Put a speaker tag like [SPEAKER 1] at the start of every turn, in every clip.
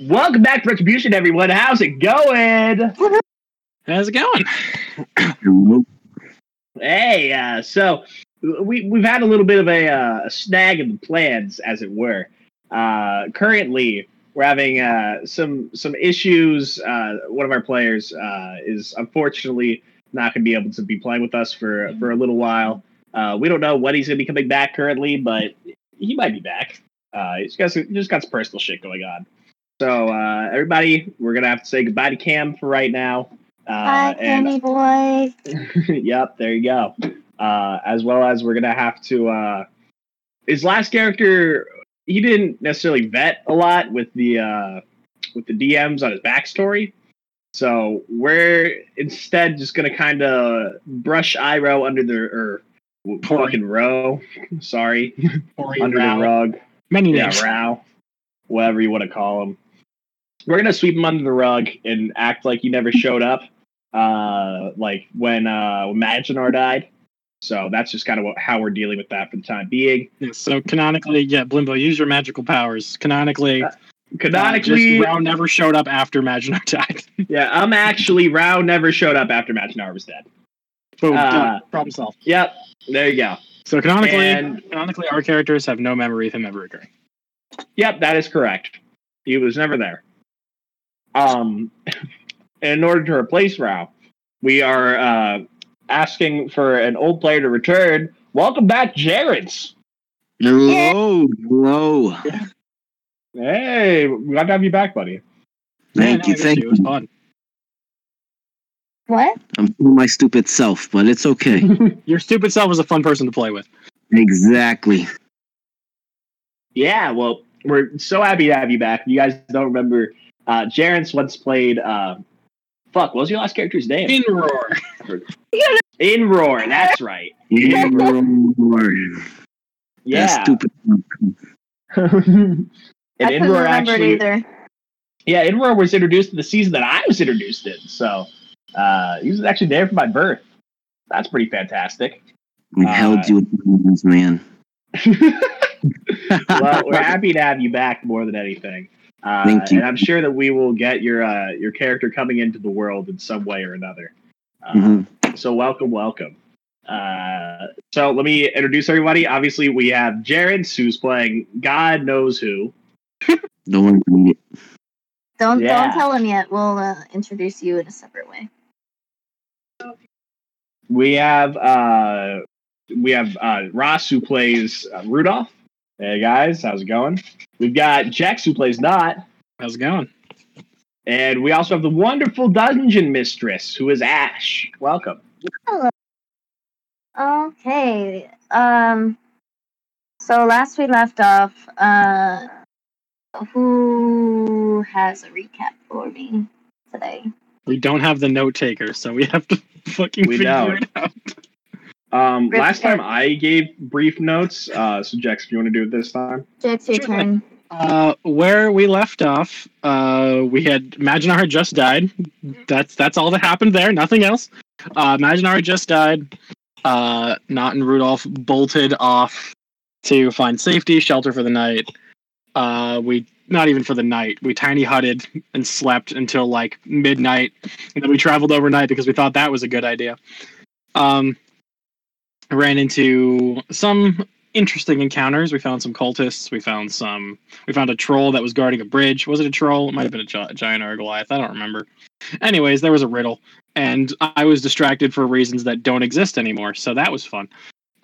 [SPEAKER 1] Welcome back to Retribution, everyone. How's it going?
[SPEAKER 2] How's it going?
[SPEAKER 1] Hey, uh, so we we've had a little bit of a, uh, a snag in the plans, as it were. Uh, currently, we're having uh, some some issues. Uh, one of our players uh, is unfortunately not going to be able to be playing with us for for a little while. Uh, we don't know when he's going to be coming back currently, but he might be back. Uh, he's got some, just got some personal shit going on. So uh, everybody, we're gonna have to say goodbye to Cam for right now. Uh,
[SPEAKER 3] Bye,
[SPEAKER 1] and-
[SPEAKER 3] Cammy boy.
[SPEAKER 1] yep, there you go. Uh, as well as we're gonna have to uh, his last character. He didn't necessarily vet a lot with the uh, with the DMs on his backstory, so we're instead just gonna kind of brush Iroh under the or w-
[SPEAKER 2] Corey.
[SPEAKER 1] fucking row. Sorry,
[SPEAKER 2] Or
[SPEAKER 1] under
[SPEAKER 2] Rao.
[SPEAKER 1] the rug.
[SPEAKER 2] Many
[SPEAKER 1] Yeah,
[SPEAKER 2] names.
[SPEAKER 1] Rao, whatever you want to call him. We're gonna sweep him under the rug and act like he never showed up, uh, like when uh, when Maginar died. So that's just kind of what, how we're dealing with that for the time being.
[SPEAKER 2] Yeah, so canonically, yeah, Blimbo, use your magical powers. Canonically, uh,
[SPEAKER 1] Canonically,
[SPEAKER 2] just Rao never showed up after Maginar died.
[SPEAKER 1] yeah, I'm actually Rao never showed up after Maginar was dead.
[SPEAKER 2] Boom,
[SPEAKER 1] Uh,
[SPEAKER 2] done. problem solved.
[SPEAKER 1] Yep, there you go.
[SPEAKER 2] So canonically,
[SPEAKER 1] and-
[SPEAKER 2] canonically, our characters have no memory of him ever occurring.
[SPEAKER 1] Yep, that is correct. He was never there. Um, in order to replace Rao, we are uh, asking for an old player to return. Welcome back, Jareds.
[SPEAKER 4] Hello, hello.
[SPEAKER 1] Hey, glad to have you back, buddy.
[SPEAKER 4] Thank
[SPEAKER 2] Yeah, no, I
[SPEAKER 4] you,
[SPEAKER 2] get
[SPEAKER 4] thank
[SPEAKER 2] It was
[SPEAKER 4] you.
[SPEAKER 2] fun.
[SPEAKER 3] What?
[SPEAKER 4] I'm still my stupid self, but it's okay.
[SPEAKER 2] Your stupid self was a fun person to play with.
[SPEAKER 4] exactly.
[SPEAKER 1] Yeah, well, we're so happy to have you back. You guys don't remember, uh, Jareds once played. Uh, fuck, what was your last character's name?
[SPEAKER 2] In roar.
[SPEAKER 1] Inroar. That's right.
[SPEAKER 4] Yeah, Lord.
[SPEAKER 1] Yeah.
[SPEAKER 4] That stupid.
[SPEAKER 1] and
[SPEAKER 3] I couldn't
[SPEAKER 1] Inroar
[SPEAKER 3] remember
[SPEAKER 1] actually.
[SPEAKER 3] it either.
[SPEAKER 1] yeah, Inroar was introduced in the season that I was introduced in. So uh, he was actually there for my birth. That's pretty fantastic.
[SPEAKER 3] Uh,
[SPEAKER 4] I held you, with my hands, man.
[SPEAKER 1] well, we're happy to have you back more than anything. Uh,
[SPEAKER 4] Thank you.
[SPEAKER 1] And I'm sure that we will get your uh, your character coming into the world in some way or another. Uh,
[SPEAKER 3] uh-huh.
[SPEAKER 4] Mhm.
[SPEAKER 1] So welcome, welcome. Uh, so let me introduce everybody. Obviously, we have Jarens, who's playing God knows who.
[SPEAKER 4] Don't worry. about it.
[SPEAKER 3] Don't
[SPEAKER 1] Yeah.
[SPEAKER 3] don't tell him yet. We'll uh, introduce you in a separate way.
[SPEAKER 1] We have uh, we have uh, Ross who plays uh, Rudolph. Hey guys, how's it going? We've got Jax who plays Not,
[SPEAKER 2] How's it going?
[SPEAKER 1] and we also have the wonderful dungeon mistress who is Ash. Welcome.
[SPEAKER 3] Okay. Um. So last we left off. Uh, who has a recap for me today?
[SPEAKER 2] We don't have the note taker, so we have to fucking
[SPEAKER 1] We
[SPEAKER 2] figure
[SPEAKER 1] know.
[SPEAKER 2] it out.
[SPEAKER 1] Um,
[SPEAKER 3] Rip
[SPEAKER 1] last
[SPEAKER 3] Jack.
[SPEAKER 1] time I gave brief notes, uh, so Jax, if you want to do it this time,
[SPEAKER 3] Jax, your
[SPEAKER 2] Sure.
[SPEAKER 3] turn.
[SPEAKER 2] Uh, where we left off, uh, we had Maginar had just died. That's that's all that happened there. Nothing else. Uh, Maginar had just died. Uh, Knot and Rudolph bolted off to find safety, shelter for the night. Uh, we not even for the night. We tiny hutted and slept until like midnight, and then we traveled overnight because we thought that was a good idea. Um, ran into some interesting encounters. We found some cultists. We found some we found a troll that was guarding a bridge. Was it a troll? It might have been a gi- giant or a Goliath. I don't remember. Anyways, there was a riddle, and I was distracted for reasons that don't exist anymore. So that was fun.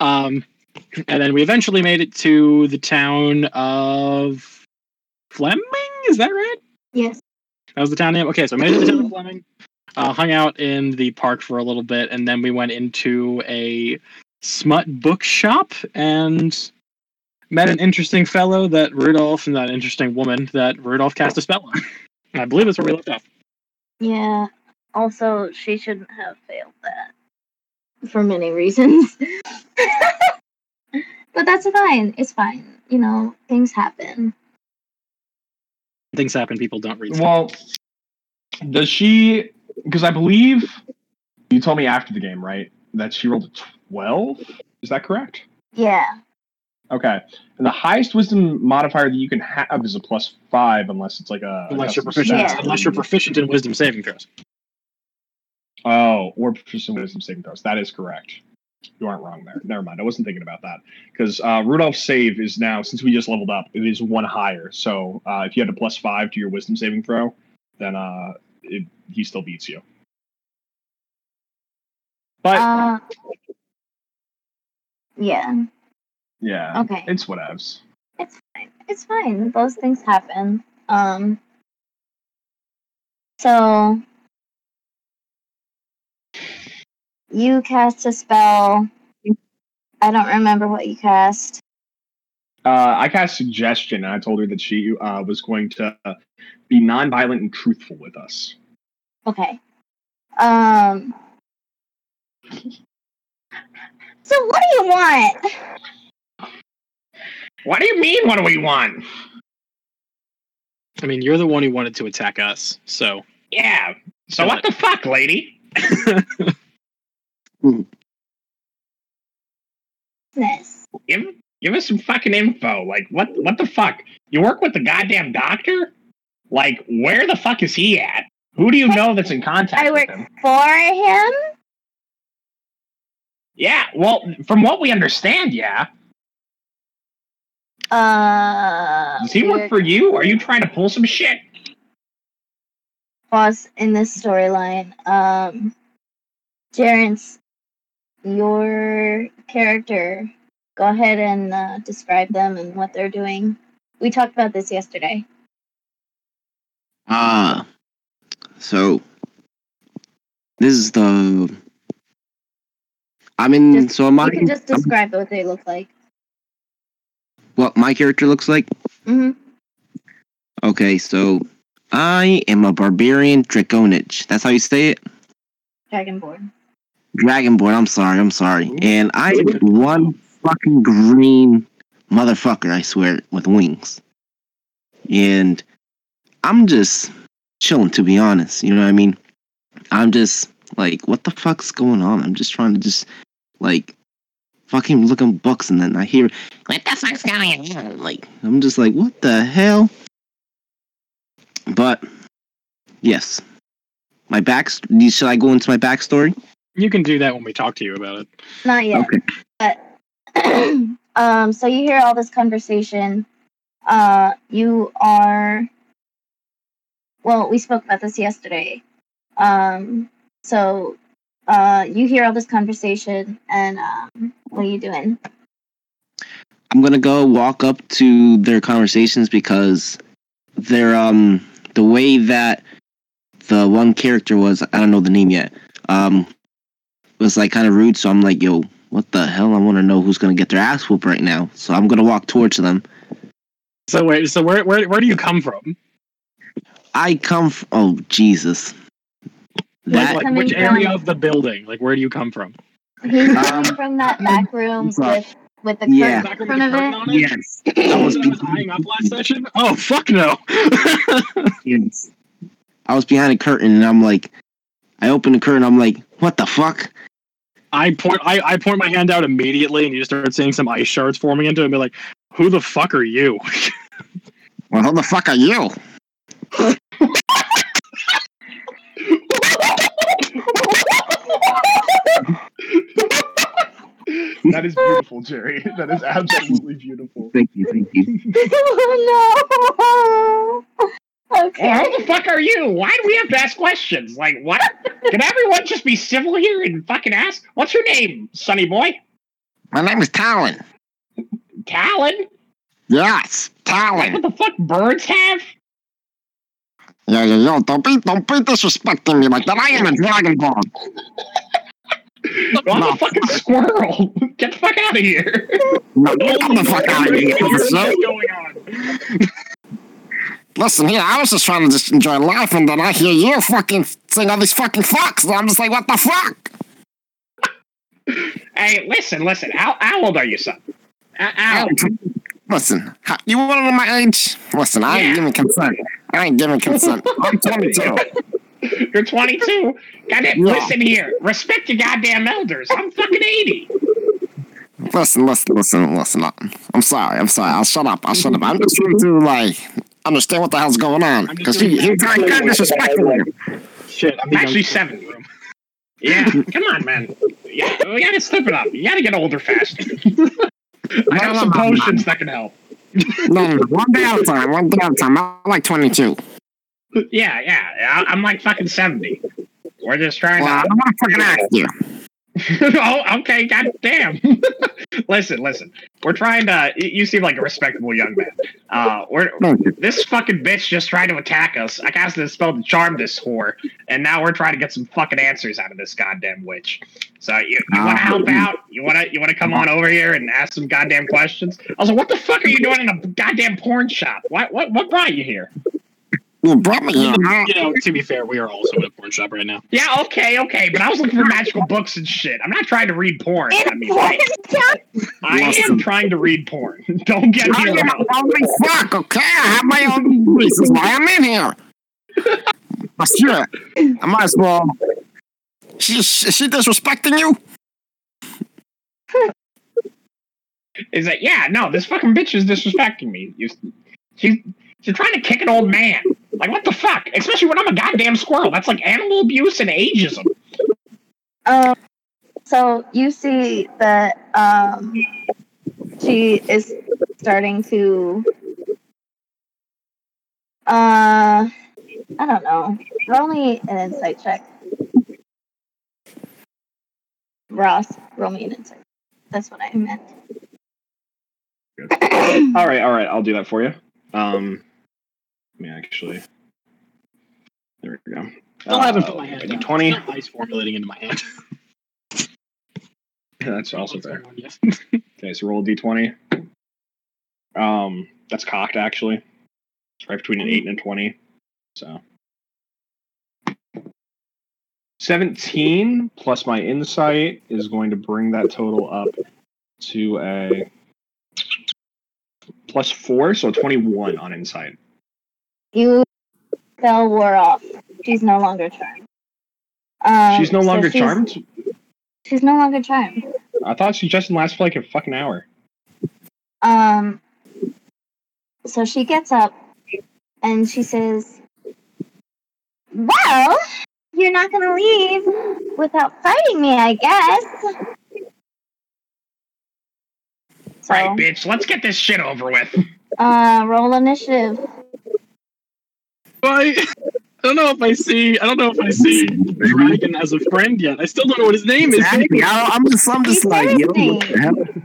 [SPEAKER 2] Um, and then we eventually made it to the town of Fleming. Is that right?
[SPEAKER 3] Yes.
[SPEAKER 2] That was the town name. Okay, so I made it to town of Fleming. Uh, hung out in the park for a little bit, and then we went into a smut bookshop and met an interesting fellow that Rudolph and that interesting woman that Rudolph cast a spell on. And I believe that's where we left off.
[SPEAKER 3] Yeah. Also, she shouldn't have failed that for many reasons. but that's fine. It's fine. You know, things happen.
[SPEAKER 2] Things happen. People don't read. stuff.
[SPEAKER 1] Well, does she? Because I believe you told me after the game, right, that she rolled a twelve. Is that correct?
[SPEAKER 3] Yeah.
[SPEAKER 1] Okay. And the highest wisdom modifier that you can have is a plus five, unless it's like a
[SPEAKER 2] unless you're
[SPEAKER 1] a
[SPEAKER 2] proficient.
[SPEAKER 3] Yeah.
[SPEAKER 2] Unless you're proficient in wisdom saving throws.
[SPEAKER 1] Oh, or proficient wisdom saving throws. That is correct. You aren't wrong there. Never mind. I wasn't thinking about that because uh, Rudolph's save is now since we just leveled up, it is one higher. So uh, if you had a plus five to your wisdom saving throw, then uh, it, he still beats you. But
[SPEAKER 3] Uh, yeah.
[SPEAKER 5] Mm-hmm.
[SPEAKER 1] yeah,
[SPEAKER 3] Okay.
[SPEAKER 1] it's whatevs.
[SPEAKER 3] It's fine. It's fine. Those things happen. Um. So you cast a spell. I don't remember what you cast.
[SPEAKER 1] Uh, I cast suggestion, and I told her that she uh, was going to uh, be nonviolent and truthful with us.
[SPEAKER 3] Okay. Um. So what do you want?
[SPEAKER 5] What do you mean? What do we want?
[SPEAKER 2] I mean, you're the one who wanted to attack us, so
[SPEAKER 5] Yeah. So
[SPEAKER 2] Do
[SPEAKER 5] what the fuck, lady?
[SPEAKER 3] Business.
[SPEAKER 5] Give give us some fucking info. Like what what the fuck? You work with the goddamn doctor? Like where the fuck is he at? Who do you know that's in contact
[SPEAKER 3] I
[SPEAKER 5] with
[SPEAKER 3] work
[SPEAKER 5] him?
[SPEAKER 3] for him.
[SPEAKER 5] Yeah, well, from what we understand, yeah.
[SPEAKER 3] Uh.
[SPEAKER 5] Does he work
[SPEAKER 3] we're
[SPEAKER 5] for you? Are you trying to pull some shit?
[SPEAKER 3] boss in this storyline. Um, Terrence, your character, go ahead and uh, describe them and what they're doing. We talked about this yesterday.
[SPEAKER 4] Ah. so this is the I'm in
[SPEAKER 3] Just-
[SPEAKER 4] so my
[SPEAKER 3] you can just describe what they look like.
[SPEAKER 4] what my character looks like?
[SPEAKER 3] hmm
[SPEAKER 4] Okay, so I am a barbarian draconage. That's how you say it?
[SPEAKER 3] Dragonborn.
[SPEAKER 4] Dragonborn, I'm sorry, I'm sorry. And I am one fucking green motherfucker, I swear, with wings. And I'm just chilling, to be honest. You know what I mean? I'm just like, what the fuck's going on? I'm just trying to just, like, fucking look up books, and then I hear, what the fuck's going on? Like, I'm just like, what the hell? But, yes. My back, should I go into my backstory?
[SPEAKER 2] you can do that when we talk to you about it.
[SPEAKER 3] Not yet.
[SPEAKER 4] Okay.
[SPEAKER 3] But um, so you hear all this conversation. Uh, you are. Well, we spoke about this yesterday. Um, so uh, you hear all this conversation, and um, what are you doing?
[SPEAKER 4] I'm gonna go walk up to their conversations because they're um the way that the one character was I don't know the name yet um was like kind of rude so I'm like yo what the hell I want to know who's gonna get their ass whooped right now so I'm gonna walk towards them
[SPEAKER 2] So wait, so where where where do you come from?
[SPEAKER 4] I come f oh Jesus
[SPEAKER 2] Like,
[SPEAKER 4] that
[SPEAKER 2] like
[SPEAKER 3] Coming
[SPEAKER 2] which
[SPEAKER 3] from-
[SPEAKER 2] area of the building? Like where do you come from?
[SPEAKER 3] He's
[SPEAKER 4] Um,
[SPEAKER 3] coming from that back room
[SPEAKER 4] uh,
[SPEAKER 3] with with the curtain
[SPEAKER 4] yeah.
[SPEAKER 3] in front of it.
[SPEAKER 4] yes
[SPEAKER 2] That was
[SPEAKER 4] was
[SPEAKER 2] what I was eyeing up last session. Oh fuck no!
[SPEAKER 4] yes I was behind a curtain and I'm like I open the curtain I'm like what the fuck
[SPEAKER 2] I point I, I point my hand out immediately, and you start seeing some ice shards forming into it. And be like, who the fuck are you?
[SPEAKER 4] well who the fuck are you
[SPEAKER 1] That is beautiful, Jerry. That is absolutely beautiful.
[SPEAKER 4] thank you thank you
[SPEAKER 3] oh no!
[SPEAKER 5] Or
[SPEAKER 3] Okay.
[SPEAKER 5] who the fuck are you? Why do we have to ask questions? Like what? Can everyone just be civil here and fucking ask? What's your name, Sonny Boy?
[SPEAKER 4] my name is Talon.
[SPEAKER 5] Talon?
[SPEAKER 4] Yes,
[SPEAKER 5] Like what
[SPEAKER 4] Talon.
[SPEAKER 5] the fuck birds have?
[SPEAKER 4] Yo, yo, yo, don't be, don't be disrespecting me like that. I am a dragonborn.
[SPEAKER 5] I'm a fucking squirrel. Get the fuck out of here.
[SPEAKER 4] No, you come the fuck out of here, officer.
[SPEAKER 5] going on?
[SPEAKER 4] Listen here, I was just trying to just enjoy life, and then I hear you fucking sing all these fucking fucks, and I'm just like, what the fuck?
[SPEAKER 5] Hey, listen, listen. How, how old are you, son? Uh,
[SPEAKER 4] I
[SPEAKER 5] how?
[SPEAKER 4] don't tr- Listen, ha- you want to know my age? Listen, I
[SPEAKER 5] Yeah.
[SPEAKER 4] ain't giving consent. I ain't giving consent. I'm 22.
[SPEAKER 5] You're 22. Goddamn,
[SPEAKER 4] Yeah.
[SPEAKER 5] listen here. Respect your goddamn elders. I'm fucking 80.
[SPEAKER 6] Listen, listen, listen, listen up. I'm sorry, I'm sorry. I'll shut up. I'll shut up. I'm just trying to like understand what the hell's going on
[SPEAKER 1] I'm
[SPEAKER 6] because
[SPEAKER 1] just doing-
[SPEAKER 6] he he's like kind of disrespectful.
[SPEAKER 2] Shit, I'm
[SPEAKER 5] I'm actually seven. Room. Yeah, come on, man. Yeah, we gotta step it up. You gotta get older faster. I have some potions that can help.
[SPEAKER 6] No, no, no, one day at a time. One day at a time. I'm like 22.
[SPEAKER 5] Yeah, yeah. I- I'm like fucking seventy. We're just trying
[SPEAKER 6] Well, I
[SPEAKER 5] to.
[SPEAKER 6] don't want to fucking ask you.
[SPEAKER 5] oh, okay. Goddamn. listen, listen. We're trying to. You you seem like a respectable young man. Uh, we're
[SPEAKER 6] Thank you.
[SPEAKER 5] this fucking bitch just tried to attack us. I cast this spell to charm this whore, and now we're trying to get some fucking answers out of this goddamn witch. So you, you want to
[SPEAKER 6] Ah.
[SPEAKER 5] help out? You want to you want to come on over here and ask some goddamn questions? Also, what the fuck are you doing in a goddamn porn shop? What what what brought you here?
[SPEAKER 6] You brought me here. I-
[SPEAKER 2] You know, to be fair, we are also in a porn shop right now.
[SPEAKER 5] Yeah, okay, okay, but I was looking for magical books and shit. I'm not trying to read porn. I mean, I, I am trying to read porn. Don't get
[SPEAKER 6] I
[SPEAKER 5] me
[SPEAKER 6] am
[SPEAKER 5] wrong.
[SPEAKER 6] a lonely fuck, okay? I have my own reasons why I'm in here. But sure, I might as well. She, she, she disrespecting you?
[SPEAKER 5] is that yeah, no, this fucking bitch is disrespecting me. You, she, she's trying to kick an old man. Like what the fuck? Especially when I'm a goddamn squirrel. That's like animal abuse and ageism.
[SPEAKER 3] Um, so you see that um, she is starting to. Uh, I don't know. Roll me an insight check. Ross, roll me an insight. That's what I meant.
[SPEAKER 1] All right, all right, I'll do that for you. Um, let me actually. There we go.
[SPEAKER 2] Still haven't put my
[SPEAKER 5] Uh,
[SPEAKER 2] hand down.
[SPEAKER 1] Twenty.
[SPEAKER 2] It's not Ice formulating into my hand.
[SPEAKER 1] That's also fair.
[SPEAKER 2] Yes.
[SPEAKER 1] Okay, so roll a d20. Um, that's cocked actually. It's right between an eight and a twenty. So. Seventeen plus my insight is going to bring that total up to a plus four, so twenty-one on insight.
[SPEAKER 3] You spell wore off. She's no longer charmed. Um,
[SPEAKER 1] she's no
[SPEAKER 3] so
[SPEAKER 1] longer
[SPEAKER 3] she's-
[SPEAKER 1] charmed.
[SPEAKER 3] She's no longer charmed.
[SPEAKER 1] I thought she just lasted for like a fucking hour.
[SPEAKER 3] Um, so she gets up and she says, Well, you're not going to leave without fighting me, I guess. So,
[SPEAKER 5] Right, bitch. Let's get this shit over with.
[SPEAKER 3] uh, roll initiative.
[SPEAKER 2] I, I don't know if I see. I don't know if I see Dragon as a friend yet. I still don't know what his name is.
[SPEAKER 4] Exactly. I, I'm just, I'm just
[SPEAKER 3] He's
[SPEAKER 4] like, yo,
[SPEAKER 3] everything.
[SPEAKER 4] what the hell?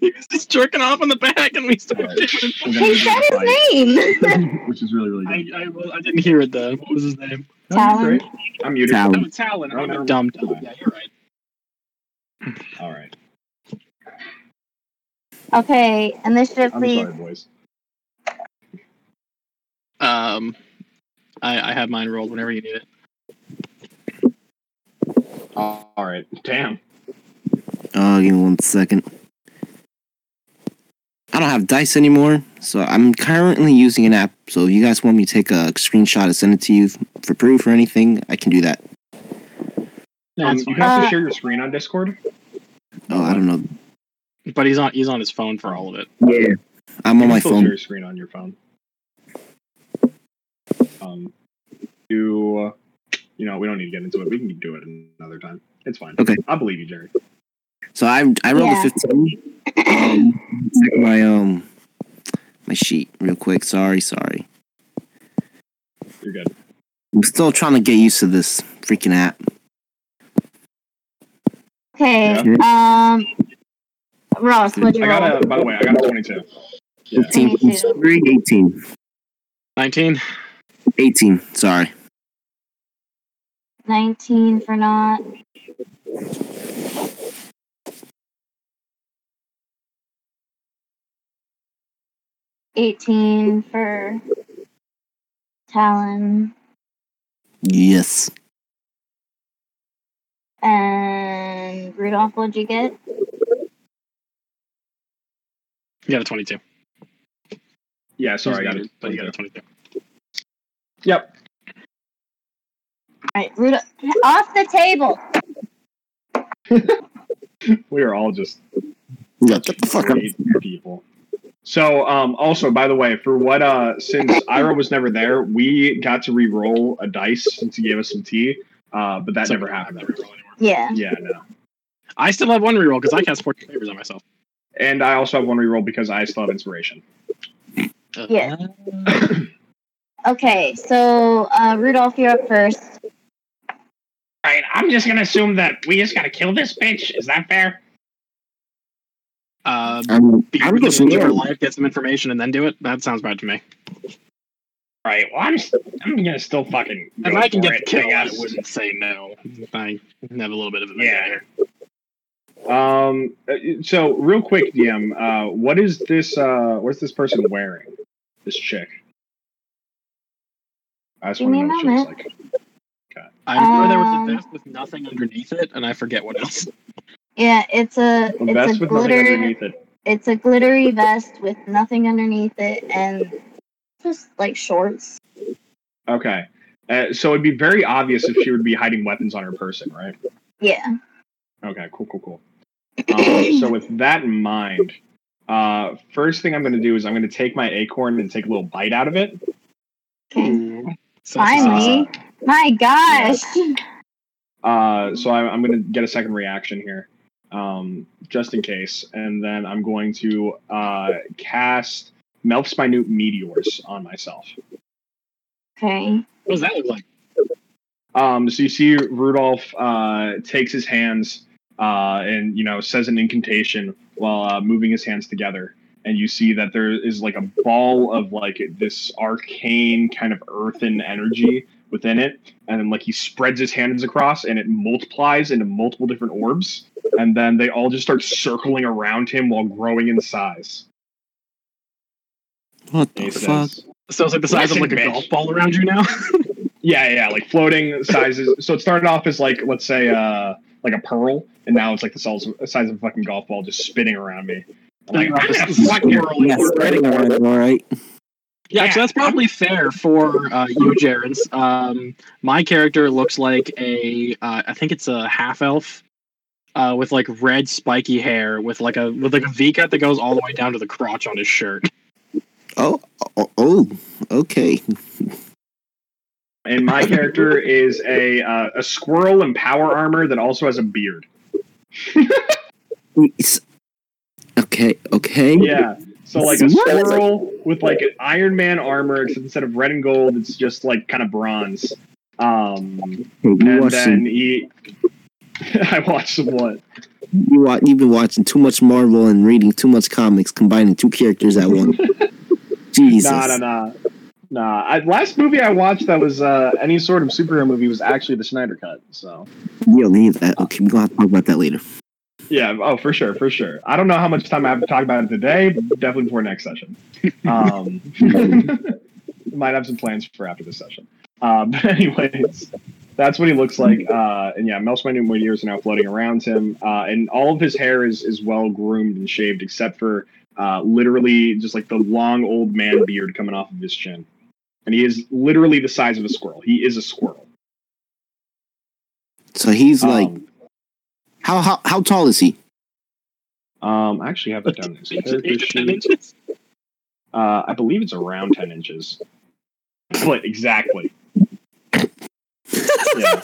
[SPEAKER 2] He was just jerking off in the back, and we started.
[SPEAKER 1] Alright.
[SPEAKER 2] kicking
[SPEAKER 1] We're
[SPEAKER 2] him.
[SPEAKER 1] gonna
[SPEAKER 3] He
[SPEAKER 1] do
[SPEAKER 3] said
[SPEAKER 1] the
[SPEAKER 3] his name.
[SPEAKER 1] fight, which is really really good.
[SPEAKER 2] I, I, well, I didn't hear it though. What was his name?
[SPEAKER 1] No, you're
[SPEAKER 3] Talon.
[SPEAKER 1] great. I'm muted.
[SPEAKER 4] Talon.
[SPEAKER 2] Oh, Talon.
[SPEAKER 1] Oh, never
[SPEAKER 2] Oh,
[SPEAKER 1] mind.
[SPEAKER 2] dumb, dumb. Yeah, you're right.
[SPEAKER 1] All right.
[SPEAKER 3] Okay, initiative,
[SPEAKER 1] I'm
[SPEAKER 3] please.
[SPEAKER 1] sorry, boys.
[SPEAKER 2] Um, I, I have mine rolled whenever you need it.
[SPEAKER 1] All right. Damn.
[SPEAKER 4] Oh, give me one second. I don't have dice anymore, so I'm currently using an app. So if you guys want me to take a screenshot and send it to you for proof or anything, I can do that.
[SPEAKER 2] No,
[SPEAKER 1] Um,
[SPEAKER 2] it's
[SPEAKER 1] you
[SPEAKER 2] fine.
[SPEAKER 1] can also
[SPEAKER 3] Uh,
[SPEAKER 1] share your screen on Discord.
[SPEAKER 4] Oh, I don't know.
[SPEAKER 2] but he's on he's on his phone for all of it.
[SPEAKER 4] Yeah. I'm
[SPEAKER 1] You
[SPEAKER 4] on
[SPEAKER 1] can
[SPEAKER 4] my
[SPEAKER 1] still
[SPEAKER 4] phone.
[SPEAKER 1] Share your screen on your phone. Um, you, uh, you know, we don't need to get into it. We can do it another time. It's fine.
[SPEAKER 4] Okay.
[SPEAKER 1] I believe you, Jerry.
[SPEAKER 4] So I I rolled
[SPEAKER 3] Yeah.
[SPEAKER 4] a fifteen. Um, check my um my sheet real quick. Sorry, sorry.
[SPEAKER 1] You're good.
[SPEAKER 4] I'm still trying to get used to this freaking app.
[SPEAKER 3] Okay, um, Ross, what'd you
[SPEAKER 1] I
[SPEAKER 3] roll?
[SPEAKER 1] got a. By the way, I got a 22.
[SPEAKER 4] 15
[SPEAKER 3] Me
[SPEAKER 4] plus
[SPEAKER 3] too.
[SPEAKER 4] 3, 18.
[SPEAKER 2] Nineteen.
[SPEAKER 4] 18, sorry.
[SPEAKER 3] 19 for not. Eighteen for Talon
[SPEAKER 4] Yes.
[SPEAKER 3] and Rudolph. What'd you get?
[SPEAKER 2] You got a twenty-two.
[SPEAKER 1] Yeah. Sorry, I got it.
[SPEAKER 2] But you got a twenty-two.
[SPEAKER 1] Yep.
[SPEAKER 3] All right, Rudolph off the table.
[SPEAKER 1] We are all just
[SPEAKER 6] Yeah, get the fuck out.
[SPEAKER 1] Great people. So, um, also, by the way, for what, uh, since Ira was never there, we got to re-roll a dice since he gave us some tea, uh, but that
[SPEAKER 2] So-
[SPEAKER 1] never happened.
[SPEAKER 3] Yeah.
[SPEAKER 1] Yeah, no.
[SPEAKER 2] I still have one reroll because I cast 14 favors on myself.
[SPEAKER 1] And I also have one re-roll because I still have inspiration.
[SPEAKER 3] Yeah. Okay, so uh, Rudolph, you're up first.
[SPEAKER 5] All right, I'm just gonna assume that we just gotta kill this bitch. Is that fair?
[SPEAKER 2] Uh,
[SPEAKER 6] I'm,
[SPEAKER 2] be
[SPEAKER 6] I'm just
[SPEAKER 2] leave her
[SPEAKER 6] leaving.
[SPEAKER 2] alive, get some information, and then do it. That sounds bad to me.
[SPEAKER 5] All right, well, I'm st- I'm gonna still fucking. Go
[SPEAKER 2] If I can
[SPEAKER 5] for
[SPEAKER 2] get the
[SPEAKER 5] it,
[SPEAKER 2] kill, I
[SPEAKER 5] guess.
[SPEAKER 2] wouldn't say no. I have a little bit of it.
[SPEAKER 5] Yeah.
[SPEAKER 1] Um, uh, so real quick, DM, uh, what is this, uh, what's this person wearing? This chick. I just
[SPEAKER 3] Give
[SPEAKER 1] want to
[SPEAKER 3] me a
[SPEAKER 1] know what she looks
[SPEAKER 3] moment.
[SPEAKER 1] like.
[SPEAKER 2] I'm sure there was a
[SPEAKER 3] Um,
[SPEAKER 2] vest with nothing underneath it, and I forget what else.
[SPEAKER 3] Yeah, it's
[SPEAKER 1] A
[SPEAKER 3] a
[SPEAKER 1] vest
[SPEAKER 3] it's a
[SPEAKER 1] with nothing
[SPEAKER 3] glitter
[SPEAKER 1] underneath it.
[SPEAKER 3] it's a glittery vest with nothing underneath it and just like shorts.
[SPEAKER 1] Okay. Uh, so it'd be very obvious if she would be hiding weapons on her person, right?
[SPEAKER 3] Yeah.
[SPEAKER 1] Okay, cool, cool, cool. Um, so with that in mind, uh, first thing I'm going to do is I'm going to take my acorn and take a little bite out of it.
[SPEAKER 3] Okay.
[SPEAKER 2] So that's a success.
[SPEAKER 3] Finally. My gosh.
[SPEAKER 1] Uh, so I'm, I'm going to get a second reaction here, um, just in case, and then I'm going to uh, cast Melf's minute meteors on myself.
[SPEAKER 3] Okay.
[SPEAKER 2] What does that look like?
[SPEAKER 1] Um, so you see Rudolph uh, takes his hands uh, and you know says an incantation while uh, moving his hands together, and you see that there is like a ball of like this arcane kind of earthen energy within it, and then like he spreads his hands across and it multiplies into multiple different orbs, and then they all just start circling around him while growing in size.
[SPEAKER 4] What
[SPEAKER 1] And he
[SPEAKER 4] the fuck?
[SPEAKER 1] says,
[SPEAKER 2] So it's like the size
[SPEAKER 5] Listen,
[SPEAKER 2] of like a
[SPEAKER 5] bitch.
[SPEAKER 2] golf ball around you now.
[SPEAKER 1] Yeah, yeah, like floating sizes. So it started off as like let's say uh like a pearl, and now it's like the size of, size of a fucking golf ball just spinning around me. I'm like, I'm gonna fuck you.
[SPEAKER 4] Yeah, spreading around, all right.
[SPEAKER 2] Yeah, so that's probably fair for uh, you, Jarens. Um, my character looks like a, uh, I think it's a half elf, uh, with like red spiky hair, with like a with like a V cut that goes all the way down to the crotch on his shirt.
[SPEAKER 4] Oh, oh, oh, okay.
[SPEAKER 1] And my character is a uh, a squirrel in power armor that also has a beard.
[SPEAKER 4] It's- okay, okay.
[SPEAKER 1] Yeah, so like a
[SPEAKER 4] What?
[SPEAKER 1] squirrel with like an Iron Man armor, except instead of red and gold, it's just like kind of bronze. Um,
[SPEAKER 4] You
[SPEAKER 1] and
[SPEAKER 4] watch some-
[SPEAKER 1] then he, I watched some what?
[SPEAKER 4] You wa- you've been watching too much Marvel and reading too much comics, combining two characters at once. Jesus.
[SPEAKER 1] Nah, nah, nah. Nah, I, last movie I watched that was uh, any sort of superhero movie was actually the Snyder Cut. So
[SPEAKER 4] You don't need that. Okay, we're gonna have to talk about that later.
[SPEAKER 1] yeah, oh for sure, for sure. I don't know how much time I have to talk about it today, but definitely before next session. Um, might have some plans for after this session. Um, but anyways, that's what he looks like. Uh, and yeah, Mel's minute meteors are now floating around him, uh, and all of his hair is is well groomed and shaved, except for uh, literally just like the long old man beard coming off of his chin. And he is literally the size of a squirrel. He is a squirrel.
[SPEAKER 4] So he's like,
[SPEAKER 1] Um,
[SPEAKER 4] how, how how tall is he?
[SPEAKER 1] um, I actually have that down. in his character sheet. Uh, I believe it's around ten inches. Split exactly. yeah.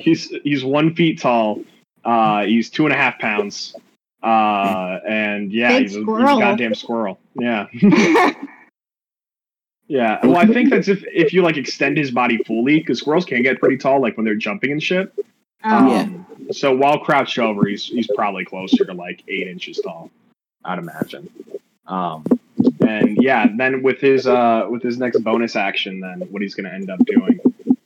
[SPEAKER 1] He's he's one feet tall. Uh, he's two and a half pounds. Uh, and yeah,
[SPEAKER 3] Big
[SPEAKER 1] he's a, he's a
[SPEAKER 3] squirrel.
[SPEAKER 1] goddamn squirrel. Yeah, yeah. Well, I think that's if if you like extend his body fully, because squirrels can get pretty tall, like when they're jumping and shit.
[SPEAKER 3] um,
[SPEAKER 4] Yeah.
[SPEAKER 1] So while crouched over, he's he's probably closer to like eight inches tall, I'd imagine. Um, and yeah, then with his uh with his next bonus action, then what he's going to end up doing,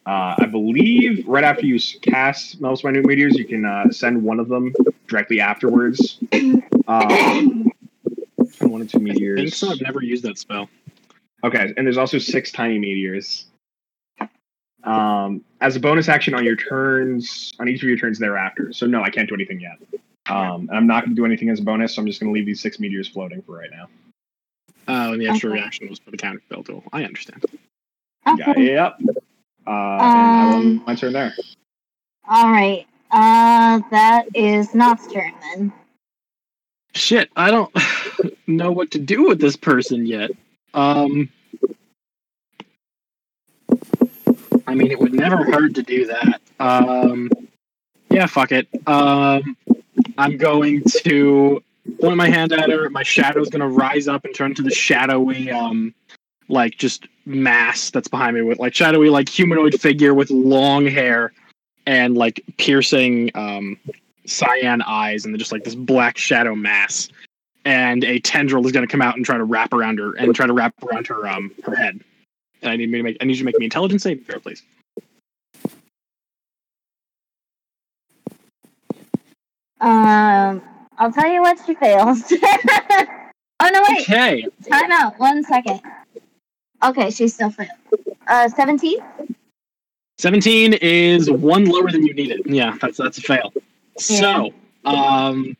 [SPEAKER 1] uh, I believe, right after you s- cast Mel's Minute Meteors, you can uh, send one of them directly afterwards. Um, one or two
[SPEAKER 2] I think
[SPEAKER 1] meteors.
[SPEAKER 2] so. I've never used that spell.
[SPEAKER 1] Okay, and there's also six tiny meteors. Um, as a bonus action on your turns, on each of your turns thereafter. So no, I can't do anything yet. Um, and I'm not going to do anything as a bonus. So I'm just going to leave these six meteors floating for right now.
[SPEAKER 2] Uh, and the extra
[SPEAKER 3] Okay.
[SPEAKER 2] reaction was for the counter spell tool. I understand.
[SPEAKER 1] Yeah,
[SPEAKER 3] Okay.
[SPEAKER 1] yep. Uh, and I will
[SPEAKER 3] Um,
[SPEAKER 1] end my turn there.
[SPEAKER 3] All right. Uh that is Not's turn then.
[SPEAKER 2] shit, I don't know what to do with this person yet. Um, I mean, it would never hurt to do that. Um, yeah, fuck it. Um, I'm going to point my hand at her. My shadow's going to rise up and turn to the shadowy, um, like just mass that's behind me with like shadowy, like humanoid figure with long hair and like piercing, um, cyan eyes and just like this black shadow mass. And a tendril is going to come out and try to wrap around her and try to wrap around her um her head. And I need me to make I need you to make me intelligence save throw, please.
[SPEAKER 3] Um, I'll tell you what she fails. oh no, wait.
[SPEAKER 2] Okay,
[SPEAKER 3] Time out. One second. Okay, she still failed. Uh, seventeen.
[SPEAKER 2] seventeen is one lower than you needed. Yeah, that's that's a fail. So, um,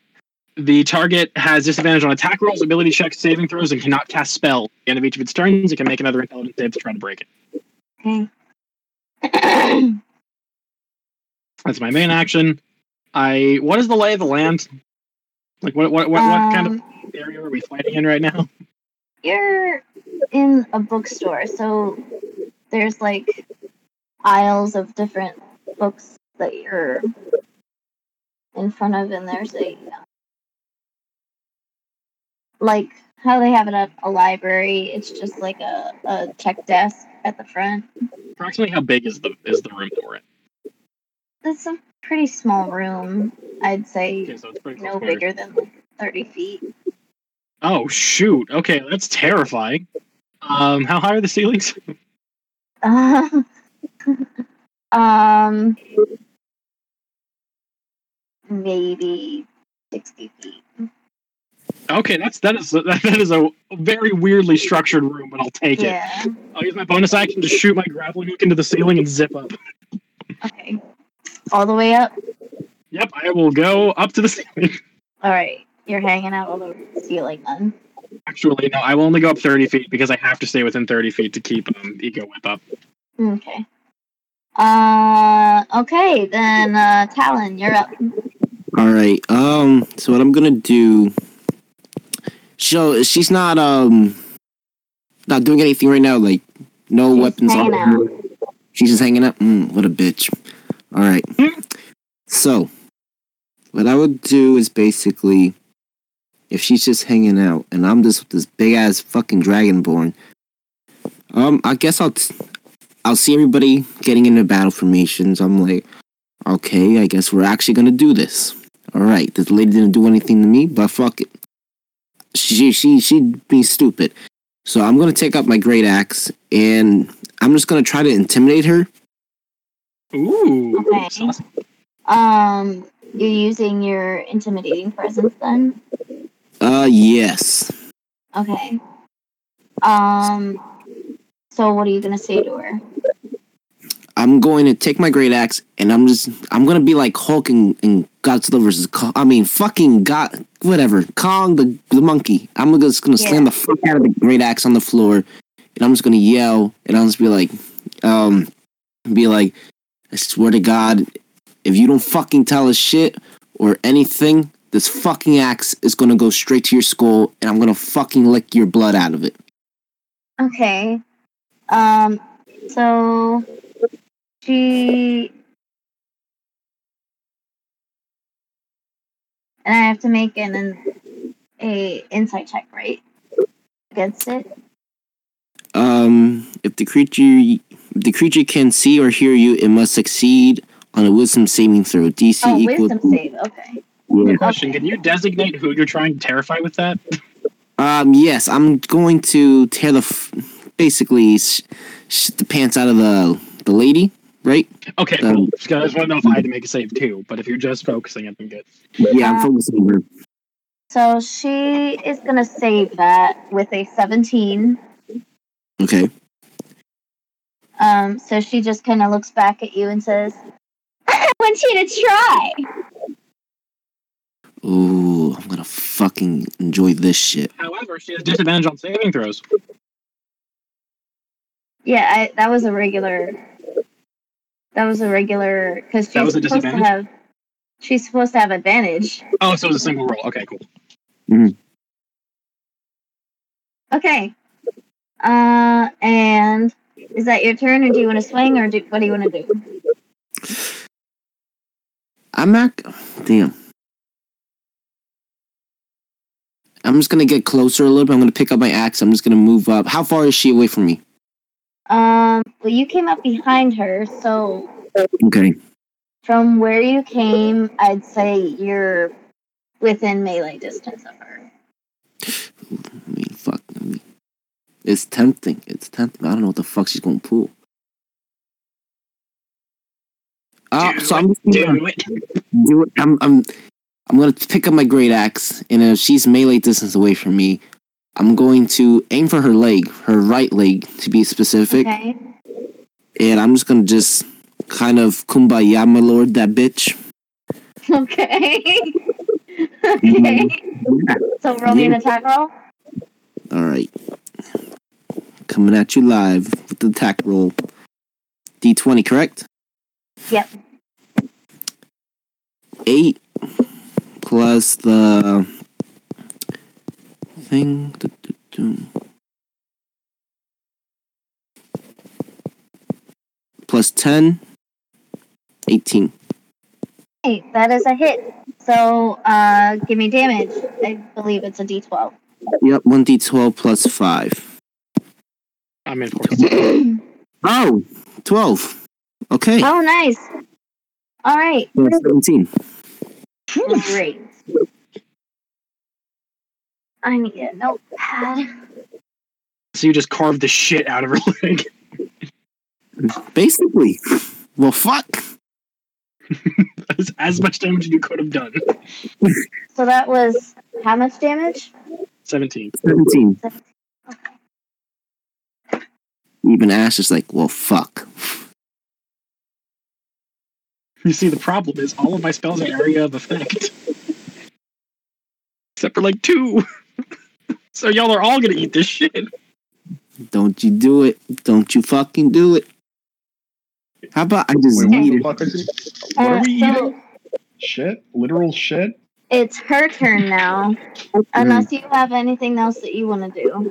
[SPEAKER 2] the target has disadvantage on attack rolls, ability checks, saving throws, and cannot cast spell. At the end of each of its turns, it can make another intelligence save to try to break it.
[SPEAKER 3] Okay. um,
[SPEAKER 2] That's my main action. I what is the lay of the land? Like what what what, what kind
[SPEAKER 3] Um,
[SPEAKER 2] of area are we fighting in right now?
[SPEAKER 3] You're in a bookstore, so there's like aisles of different books that you're in front of, and there's a like how they have it at a library. It's just like a, a check desk at the front.
[SPEAKER 2] Approximately how big is the is the room that we're in?
[SPEAKER 3] That's a pretty small room, I'd say.
[SPEAKER 2] Okay, so it's pretty close.
[SPEAKER 3] No
[SPEAKER 2] quarters.
[SPEAKER 3] bigger than like thirty feet.
[SPEAKER 2] Oh shoot! Okay, that's terrifying. Um, how high are the ceilings?
[SPEAKER 3] um, um, maybe 60 feet.
[SPEAKER 2] Okay, that's that is that is a very weirdly structured room, but I'll take it.
[SPEAKER 3] Yeah.
[SPEAKER 2] I'll use my bonus action to shoot my grappling hook into the ceiling and zip up.
[SPEAKER 3] Okay. All the way up.
[SPEAKER 2] Yep, I will go up to the ceiling.
[SPEAKER 3] All right. You're hanging out all over the ceiling then.
[SPEAKER 2] Actually, no, I will only go up thirty feet because I have to stay within thirty feet to keep um, ego whip up.
[SPEAKER 3] Okay. Uh, okay, then, uh, Talon, you're up.
[SPEAKER 4] All right. Um. So what I'm gonna do? So she's not um not doing anything right now. Like no
[SPEAKER 3] She's
[SPEAKER 4] weapons. on
[SPEAKER 3] hanging
[SPEAKER 4] her. She's just hanging out. Mm, what a bitch. All right.
[SPEAKER 3] Hmm?
[SPEAKER 4] so what I would do is basically if she's just hanging out and I'm just with this big ass fucking dragonborn. Um. I guess I'll t- I'll see everybody getting into battle formations. I'm like, okay. I guess we're actually gonna do this. All right, this lady didn't do anything to me, but fuck it. She she she'd be stupid. So I'm gonna take up my great axe and I'm just gonna try to intimidate her.
[SPEAKER 2] Ooh,
[SPEAKER 3] Okay.
[SPEAKER 2] saucy.
[SPEAKER 3] Um, you're using your intimidating presence then?
[SPEAKER 4] Uh, yes.
[SPEAKER 3] Okay. Um, so what are you gonna say to her?
[SPEAKER 4] I'm going to take my great axe and I'm just I'm gonna be like Hulk and, and Godzilla versus Kong. I mean fucking God whatever Kong the the monkey. I'm just gonna slam the fuck out of the great axe on the floor and I'm just gonna yell and I'll just be like, um, be like, I swear to God, if you don't fucking tell us shit or anything, this fucking axe is gonna go straight to your skull and I'm gonna fucking lick your blood out of it.
[SPEAKER 3] Okay. Um. So she and I have to make an, an a insight check, right? Against it.
[SPEAKER 4] Um, if the creature if the creature can see or hear you, it must succeed on a Wisdom saving throw. DC
[SPEAKER 3] Oh,
[SPEAKER 4] equals.
[SPEAKER 3] wisdom save. Okay.
[SPEAKER 2] Question: Can you designate who you're trying to terrify with that?
[SPEAKER 4] Um, yes, I'm going to tear the f- basically sh- sh- the pants out of the the lady, right?
[SPEAKER 2] Okay,
[SPEAKER 4] Um,
[SPEAKER 2] cool. Just gotta- I just want to know if I had to make a save too. But if you're just focusing, I'm good.
[SPEAKER 4] Yeah, I'm focusing on her.
[SPEAKER 3] So she is gonna save that with a seventeen.
[SPEAKER 4] Okay.
[SPEAKER 3] Um, so she just kind of looks back at you and says, I want you to try.
[SPEAKER 4] Ooh, I'm gonna fucking enjoy this shit.
[SPEAKER 2] However, she has disadvantage on saving throws.
[SPEAKER 3] Yeah, I, that was a regular. That was a regular because
[SPEAKER 2] That
[SPEAKER 3] she's
[SPEAKER 2] was a
[SPEAKER 3] supposed to
[SPEAKER 2] disadvantage?
[SPEAKER 3] have. She's supposed to have advantage.
[SPEAKER 2] Oh, so it's a single roll. Okay, cool.
[SPEAKER 3] Okay. Uh, and is that your turn, or do you want to swing, or do, what do you want to do?
[SPEAKER 4] I'm not. Damn. I'm just gonna get closer a little bit. I'm gonna pick up my axe. I'm just gonna move up. How far is she away from me?
[SPEAKER 3] Um, well, you came up behind her, so
[SPEAKER 4] Okay.
[SPEAKER 3] from where you came, I'd say you're within melee distance of her.
[SPEAKER 4] I mean, fuck. I mean, it's tempting. It's tempting. I don't know what the fuck she's gonna pull. Uh, so I'm just gonna do it. I'm, I'm, I'm gonna pick up my great axe, and if she's melee distance away from me, I'm going to aim for her leg, her right leg to be specific,
[SPEAKER 3] Okay.
[SPEAKER 4] and I'm just gonna just kind of kumbaya, my lord, that bitch.
[SPEAKER 3] Okay. okay. So roll me an attack roll.
[SPEAKER 4] All right. Coming at you live with the attack roll. D20, correct?
[SPEAKER 3] Yep.
[SPEAKER 4] 8 plus the thing. Du- du- du. Plus 10. 18.
[SPEAKER 3] Hey, that is a hit. So uh, give me damage. I believe it's a D12.
[SPEAKER 4] Yep, 1d12 plus 5.
[SPEAKER 2] I'm in for
[SPEAKER 3] oh,
[SPEAKER 4] Oh, 12. Okay.
[SPEAKER 3] nice. All right.
[SPEAKER 4] Yeah, 17.
[SPEAKER 3] Great. I need a notepad.
[SPEAKER 2] So you just carved the shit out of her leg.
[SPEAKER 4] Basically. Well, fuck.
[SPEAKER 2] That's as much damage as you could have done.
[SPEAKER 3] So that was how much damage?
[SPEAKER 2] 17.
[SPEAKER 4] 17. Even Ash is like, well, fuck.
[SPEAKER 2] You see, the problem is all of my spells are area of effect. Except for like two. so y'all are all gonna eat this shit.
[SPEAKER 4] Don't you do it. Don't you fucking do it. How about I just
[SPEAKER 1] Wait, what
[SPEAKER 4] need
[SPEAKER 1] the
[SPEAKER 4] it?
[SPEAKER 1] fuck is it? What
[SPEAKER 3] Uh,
[SPEAKER 1] are we
[SPEAKER 3] so
[SPEAKER 1] eating? Shit? Literal shit?
[SPEAKER 3] it's her turn now. Unless you have anything else that you want to do.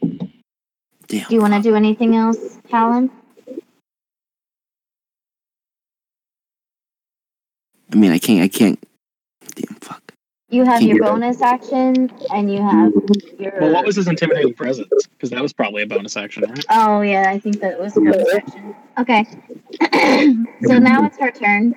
[SPEAKER 4] Damn.
[SPEAKER 3] Do you want to do anything else, Callan?
[SPEAKER 4] I mean, I can't. I can't. Damn, fuck.
[SPEAKER 3] You have your
[SPEAKER 4] Yeah.
[SPEAKER 3] bonus action, and you have your.
[SPEAKER 2] Well, what was his intimidating presence? Because that was probably a bonus action, right?
[SPEAKER 3] Oh yeah, I think that was a bonus action. Okay. so now it's her turn.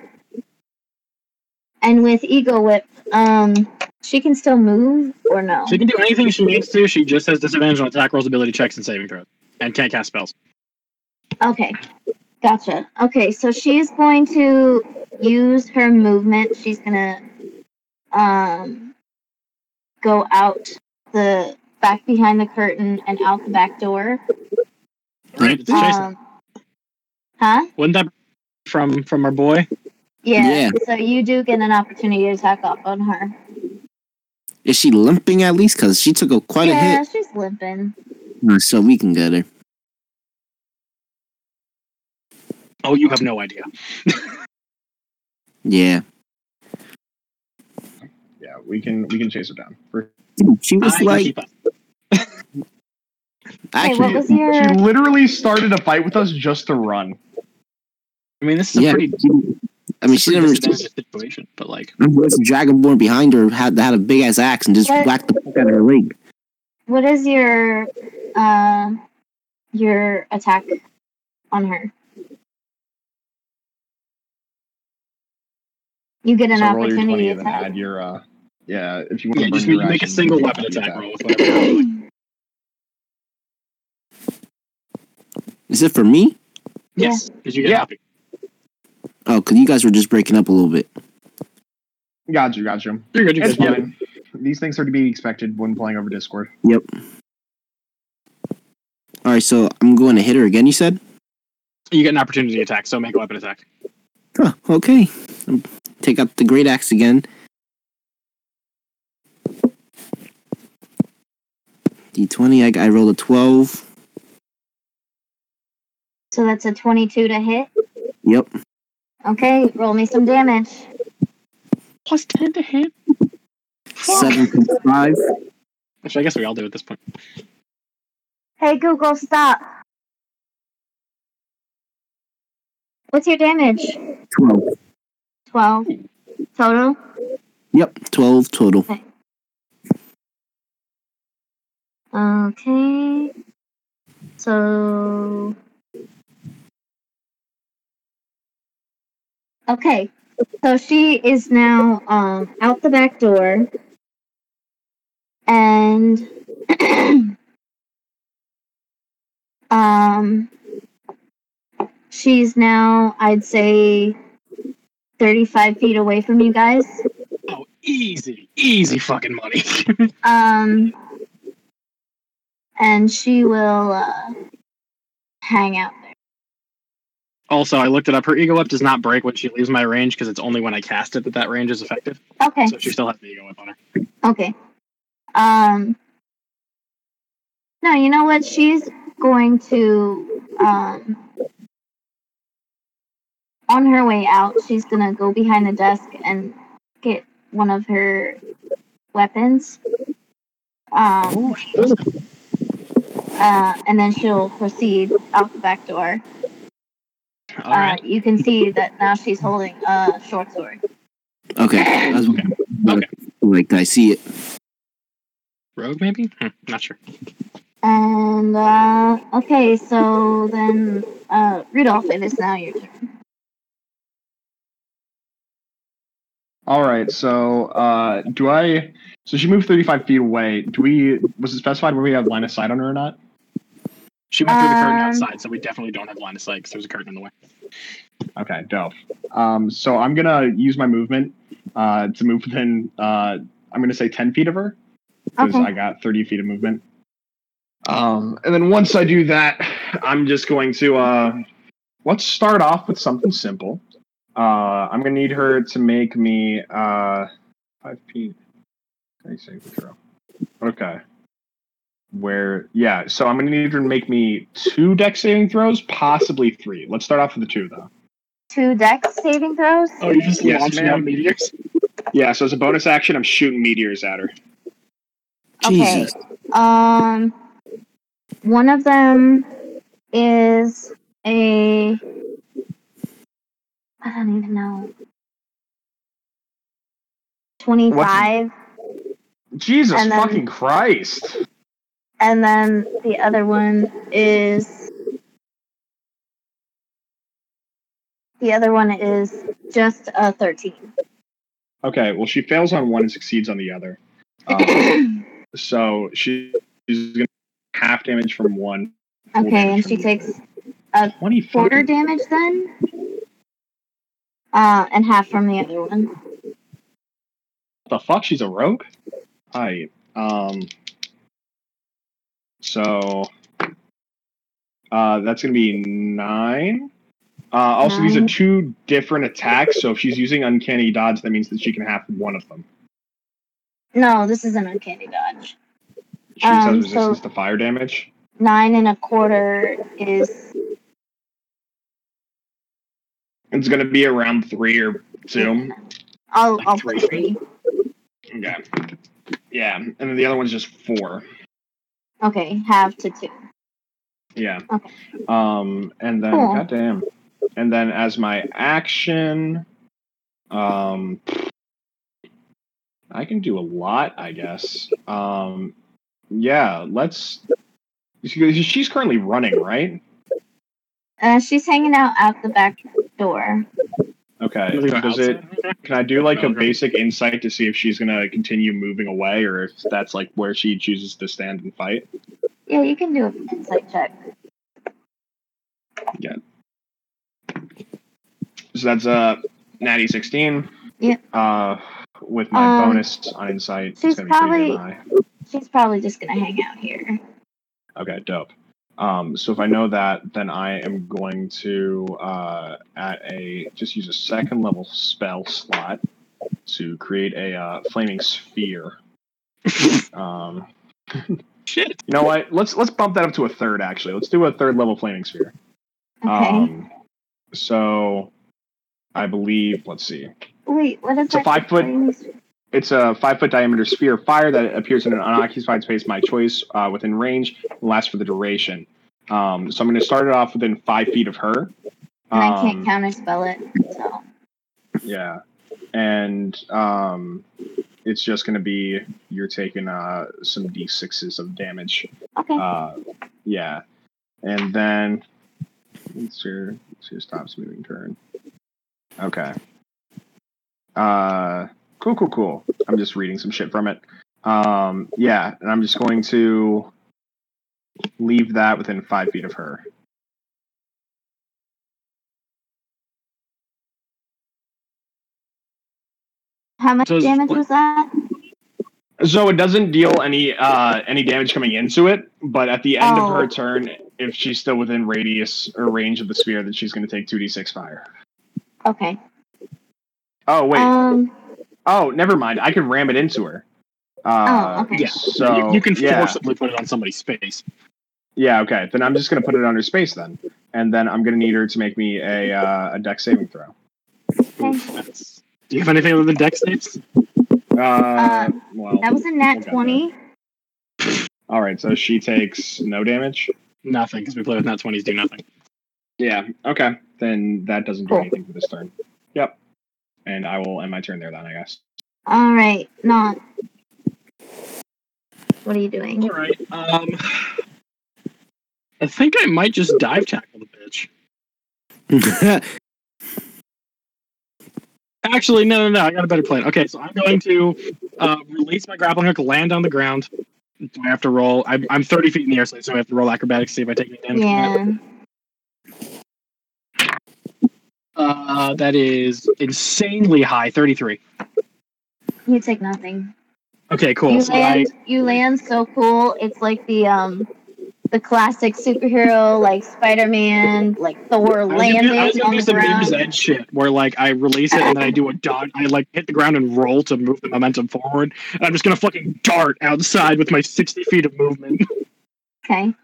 [SPEAKER 3] And with Eagle Whip, um, she can still move or no?
[SPEAKER 2] She can do anything she needs to. She just has disadvantage on attack rolls, ability checks, and saving throws, and can't cast spells.
[SPEAKER 3] Okay. Gotcha. Okay, so she is going to use her movement. She's gonna um go out the back behind the curtain and out the back door.
[SPEAKER 2] Right? It's Jason.
[SPEAKER 3] Um, huh?
[SPEAKER 2] Wouldn't that be from from our boy?
[SPEAKER 3] Yeah,
[SPEAKER 4] Yeah.
[SPEAKER 3] So you do get an opportunity to attack up on her.
[SPEAKER 4] Is she limping at least? Because she took a, quite
[SPEAKER 3] yeah, she's limping.
[SPEAKER 4] a hit. So we can get her.
[SPEAKER 2] Oh, you have no idea.
[SPEAKER 4] Yeah.
[SPEAKER 1] Yeah, we can we can chase her down. For-
[SPEAKER 4] Dude, she was
[SPEAKER 2] I can
[SPEAKER 4] like,
[SPEAKER 2] keep up.
[SPEAKER 4] I
[SPEAKER 3] Okay, what
[SPEAKER 4] actually,
[SPEAKER 3] was your?
[SPEAKER 1] She literally started a fight with us just to run.
[SPEAKER 2] I mean, this is a
[SPEAKER 4] Yeah.
[SPEAKER 2] pretty.
[SPEAKER 4] I mean, she
[SPEAKER 2] pretty
[SPEAKER 4] didn't.
[SPEAKER 2] disadvantageous situation, but like,
[SPEAKER 4] Unless Dragonborn behind her had had a big ass axe and just
[SPEAKER 3] What?
[SPEAKER 4] whacked the fuck out of her leg.
[SPEAKER 3] What is your? Uh, your attack on her. You get an
[SPEAKER 1] so roll your
[SPEAKER 3] opportunity
[SPEAKER 1] twenty and then
[SPEAKER 3] attack.
[SPEAKER 1] add your uh yeah, if you want
[SPEAKER 2] yeah,
[SPEAKER 1] to
[SPEAKER 2] just
[SPEAKER 1] burn
[SPEAKER 2] make,
[SPEAKER 1] your
[SPEAKER 2] make a
[SPEAKER 1] action,
[SPEAKER 2] single
[SPEAKER 1] you
[SPEAKER 2] weapon
[SPEAKER 1] can do
[SPEAKER 2] attack
[SPEAKER 1] that.
[SPEAKER 2] roll with whatever.
[SPEAKER 4] Is it for me?
[SPEAKER 2] yes, because you get
[SPEAKER 1] Yeah.
[SPEAKER 2] happy.
[SPEAKER 4] Oh, because you guys were just breaking up a little bit.
[SPEAKER 1] Got you, got you.
[SPEAKER 2] You're good. You're
[SPEAKER 1] It's
[SPEAKER 2] good. Yeah.
[SPEAKER 1] fine. These things are to be expected when playing over Discord.
[SPEAKER 4] All right, so I'm going to hit her again. You said?
[SPEAKER 2] You get an opportunity attack, so make a weapon attack.
[SPEAKER 4] Huh, okay. Um, Take up the great axe again. D20, I, I rolled a 12.
[SPEAKER 3] So that's a 22 to hit.
[SPEAKER 4] Yep.
[SPEAKER 3] Okay, roll me some damage.
[SPEAKER 2] Plus 10 to hit.
[SPEAKER 4] Seven plus five.
[SPEAKER 2] Which I guess we all do at this point.
[SPEAKER 3] Hey Google, stop. What's your damage?
[SPEAKER 4] Twelve.
[SPEAKER 3] Twelve total.
[SPEAKER 4] Yep, twelve total.
[SPEAKER 3] Okay. So. Okay. So she is now um, out the back door. And. um. She's now, I'd say, 35 feet away from you guys.
[SPEAKER 2] Oh, easy, easy fucking money.
[SPEAKER 3] Um, and she will uh, hang out there.
[SPEAKER 2] also, I looked it up. Her ego whip does not break when she leaves my range because it's only when I cast it that that range is effective.
[SPEAKER 3] Okay.
[SPEAKER 2] So she still has the ego whip on her.
[SPEAKER 3] Okay. Um. No, you know what? She's going to um. On her way out, she's gonna go behind the desk and get one of her weapons. Um. Uh, and then she'll proceed out the back door.
[SPEAKER 2] All right.
[SPEAKER 3] Uh, you can see that now she's holding a short sword.
[SPEAKER 4] Okay. That's
[SPEAKER 2] Okay.
[SPEAKER 4] Like I see it.
[SPEAKER 2] Rogue, maybe? Hmm, not sure.
[SPEAKER 3] And uh, okay, so then uh, Rudolph, it is now your turn.
[SPEAKER 1] All right. So, uh, do I? So she moved 35 feet away. Do we? Was it specified where we have line of sight on her or not?
[SPEAKER 2] She went through the curtain
[SPEAKER 3] Um,
[SPEAKER 2] outside, so we definitely don't have line of sight because there's a curtain in the way.
[SPEAKER 1] Okay, dope. Um, so I'm gonna use my movement uh, to move within. Uh, I'm gonna say 10 feet of her because
[SPEAKER 3] Okay.
[SPEAKER 1] I got 30 feet of movement. Um, and then once I do that, I'm just going to uh, let's start off with something simple. Uh, I'm gonna need her to make me uh, five feet. Okay, save the throw. Okay. Where yeah, so I'm gonna need her to make me two deck saving throws, possibly three. Let's start off with the two though.
[SPEAKER 3] Two dex saving throws.
[SPEAKER 2] Oh, you just
[SPEAKER 1] Yes,
[SPEAKER 2] launched
[SPEAKER 1] ma'am.
[SPEAKER 2] out meteors?
[SPEAKER 1] Yeah, so as a bonus action, I'm shooting meteors at her.
[SPEAKER 3] Okay.
[SPEAKER 4] Jesus.
[SPEAKER 3] Um, one of them is a. I don't even know. Twenty-five,
[SPEAKER 1] Jesus
[SPEAKER 3] And then-
[SPEAKER 1] fucking Christ!
[SPEAKER 3] and then the other one is. The other one is just a thirteen.
[SPEAKER 1] Okay, well she fails on one and succeeds on the other. Um, so she, she's gonna half damage from one. full
[SPEAKER 3] Okay,
[SPEAKER 1] damage
[SPEAKER 3] and
[SPEAKER 1] from
[SPEAKER 3] she
[SPEAKER 1] the
[SPEAKER 3] takes
[SPEAKER 1] other. twenty
[SPEAKER 3] quarter
[SPEAKER 1] fucking-
[SPEAKER 3] damage then? Uh, and half from the other one.
[SPEAKER 1] the fuck? She's a rogue. Alright. Um. So. Uh, that's gonna be nine. Uh, also, these are
[SPEAKER 3] Nine.
[SPEAKER 1] two different attacks. So if she's using uncanny dodge, that means that she can half one of them.
[SPEAKER 3] No, this is an uncanny dodge.
[SPEAKER 1] She just
[SPEAKER 3] Um,
[SPEAKER 1] has
[SPEAKER 3] so-
[SPEAKER 1] resistance to fire damage.
[SPEAKER 3] Nine and a quarter is
[SPEAKER 1] It's gonna be around three or two.
[SPEAKER 3] I'll
[SPEAKER 2] Like
[SPEAKER 3] I'll
[SPEAKER 2] three.
[SPEAKER 3] put three.
[SPEAKER 1] Okay. Yeah, and then the other one's just four.
[SPEAKER 3] Okay, half to two.
[SPEAKER 1] Yeah.
[SPEAKER 3] Okay.
[SPEAKER 1] Um, and then
[SPEAKER 3] Cool.
[SPEAKER 1] goddamn. And then as my action, um, I can do a lot, I guess. Um, yeah. Let's. she- She's currently running, right?
[SPEAKER 3] Uh, she's hanging out at the back door.
[SPEAKER 1] Okay.
[SPEAKER 2] Does it go
[SPEAKER 1] Does it?
[SPEAKER 2] outside?
[SPEAKER 1] Can I do like a
[SPEAKER 2] Okay.
[SPEAKER 1] basic insight to see if she's gonna continue moving away, or if that's like where she chooses to stand and fight?
[SPEAKER 3] Yeah, you can do an insight check.
[SPEAKER 1] So that's uh natty sixteen.
[SPEAKER 3] Yep.
[SPEAKER 1] Uh, with my
[SPEAKER 3] Um,
[SPEAKER 1] bonus on insight, it's
[SPEAKER 3] she's
[SPEAKER 1] gonna be pretty
[SPEAKER 3] probably-
[SPEAKER 1] damn high.
[SPEAKER 3] She's probably just gonna hang out here.
[SPEAKER 1] Okay, dope. Um, so if I know that, then I am going to uh, at a just use a second level spell slot to create a uh, flaming sphere. um,
[SPEAKER 2] Shit.
[SPEAKER 1] you know what? Let's let's bump that up to a third.
[SPEAKER 2] Oh.
[SPEAKER 1] Actually, let's do a third level flaming sphere.
[SPEAKER 3] Okay.
[SPEAKER 1] Um, so I believe. Let's see.
[SPEAKER 3] Wait, what is
[SPEAKER 1] It's a
[SPEAKER 3] that?
[SPEAKER 1] five foot- It's a five foot diameter sphere of fire that appears in an unoccupied space, my choice, uh, within range, and lasts for the duration. Um, so I'm going to start it off within five feet of her.
[SPEAKER 3] And I
[SPEAKER 1] Um,
[SPEAKER 3] can't counterspell it. So
[SPEAKER 1] Yeah. And um it's just gonna be you're taking uh some D sixes of damage.
[SPEAKER 3] okay.
[SPEAKER 1] Uh yeah. And then it's your it's your stops moving turn. Okay. Uh cool, cool, cool. I'm just reading some shit from it. Um yeah, and I'm just going to leave that within five feet of her.
[SPEAKER 3] How much
[SPEAKER 2] does-
[SPEAKER 3] damage was that?
[SPEAKER 1] So it doesn't deal any uh, any damage coming into it, but at the end
[SPEAKER 3] Oh.
[SPEAKER 1] of her turn, if she's still within radius or range of the sphere, then she's going to take two d six fire.
[SPEAKER 3] Okay.
[SPEAKER 1] Oh wait,
[SPEAKER 3] Um.
[SPEAKER 1] oh never mind. I can ram it into her. Uh,
[SPEAKER 3] Oh, okay.
[SPEAKER 2] Yeah.
[SPEAKER 1] So
[SPEAKER 2] you, you can
[SPEAKER 1] yeah,
[SPEAKER 2] forcibly put it on somebody's face.
[SPEAKER 1] yeah. Okay, then I'm just going to put it under space then, and then I'm going to need her to make me a uh, a deck saving throw.
[SPEAKER 3] Okay.
[SPEAKER 2] That's, do you have anything other than deck saves?
[SPEAKER 1] Uh,
[SPEAKER 3] Um,
[SPEAKER 1] well,
[SPEAKER 3] That was a
[SPEAKER 1] Okay,
[SPEAKER 3] nat
[SPEAKER 1] yeah.
[SPEAKER 3] twenty.
[SPEAKER 1] all right. So she takes no damage.
[SPEAKER 2] Nothing, because we play with nat twenties do nothing.
[SPEAKER 1] Yeah. Okay. Then that doesn't do
[SPEAKER 3] Cool.
[SPEAKER 1] anything for this turn. Yep. And I will end my turn there then, I guess.
[SPEAKER 3] All right. Not. What are you doing?
[SPEAKER 2] All right. Um, I think I might just dive tackle the bitch. Actually, no, no, no. I got a better plan. Okay, so I'm going to uh, release my grappling hook, land on the ground. Do I have to roll? I'm, I'm 30 feet in the air, so I have to roll acrobatics to see if I take any damage. from that.
[SPEAKER 3] Yeah.
[SPEAKER 2] Uh, that is insanely high, 33.
[SPEAKER 3] You take nothing.
[SPEAKER 2] Okay, cool.
[SPEAKER 3] You
[SPEAKER 2] so I,
[SPEAKER 3] land. You land so cool. It's like the um, the classic superhero like Spider Man, like Thor
[SPEAKER 2] I was gonna do- I was
[SPEAKER 3] landing
[SPEAKER 2] gonna
[SPEAKER 3] on
[SPEAKER 2] do
[SPEAKER 3] the
[SPEAKER 2] some Beam's
[SPEAKER 3] ground.
[SPEAKER 2] Edge shit where like I release it and then I do a dodge. I like hit the ground and roll to move the momentum forward. And I'm just gonna fucking dart outside with my 60 feet of movement.
[SPEAKER 3] Okay.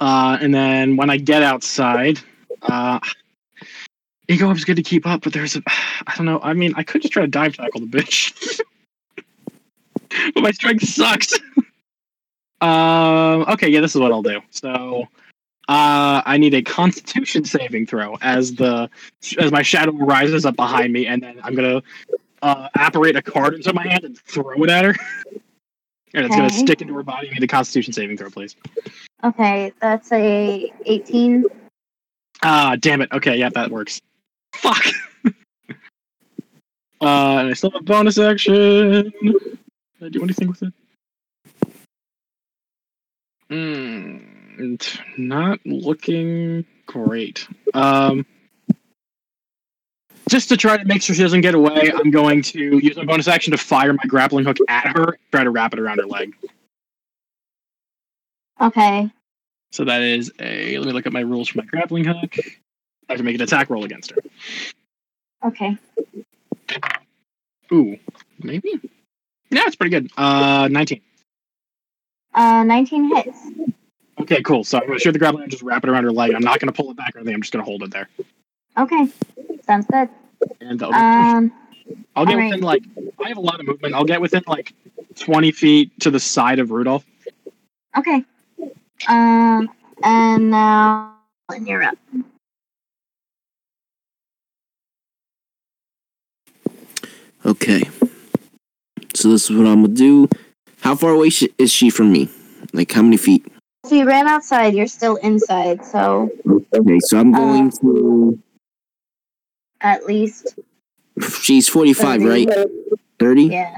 [SPEAKER 2] Uh, and then when I get outside, uh, ego is good to keep up, but there's a I don't know. I mean, I could just try to dive tackle the bitch, but my strength sucks. um. Okay. Yeah, this is what I'll do. So. Uh, I need a Constitution saving throw as the as my shadow rises up behind me, and then I'm gonna uh, apparate a card into my hand and throw it at her, and it's gonna
[SPEAKER 3] Okay.
[SPEAKER 2] stick into her body. I need a Constitution saving throw, please.
[SPEAKER 3] Okay. That's a eighteen.
[SPEAKER 2] Ah, damn it. Okay, yeah, that works. Fuck. uh, and I still have a bonus action. Did I do anything with it? Mm, it's not looking great. Um, just to try to make sure she doesn't get away, I'm going to use my bonus action to fire my grappling hook at her, try to wrap it around her leg.
[SPEAKER 3] Okay.
[SPEAKER 2] So that is a. Let me look at my rules for my grappling hook. I have to make an attack roll against her.
[SPEAKER 3] Okay.
[SPEAKER 2] Ooh, maybe. Yeah, it's pretty good. Uh, nineteen.
[SPEAKER 3] Uh, nineteen hits.
[SPEAKER 2] Okay, cool. So I'm gonna shoot the grappling and just wrap it around her leg. I'm not gonna pull it back or anything. I'm just gonna hold it there,
[SPEAKER 3] Okay. Sounds good.
[SPEAKER 2] and that'll be-
[SPEAKER 3] Um.
[SPEAKER 2] I'll get
[SPEAKER 3] all right.
[SPEAKER 2] within like I have a lot of movement. I'll get within like twenty feet to the side of Rudolph.
[SPEAKER 3] Okay. Um. And now, and you're up.
[SPEAKER 4] Okay. So this is what I'm gonna do. How far away sh- is she from me? Like how many feet?
[SPEAKER 3] So you ran outside. You're still inside. So
[SPEAKER 4] Okay, so I'm going to.
[SPEAKER 3] at least.
[SPEAKER 4] She's 45, right? 30?
[SPEAKER 3] Yeah.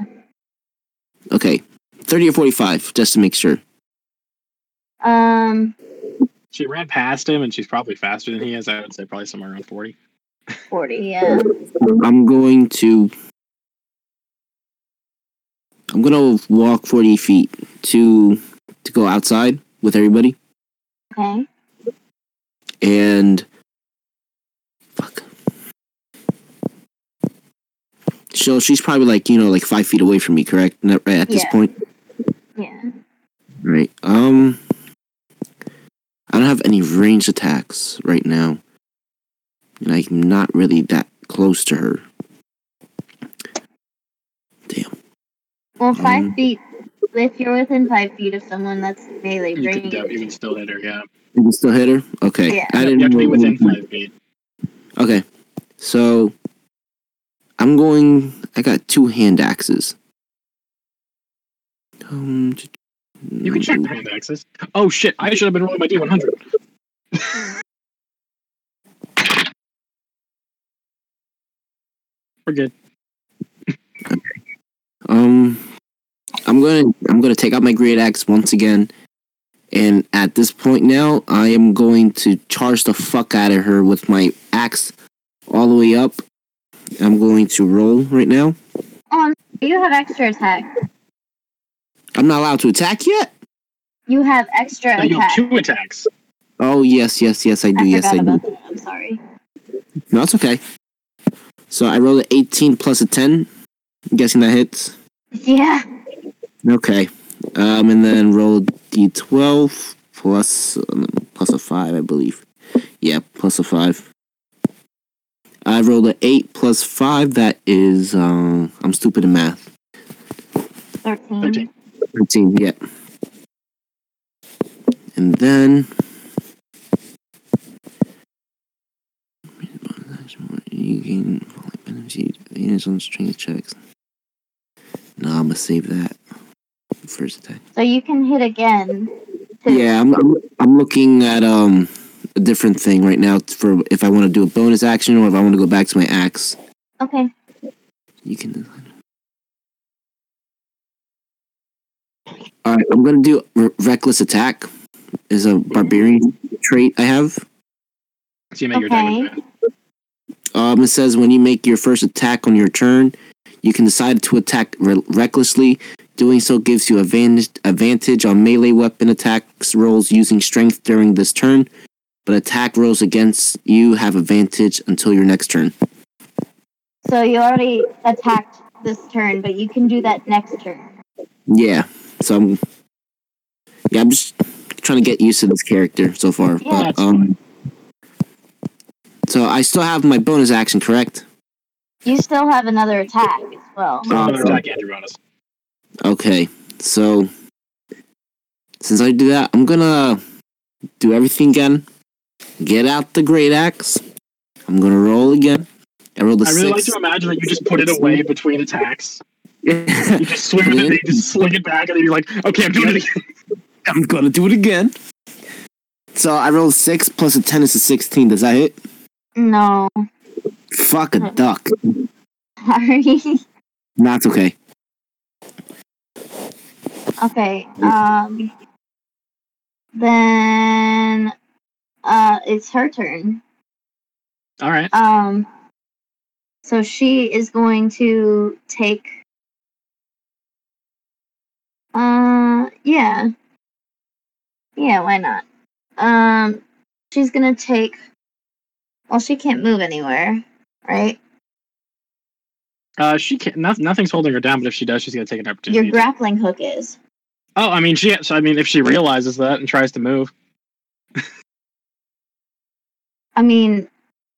[SPEAKER 4] Okay, 30 or 45, just to make sure.
[SPEAKER 3] Um.
[SPEAKER 2] She ran past him, and she's probably faster than he is. I would say probably somewhere around forty.
[SPEAKER 3] Forty. Yeah.
[SPEAKER 4] I'm going to. I'm gonna walk 40 feet to to go outside with everybody,
[SPEAKER 3] Okay.
[SPEAKER 4] and fuck. So she's probably like you know like five feet away from me, correct? Not right at this
[SPEAKER 3] Yeah.
[SPEAKER 4] point,
[SPEAKER 3] Yeah.
[SPEAKER 4] right? Um, I don't have any range attacks right now. and I'm not really that close to her.
[SPEAKER 3] Well, five
[SPEAKER 4] Mm.
[SPEAKER 3] feet. If you're within five feet of someone that's melee
[SPEAKER 2] You can,
[SPEAKER 3] range,
[SPEAKER 2] de- you can still hit her. Yeah,
[SPEAKER 4] You can still hit her. Okay,
[SPEAKER 3] Yeah.
[SPEAKER 4] I
[SPEAKER 2] you have to be
[SPEAKER 4] roll-
[SPEAKER 2] within five feet.
[SPEAKER 4] Okay. So I'm going I got two hand axes. Um ch-
[SPEAKER 2] You can check the hand axes. Oh shit! I should have been rolling my d100. We're good.
[SPEAKER 4] Um I'm gonna I'm gonna take out my great axe once again. And at this point now I am going to charge the fuck out of her with my axe all the way up. I'm going to roll right now.
[SPEAKER 3] you have extra attack.
[SPEAKER 4] I'm not allowed to attack yet?
[SPEAKER 3] You have extra
[SPEAKER 2] Now you have
[SPEAKER 3] attack.
[SPEAKER 2] two attacks.
[SPEAKER 4] Oh yes, yes, yes, I do,
[SPEAKER 3] I
[SPEAKER 4] yes, I
[SPEAKER 3] forgot
[SPEAKER 4] do.
[SPEAKER 3] about that. I'm sorry.
[SPEAKER 4] No, it's okay. So I rolled an 18 plus a 10. I'm guessing that hits.
[SPEAKER 3] Yeah.
[SPEAKER 4] Okay. Um, and then rolled d12 plus, um, plus a 5, I believe. Yeah, plus a 5. I rolled an 8 plus 5. That is, um, I'm stupid in math.
[SPEAKER 3] 13.
[SPEAKER 2] Thirteen.
[SPEAKER 4] 13, yeah. And then. You gain falling energy advantage on strength checks. No, I'm gonna save that first attack.
[SPEAKER 3] So you can hit again. To,
[SPEAKER 4] Yeah, I'm, I'm I'm looking at um a different thing right now for if I want to do a bonus action or if I want to go back to my axe.
[SPEAKER 3] Okay.
[SPEAKER 4] You can. All right, I'm gonna do re- reckless attack. Is a barbarian trait I have.
[SPEAKER 2] So you make your attack with
[SPEAKER 3] Okay.
[SPEAKER 2] advantage.
[SPEAKER 4] Um, it says when you make your first attack on your turn, you can decide to attack re- recklessly. Doing so gives you advantage advantage on melee weapon attacks rolls using strength during this turn, but attack rolls against you have advantage until your next turn.
[SPEAKER 3] So you already attacked this turn, but you can do that next turn.
[SPEAKER 4] Yeah, so I'm yeah I'm just trying to get used to this character so far.
[SPEAKER 3] Yeah,
[SPEAKER 4] but, um, so I still have my bonus action, correct?
[SPEAKER 3] You still have another attack as well.
[SPEAKER 2] So another
[SPEAKER 4] Awesome.
[SPEAKER 2] attack and your bonus.
[SPEAKER 4] Okay, so since I do that, I'm gonna do everything again. Get out the great axe. I'm gonna roll again. I rolled a
[SPEAKER 2] I really like
[SPEAKER 4] six.
[SPEAKER 2] to imagine that you just put it away between attacks. You just swing with it,
[SPEAKER 4] Yeah.
[SPEAKER 2] you just sling it back, and then you're like, okay, I'm doing it again.
[SPEAKER 4] I'm gonna do it again. So I rolled six plus a ten is a sixteen. Does that hit?
[SPEAKER 3] No.
[SPEAKER 4] Fuck
[SPEAKER 2] Uh-huh.
[SPEAKER 4] a duck.
[SPEAKER 3] Sorry.
[SPEAKER 4] That's okay.
[SPEAKER 3] Okay. Um. Then, uh, it's her turn.
[SPEAKER 2] All right.
[SPEAKER 3] Um. So she is going to take. Uh. Yeah. Yeah. Why not? Um. She's gonna take. Well, she can't move anywhere, right?
[SPEAKER 2] Uh, she can't. Noth- nothing's holding her down, but if she does, she's gonna take an
[SPEAKER 3] Your
[SPEAKER 2] opportunity.
[SPEAKER 3] grappling hook is.
[SPEAKER 2] oh, I mean, she. So I mean, if she realizes that and tries to move,
[SPEAKER 3] I mean,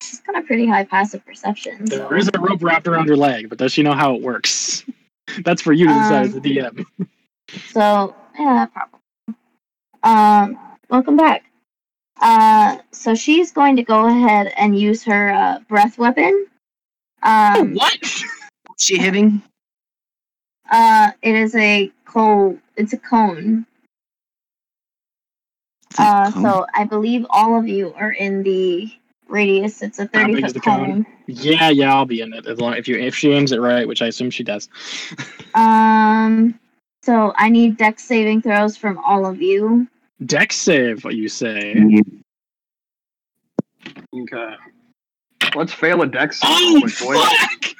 [SPEAKER 3] she's got a pretty high passive perception. So.
[SPEAKER 2] there is a rope wrapped around her leg, but does she know how it works? That's for you to decide as the
[SPEAKER 3] Um,
[SPEAKER 2] DM.
[SPEAKER 3] So yeah, probably. Um, welcome back. Uh, so she's going to go ahead and use her uh, breath weapon. Um,
[SPEAKER 2] Oh, What?
[SPEAKER 7] She hitting?
[SPEAKER 3] uh, it is a cone. It's a cone. Uh, so I believe all of you are in the radius. It's a
[SPEAKER 2] How
[SPEAKER 3] thirty
[SPEAKER 2] big is
[SPEAKER 3] foot
[SPEAKER 2] the cone?
[SPEAKER 3] cone.
[SPEAKER 2] yeah, yeah, I'll be in it as long if you if she aims it right, which I assume she does.
[SPEAKER 3] Um, so I need dex saving throws from all of you.
[SPEAKER 2] Dex save, what you say?
[SPEAKER 4] Yeah.
[SPEAKER 1] Okay. Let's fail a dex.
[SPEAKER 2] Oh fuck!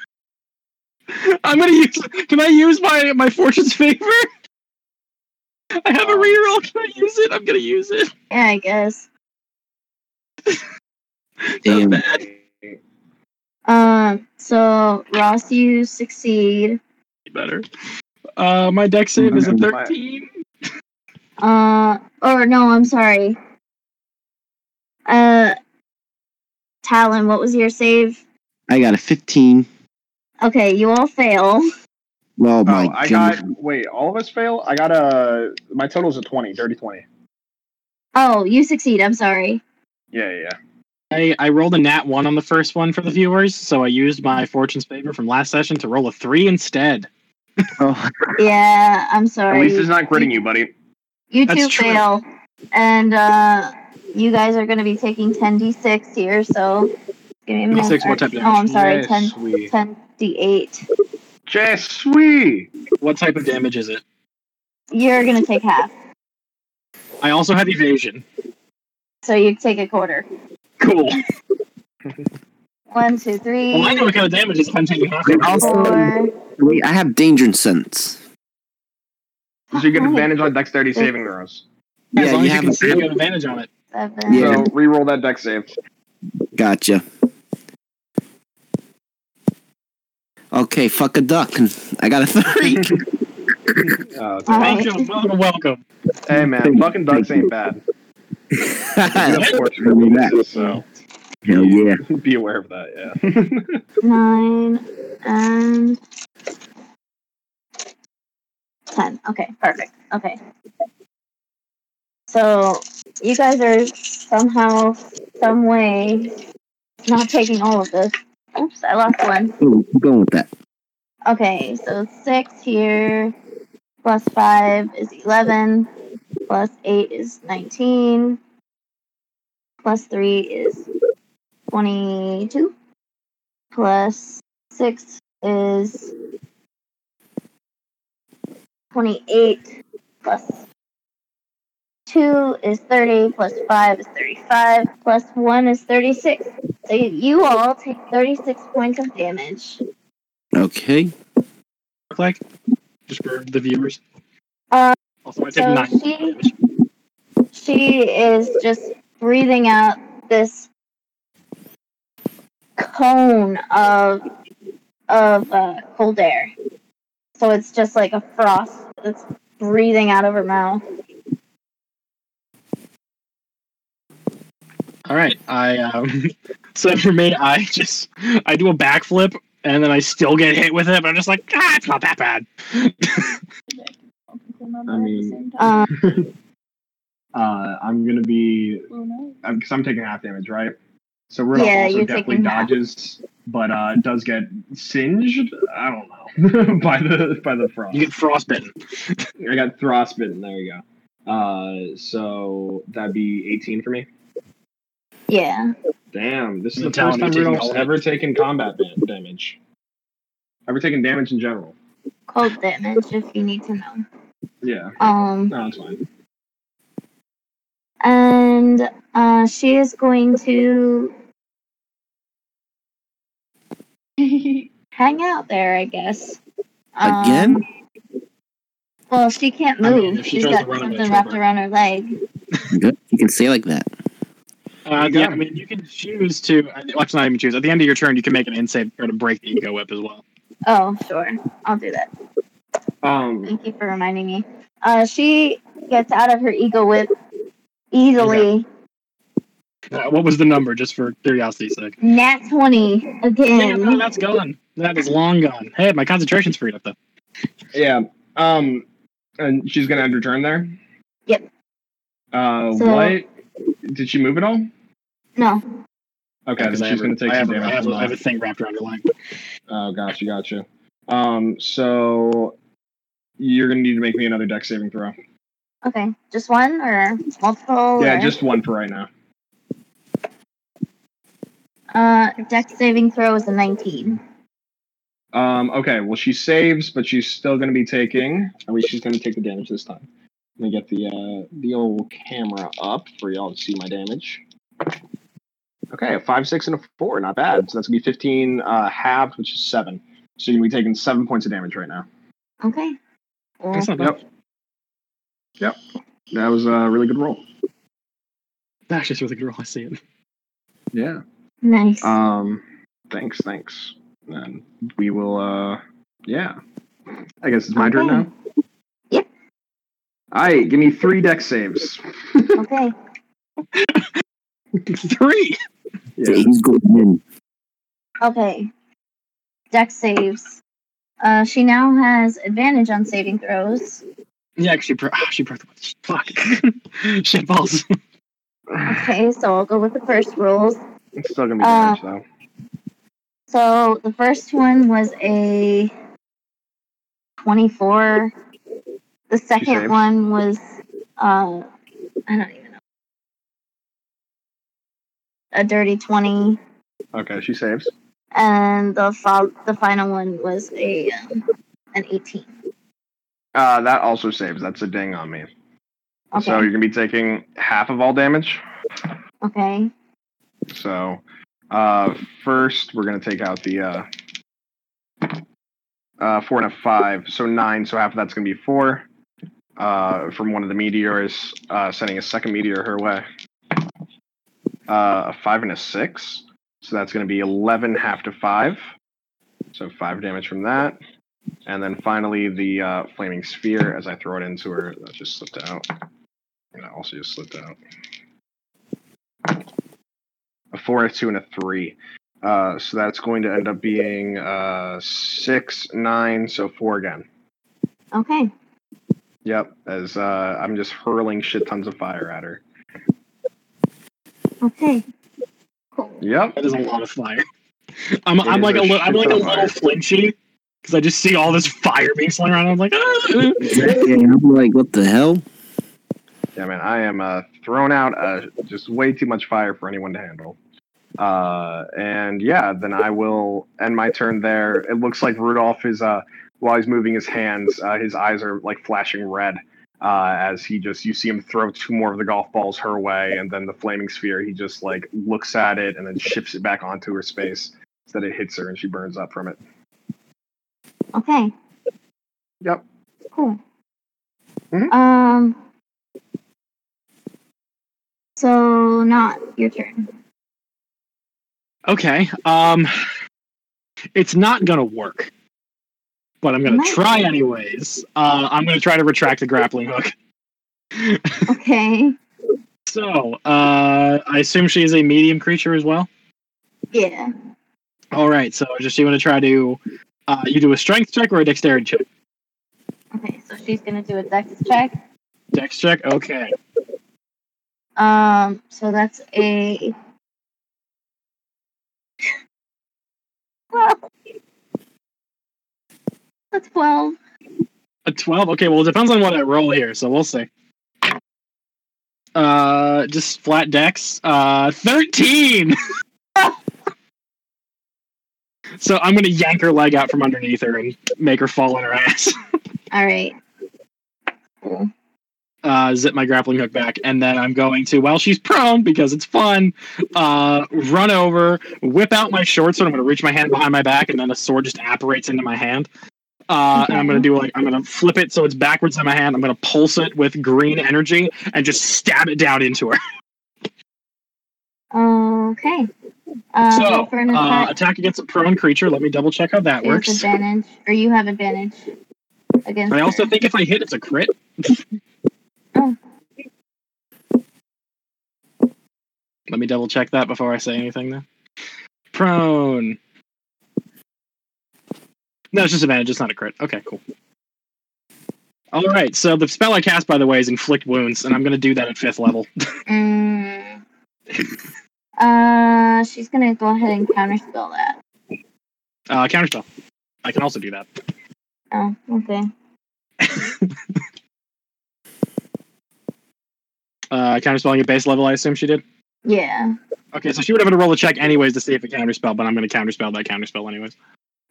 [SPEAKER 2] I'm gonna use. Can I use my my fortune's favor? I have a reroll. Can I use it? I'm gonna use it.
[SPEAKER 3] Yeah, I guess.
[SPEAKER 4] Damn.
[SPEAKER 2] Not bad.
[SPEAKER 3] Um, so Ross, you succeed.
[SPEAKER 2] better. Uh, my deck save is a
[SPEAKER 1] Okay.
[SPEAKER 2] 13.
[SPEAKER 3] Uh, or no, I'm sorry. Uh, Talon, what was your save?
[SPEAKER 4] I got a 15.
[SPEAKER 3] Okay, you all fail.
[SPEAKER 4] Oh my
[SPEAKER 1] I
[SPEAKER 4] god.
[SPEAKER 1] got wait, all of us fail? I got a my total's a 20, dirty 20.
[SPEAKER 3] Oh, you succeed. I'm sorry.
[SPEAKER 1] Yeah, yeah, yeah.
[SPEAKER 2] I, I rolled a nat one on the first one for the viewers, so I used my fortune's favor from last session to roll a three instead.
[SPEAKER 4] Oh,
[SPEAKER 3] Yeah, I'm
[SPEAKER 1] At
[SPEAKER 3] sorry.
[SPEAKER 1] least it's not gritting you, buddy.
[SPEAKER 3] You
[SPEAKER 2] That's
[SPEAKER 3] two
[SPEAKER 2] true.
[SPEAKER 3] fail. And uh, you guys are going to be taking 10d6 here, so give me a minute.
[SPEAKER 2] D6, what
[SPEAKER 3] Or-
[SPEAKER 2] type damage?
[SPEAKER 3] Oh, I'm sorry,
[SPEAKER 1] Yes,
[SPEAKER 3] 10,
[SPEAKER 1] sweet.
[SPEAKER 3] 10d8.
[SPEAKER 1] Just sweet.
[SPEAKER 2] What type of damage is it?
[SPEAKER 3] You're going to take half,
[SPEAKER 2] I also have evasion.
[SPEAKER 3] so you take a quarter.
[SPEAKER 2] Cool.
[SPEAKER 3] One, two, three,
[SPEAKER 2] Well, I know what kind of damage is if I'm taking half. of it.
[SPEAKER 3] four.
[SPEAKER 6] Wait, I have danger sense.
[SPEAKER 1] So you get
[SPEAKER 3] Oh,
[SPEAKER 1] advantage on dexterity saving throws.
[SPEAKER 2] As
[SPEAKER 6] yeah,
[SPEAKER 2] long
[SPEAKER 6] you
[SPEAKER 2] as you
[SPEAKER 6] have
[SPEAKER 2] can
[SPEAKER 6] a-
[SPEAKER 2] see, you have advantage on it.
[SPEAKER 3] seven.
[SPEAKER 6] Yeah.
[SPEAKER 1] So re-roll that dex save.
[SPEAKER 6] Gotcha. Okay, fuck a duck. I got a three.
[SPEAKER 1] Uh,
[SPEAKER 3] All
[SPEAKER 2] Thank
[SPEAKER 3] right.
[SPEAKER 2] you. Welcome, welcome.
[SPEAKER 1] hey man, fucking ducks ain't bad. You have fortunate
[SPEAKER 4] Really bad.
[SPEAKER 1] bonuses, so
[SPEAKER 4] hell yeah.
[SPEAKER 1] be aware of that, yeah.
[SPEAKER 3] nine, and ten. Okay, perfect. Okay. So you guys are somehow, some way, not taking all of this. Oops, I lost one.
[SPEAKER 4] Ooh, keep going with that.
[SPEAKER 3] Okay, so six here, plus five is eleven, plus eight is nineteen, plus three is twenty-two, plus six is twenty-eight, plus two is thirty, plus five is thirty-five, plus one is thirty-six. So you- you all take thirty-six points of damage.
[SPEAKER 6] okay.
[SPEAKER 2] Look like just for the viewers.
[SPEAKER 3] Uh,
[SPEAKER 2] also, I take
[SPEAKER 3] so
[SPEAKER 2] nine
[SPEAKER 3] she-
[SPEAKER 2] damage.
[SPEAKER 3] she is just breathing out this cone of of uh, cold air. So it's just like a frost that's breathing out of her mouth.
[SPEAKER 2] All right. I um, so for me, I just I do a backflip and then I still get hit with it, but I'm just like, ah, it's not that bad.
[SPEAKER 1] I mean-
[SPEAKER 3] Uh,
[SPEAKER 1] uh, I'm gonna be because I'm taking half damage, right? So Rudolph
[SPEAKER 3] Yeah,
[SPEAKER 1] also
[SPEAKER 3] you're
[SPEAKER 1] definitely
[SPEAKER 3] taking half.
[SPEAKER 1] dodges, but uh, does get singed. I don't know by the by the frost.
[SPEAKER 2] You get frostbitten.
[SPEAKER 1] I got frostbitten. There you go. Uh, so that'd be 18 for me.
[SPEAKER 3] yeah.
[SPEAKER 1] Damn, this is
[SPEAKER 2] The
[SPEAKER 1] the first
[SPEAKER 2] talent
[SPEAKER 1] time
[SPEAKER 2] of taking
[SPEAKER 1] Rudolph's
[SPEAKER 2] all of it.
[SPEAKER 1] ever taken combat da- damage. Ever taken damage in general?
[SPEAKER 3] Cold damage if you need to know.
[SPEAKER 1] Yeah,
[SPEAKER 3] Um
[SPEAKER 1] no, that's fine.
[SPEAKER 3] and uh she is going to hang out there, I guess. Um,
[SPEAKER 6] Again?
[SPEAKER 3] Well, she can't
[SPEAKER 2] I
[SPEAKER 3] move.
[SPEAKER 2] mean, if she
[SPEAKER 3] She's
[SPEAKER 2] tries
[SPEAKER 3] got
[SPEAKER 2] to run, I'm gonna
[SPEAKER 3] something
[SPEAKER 2] trip
[SPEAKER 3] wrapped
[SPEAKER 2] her.
[SPEAKER 3] around her leg.
[SPEAKER 6] Good. You can say like that.
[SPEAKER 1] You
[SPEAKER 2] Uh,
[SPEAKER 1] got
[SPEAKER 2] yeah,
[SPEAKER 1] it.
[SPEAKER 2] I mean, you can choose to. Well, it's not even choose. At the end of your turn, you can make an insane or to break the ego whip as well.
[SPEAKER 3] Oh, sure. I'll do that.
[SPEAKER 1] Um,
[SPEAKER 3] Thank you for reminding me. Uh, she gets out of her ego whip easily.
[SPEAKER 2] Uh, what was the number, just for curiosity's sake?
[SPEAKER 3] Nat 20
[SPEAKER 2] Yeah, no,
[SPEAKER 3] again.
[SPEAKER 2] that's gone. That is long gone. Hey, my concentration's freed up though.
[SPEAKER 1] yeah. Um, and she's gonna end her turn there.
[SPEAKER 3] Yep.
[SPEAKER 1] Uh,
[SPEAKER 3] So-
[SPEAKER 1] what? Did she move at all?
[SPEAKER 3] No.
[SPEAKER 1] Okay, then
[SPEAKER 2] Because
[SPEAKER 1] she's
[SPEAKER 2] I have
[SPEAKER 1] gonna
[SPEAKER 2] a-
[SPEAKER 1] take some
[SPEAKER 2] I have a- I
[SPEAKER 1] damage.
[SPEAKER 2] have
[SPEAKER 1] from
[SPEAKER 2] a- I
[SPEAKER 1] that.
[SPEAKER 2] have a thing wrapped around your leg.
[SPEAKER 1] Oh, gotcha, gotcha. Um, so you're gonna need to make me another deck saving throw.
[SPEAKER 3] Okay. Just one or multiple?
[SPEAKER 1] Yeah,
[SPEAKER 3] or-
[SPEAKER 1] just one for right now.
[SPEAKER 3] Uh, deck saving throw is a 19.
[SPEAKER 1] Um, okay, well she saves, but she's still gonna be taking. I mean, she's gonna take the damage this time. Let me get the uh, the old camera up for y'all to see my damage. Okay, a five, six, and a four, not bad. So that's gonna be fifteen uh, halved, which is seven. So you're gonna be taking seven points of damage right now.
[SPEAKER 3] Okay. Cool.
[SPEAKER 2] That's not bad.
[SPEAKER 1] Yep. Yep. That was a really good roll.
[SPEAKER 2] That's just really good roll. I see it.
[SPEAKER 1] Yeah.
[SPEAKER 3] Nice.
[SPEAKER 1] Um, thanks, thanks. And we will, uh, yeah. I guess it's my turn now.
[SPEAKER 3] Yep.
[SPEAKER 1] All right, give me three deck saves.
[SPEAKER 3] okay.
[SPEAKER 2] Three.
[SPEAKER 6] So he's going in.
[SPEAKER 3] Okay. Dex saves. Uh, she now has advantage on saving throws.
[SPEAKER 2] Yeah, 'cause she bro- ah, she broke the fuck shit balls.
[SPEAKER 3] Okay, so I'll go with the first rolls.
[SPEAKER 1] It's still gonna be
[SPEAKER 3] Uh,
[SPEAKER 1] damage though.
[SPEAKER 3] So the first one was a 24. The second
[SPEAKER 1] saved.
[SPEAKER 3] one was, uh, I don't even know, a dirty 20.
[SPEAKER 1] Okay, she saves.
[SPEAKER 3] And the, fol- the final one was a um, an 18.
[SPEAKER 1] Uh, that also saves. That's a ding on me.
[SPEAKER 3] Okay.
[SPEAKER 1] So you're gonna be taking half of all damage.
[SPEAKER 3] okay.
[SPEAKER 1] So uh, first we're gonna take out the uh, uh, four and a five, so nine. So half of that's gonna be four uh, from one of the meteors, uh, sending a second meteor her way. Uh, a five and a six, so that's gonna be eleven half to five. So five damage from that. And then finally, the uh, flaming sphere. As I throw it into her, that just slipped out. And that also just slipped out a four, a two, and a three. Uh, so that's going to end up being uh, six, nine, so four again.
[SPEAKER 3] Okay.
[SPEAKER 1] Yep, as uh, I'm just hurling shit tons of fire at her.
[SPEAKER 3] Okay. Cool.
[SPEAKER 1] Yep.
[SPEAKER 2] That is a lot of fire. I'm,
[SPEAKER 1] It
[SPEAKER 2] I'm
[SPEAKER 1] is
[SPEAKER 2] like
[SPEAKER 1] a
[SPEAKER 2] a little I'm
[SPEAKER 1] shit
[SPEAKER 2] like a
[SPEAKER 1] ton of
[SPEAKER 2] little
[SPEAKER 1] fire.
[SPEAKER 2] flinchy because I just see all this fire being slung around. I'm like, ah!
[SPEAKER 6] Exactly. I'm like, what the hell?
[SPEAKER 1] Yeah, man, I am uh, thrown out uh, just way too much fire for anyone to handle. Uh, and yeah, then I will end my turn there. It looks like Rudolph is, uh, while he's moving his hands, uh, his eyes are like flashing red uh, as he just, you see him throw two more of the golf balls her way, and then the flaming sphere, he just like looks at it and then shifts it back onto her space so that it hits her and she burns up from it.
[SPEAKER 3] Okay.
[SPEAKER 1] Yep.
[SPEAKER 3] Cool.
[SPEAKER 1] Mhm.
[SPEAKER 3] Um. So not your turn.
[SPEAKER 2] Okay. Um it's not gonna work. But I'm gonna
[SPEAKER 3] Nice.
[SPEAKER 2] try anyways. Uh I'm gonna try to retract the grappling hook.
[SPEAKER 3] Okay.
[SPEAKER 2] So, uh I assume she is a medium creature as well.
[SPEAKER 3] Yeah.
[SPEAKER 2] Alright, so just you wanna try to uh you do a strength check or a dexterity check?
[SPEAKER 3] Okay. So she's gonna do a dex check.
[SPEAKER 2] Dex check, okay.
[SPEAKER 3] Um. So that's a. That's twelve.
[SPEAKER 2] A twelve? Okay, well it depends on what I roll here, so we'll see. Uh just flat dex. Uh thirteen So I'm gonna yank her leg out from underneath her and make her fall on her ass.
[SPEAKER 3] All right. Cool.
[SPEAKER 2] uh, zip my grappling hook back, and then I'm going to, while she's prone because it's fun, uh, run over, whip out my short sword. I'm going to reach my hand behind my back, and then a sword just apparates into my hand. Uh, And I'm going to do like I'm going to flip it so it's backwards in my hand. I'm going to pulse it with green energy and just stab it down into her.
[SPEAKER 3] Okay. Uh,
[SPEAKER 2] So,
[SPEAKER 3] roll for an
[SPEAKER 2] Uh,
[SPEAKER 3] attack.
[SPEAKER 2] attack against a prone creature. Let me double check how that
[SPEAKER 3] She has
[SPEAKER 2] works.
[SPEAKER 3] advantage, or you have advantage against.
[SPEAKER 2] I also
[SPEAKER 3] her.
[SPEAKER 2] think if I hit, it's a crit.
[SPEAKER 3] Oh.
[SPEAKER 2] Let me double check that before I say anything. Then prone. No, it's just advantage. It's not a crit. Okay, cool. All right. So the spell I cast, by the way, is inflict wounds, and I'm going to do that at fifth level.
[SPEAKER 3] Mm. uh, she's gonna go ahead and counterspell that.
[SPEAKER 2] Uh, counterspell. I can also do that.
[SPEAKER 3] Oh, okay.
[SPEAKER 2] Uh, counterspelling at base level. I assume she did.
[SPEAKER 3] Yeah.
[SPEAKER 2] Okay, so she would have had to roll a check anyways to see if it counterspell, but I'm going to counterspell that counterspell anyways.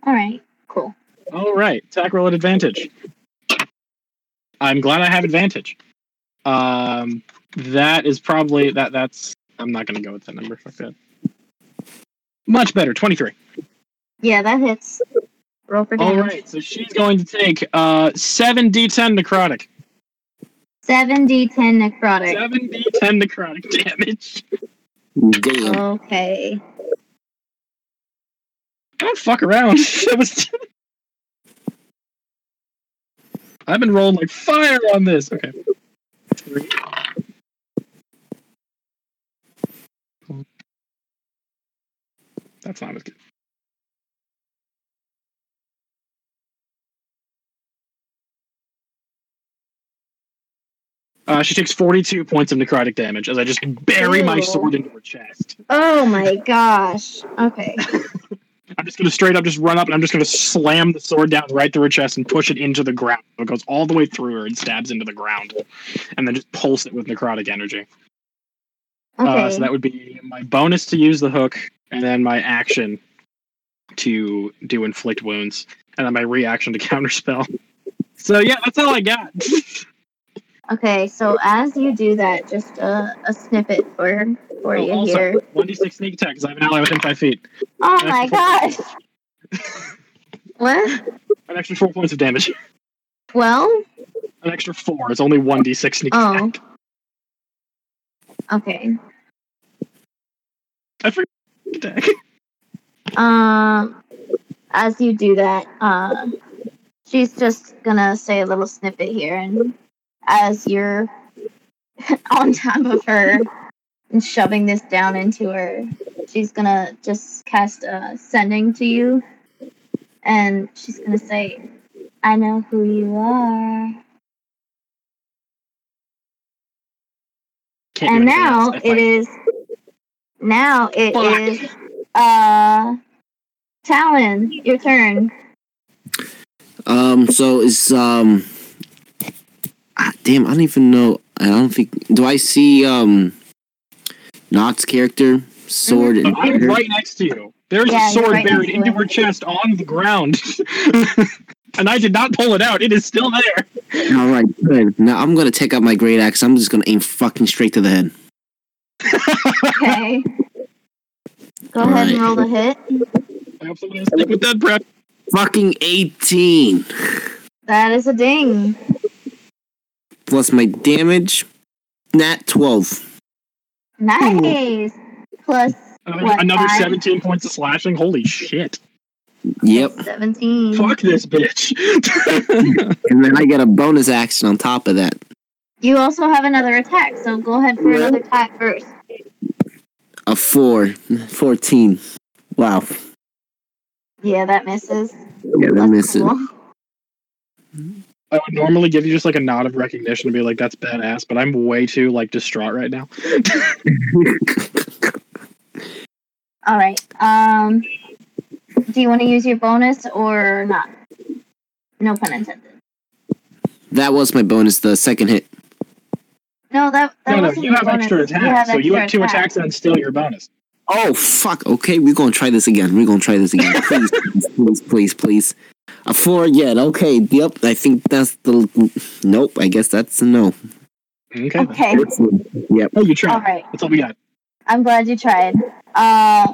[SPEAKER 3] All right. Cool.
[SPEAKER 2] All right, attack roll at advantage. I'm glad I have advantage. Um, that is probably that. That's I'm not gonna go with that number. Fuck that. Much better, twenty three.
[SPEAKER 3] Yeah, that hits. Roll for
[SPEAKER 2] All
[SPEAKER 3] damage.
[SPEAKER 2] right, so she's going to take uh seven d10 necrotic,
[SPEAKER 3] Seven d ten necrotic.
[SPEAKER 2] seven d10 necrotic damage.
[SPEAKER 6] Damn.
[SPEAKER 3] Okay.
[SPEAKER 2] I don't fuck around. that was. I've been rolling like fire on this. Okay. Three. That's not as good. Uh, she takes 42 points of necrotic damage as I just bury my
[SPEAKER 3] Ew.
[SPEAKER 2] sword into her chest.
[SPEAKER 3] Oh my gosh. Okay.
[SPEAKER 2] Uh, I'm just gonna straight up just run up and I'm just gonna slam the sword down right through her chest and push it into the ground. So it goes all the way through her and stabs into the ground, and then just pulse it with necrotic energy. Uh,
[SPEAKER 3] Okay.
[SPEAKER 2] so that would be my bonus to use the hook, and then my action to do inflict wounds, and then my reaction to counterspell. So yeah, that's all I got.
[SPEAKER 3] okay. So as you do that, just a, a snippet for for
[SPEAKER 2] Oh,
[SPEAKER 3] you
[SPEAKER 2] also,
[SPEAKER 3] here.
[SPEAKER 2] One d six sneak attack because I have an ally within five feet.
[SPEAKER 3] Oh
[SPEAKER 2] that's
[SPEAKER 3] my
[SPEAKER 2] the-
[SPEAKER 3] gosh. what?
[SPEAKER 2] An extra four points of damage.
[SPEAKER 3] Well,
[SPEAKER 2] An extra four. It's only one d six sneak
[SPEAKER 3] Oh.
[SPEAKER 2] attack.
[SPEAKER 3] okay.
[SPEAKER 2] I forget attack.
[SPEAKER 3] Um, as you do that, uh, she's just gonna say a little snippet here, and as you're on top of her and shoving this down into her, she's gonna just cast a sending to you, and she's gonna say, "I know who you are."
[SPEAKER 2] Can't do
[SPEAKER 3] and
[SPEAKER 2] anything
[SPEAKER 3] now
[SPEAKER 2] else if
[SPEAKER 3] it
[SPEAKER 2] I-
[SPEAKER 3] is now it
[SPEAKER 2] Fuck.
[SPEAKER 3] is uh talon your turn
[SPEAKER 6] Um, so is um, ah, damn, I don't even know. I don't think. Do I see um, Nott's character sword and
[SPEAKER 2] But I'm right next to you. There's
[SPEAKER 3] Yeah,
[SPEAKER 2] a
[SPEAKER 3] you're
[SPEAKER 2] sword
[SPEAKER 3] right
[SPEAKER 2] buried
[SPEAKER 3] next to
[SPEAKER 2] into
[SPEAKER 3] it.
[SPEAKER 2] her chest on the ground. and I did not pull it out. It is still there.
[SPEAKER 6] All right, good. Now I'm gonna take out my great axe. I'm just gonna aim fucking straight to the head.
[SPEAKER 3] okay go ahead and roll the hit
[SPEAKER 2] I hope someone else stick with that prep.
[SPEAKER 6] Fucking 18
[SPEAKER 3] that is a ding
[SPEAKER 6] plus my damage. Nat 12.
[SPEAKER 3] nice plus
[SPEAKER 2] Another,
[SPEAKER 3] What,
[SPEAKER 2] Uh, another
[SPEAKER 3] five?
[SPEAKER 2] 17 points of slashing. Holy shit.
[SPEAKER 6] Yep.
[SPEAKER 3] 17
[SPEAKER 2] Fuck this bitch.
[SPEAKER 6] And then I get a bonus action on top of that.
[SPEAKER 3] you also have another attack so go ahead for another attack first
[SPEAKER 6] A 4. 14. Wow.
[SPEAKER 3] yeah that misses
[SPEAKER 6] Yeah, that
[SPEAKER 3] That's
[SPEAKER 6] misses.
[SPEAKER 3] cool.
[SPEAKER 2] I would normally give you just like a nod of recognition and be like, that's badass, but I'm way too like distraught right now.
[SPEAKER 3] all right um do you want to use your bonus or not no pun intended
[SPEAKER 6] That was my bonus, the second hit.
[SPEAKER 3] No, that, that
[SPEAKER 2] no, no,
[SPEAKER 3] wasn't
[SPEAKER 2] you have extra
[SPEAKER 3] bonus.
[SPEAKER 2] attacks.
[SPEAKER 3] You have
[SPEAKER 2] so you
[SPEAKER 3] extra
[SPEAKER 2] have two
[SPEAKER 3] attack.
[SPEAKER 2] attacks and still your bonus.
[SPEAKER 6] Oh, fuck. Okay, we're gonna try this again. We're gonna try this again. Please, please, please, please, please. A 4 again. Okay, yep. I think that's the. Nope, I guess that's a no.
[SPEAKER 2] Okay.
[SPEAKER 3] Okay,
[SPEAKER 6] Yep.
[SPEAKER 2] Oh, you tried.
[SPEAKER 3] all right.
[SPEAKER 2] That's all we got.
[SPEAKER 3] I'm glad you tried. Uh,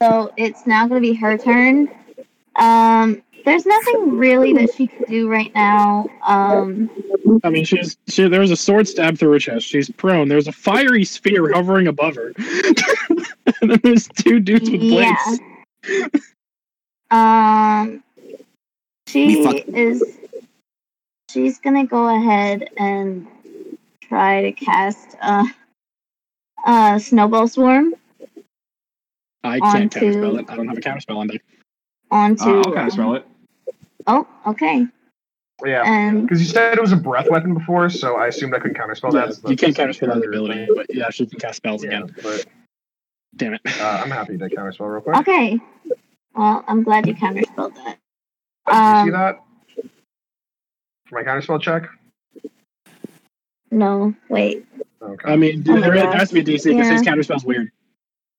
[SPEAKER 3] so it's now going to be her turn. Um, there's nothing really that she could do right now. Um,
[SPEAKER 2] I mean, she's she. There's a sword stab through her chest. She's prone. There's a fiery spear hovering above her. and then there's two dudes with
[SPEAKER 3] Yeah.
[SPEAKER 2] blades.
[SPEAKER 3] um, she
[SPEAKER 6] We fuck-
[SPEAKER 3] is. She's going to go ahead and try to cast uh, uh, Snowball Swarm
[SPEAKER 2] I can't
[SPEAKER 3] Onto-
[SPEAKER 2] counterspell it. I don't have a counterspell on deck.
[SPEAKER 3] onto.
[SPEAKER 2] Ah,
[SPEAKER 1] Uh, I'll kind of smell it.
[SPEAKER 3] oh, okay.
[SPEAKER 1] Yeah.
[SPEAKER 3] And
[SPEAKER 1] Because you said it was a breath weapon before, so I assumed I couldn't counterspell
[SPEAKER 2] Yeah,
[SPEAKER 1] that. so
[SPEAKER 2] you
[SPEAKER 1] that's
[SPEAKER 2] can't
[SPEAKER 1] the same
[SPEAKER 2] counterspell that
[SPEAKER 1] character,
[SPEAKER 2] ability, but yeah, she can cast
[SPEAKER 1] but-
[SPEAKER 2] spells
[SPEAKER 1] Yeah,
[SPEAKER 2] again.
[SPEAKER 1] but
[SPEAKER 2] Damn it.
[SPEAKER 1] uh, I'm happy to counterspell real quick.
[SPEAKER 3] Okay. Well, I'm glad you counterspelled that.
[SPEAKER 1] Did you see
[SPEAKER 3] Um,
[SPEAKER 1] that? For my counterspell check?
[SPEAKER 3] no, wait.
[SPEAKER 1] Okay.
[SPEAKER 2] I mean,
[SPEAKER 3] Oh my
[SPEAKER 2] there
[SPEAKER 3] gosh.
[SPEAKER 2] has to be a DC because
[SPEAKER 3] Yeah.
[SPEAKER 2] his counterspell's weird.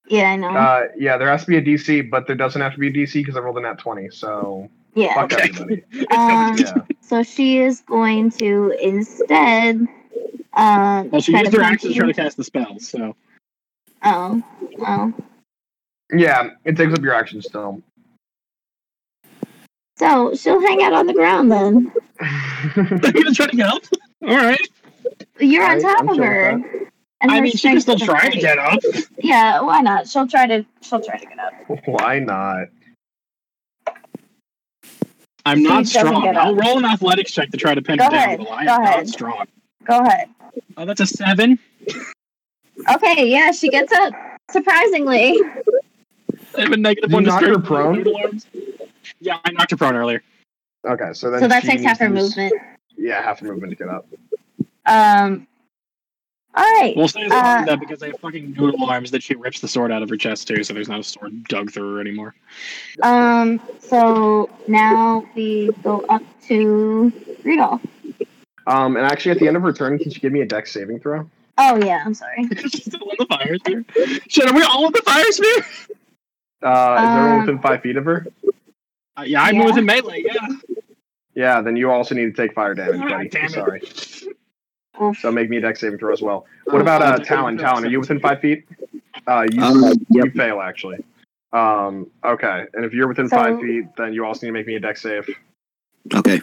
[SPEAKER 3] Yeah, I know.
[SPEAKER 1] Uh, yeah, there has to be a DC, but there doesn't have to be a DC because I rolled a nat 20, so
[SPEAKER 3] yeah.
[SPEAKER 1] fuck everybody.
[SPEAKER 3] Um,
[SPEAKER 1] Yeah.
[SPEAKER 3] so she is going to instead. Um,
[SPEAKER 2] Well, Oh, she
[SPEAKER 3] try
[SPEAKER 2] used
[SPEAKER 3] to
[SPEAKER 2] her
[SPEAKER 3] punch
[SPEAKER 2] action to try
[SPEAKER 3] you.
[SPEAKER 2] to cast the spell, so
[SPEAKER 3] Oh, well.
[SPEAKER 1] Yeah, it takes up your action still.
[SPEAKER 3] So she'll hang out on the ground then.
[SPEAKER 2] they're gonna try to get up. All right.
[SPEAKER 3] You're on
[SPEAKER 1] Alright,
[SPEAKER 3] top
[SPEAKER 1] I'm
[SPEAKER 3] of
[SPEAKER 1] chill with
[SPEAKER 3] her. And
[SPEAKER 2] I
[SPEAKER 3] her
[SPEAKER 2] mean, she can
[SPEAKER 3] strength
[SPEAKER 2] still
[SPEAKER 3] is a
[SPEAKER 2] try to
[SPEAKER 3] forty.
[SPEAKER 2] get up.
[SPEAKER 3] Yeah, why not? She'll try to. She'll try to get up.
[SPEAKER 1] Why not?
[SPEAKER 2] I'm
[SPEAKER 3] She
[SPEAKER 2] not
[SPEAKER 3] doesn't
[SPEAKER 2] strong.
[SPEAKER 3] get up.
[SPEAKER 2] I'll roll an athletics check to try to pin
[SPEAKER 3] Go
[SPEAKER 2] her down,
[SPEAKER 3] ahead,
[SPEAKER 2] but I am
[SPEAKER 3] go
[SPEAKER 2] not
[SPEAKER 3] ahead.
[SPEAKER 2] strong.
[SPEAKER 3] Go ahead.
[SPEAKER 2] Oh, that's a seven.
[SPEAKER 3] Okay. Yeah, she gets up. Surprisingly.
[SPEAKER 2] I have a negative
[SPEAKER 1] You
[SPEAKER 2] one to
[SPEAKER 1] knock her
[SPEAKER 2] strength.
[SPEAKER 1] prone?
[SPEAKER 2] Yeah, I knocked her prone earlier.
[SPEAKER 1] Okay, so then
[SPEAKER 3] So that
[SPEAKER 1] she
[SPEAKER 3] takes half
[SPEAKER 1] needs
[SPEAKER 3] her
[SPEAKER 1] to use-
[SPEAKER 3] movement.
[SPEAKER 1] Yeah, half her movement to get up.
[SPEAKER 3] Um. All right.
[SPEAKER 2] We'll say
[SPEAKER 3] Uh,
[SPEAKER 2] that because I have fucking noodle arms that she rips the sword out of her chest too, so there's not a sword dug through her anymore.
[SPEAKER 3] Um. So now we go up to Rudolph.
[SPEAKER 1] Um, and actually, at the end of her turn, can she give me a deck saving throw? Uh,
[SPEAKER 3] Oh yeah, I'm sorry.
[SPEAKER 2] She's still in the fire sphere. Shit, are we all in the fire sphere?
[SPEAKER 1] Uh, is everyone
[SPEAKER 3] Um,
[SPEAKER 1] within five feet of her?
[SPEAKER 2] Uh, yeah, I'm
[SPEAKER 3] Yeah.
[SPEAKER 2] within melee. Yeah.
[SPEAKER 1] Yeah, then you also need to take fire damage,
[SPEAKER 2] Ah,
[SPEAKER 1] buddy.
[SPEAKER 2] damn it.
[SPEAKER 1] Sorry.
[SPEAKER 3] Oof.
[SPEAKER 1] So make me a deck saving throw as well. What about uh, Talon? Talon, are you within five feet? Uh, you,
[SPEAKER 6] Um,
[SPEAKER 1] you
[SPEAKER 6] yep.
[SPEAKER 1] fail, actually. Um, okay, and if you're within
[SPEAKER 3] So-
[SPEAKER 1] five feet, then you also need to make me a deck save.
[SPEAKER 6] Okay.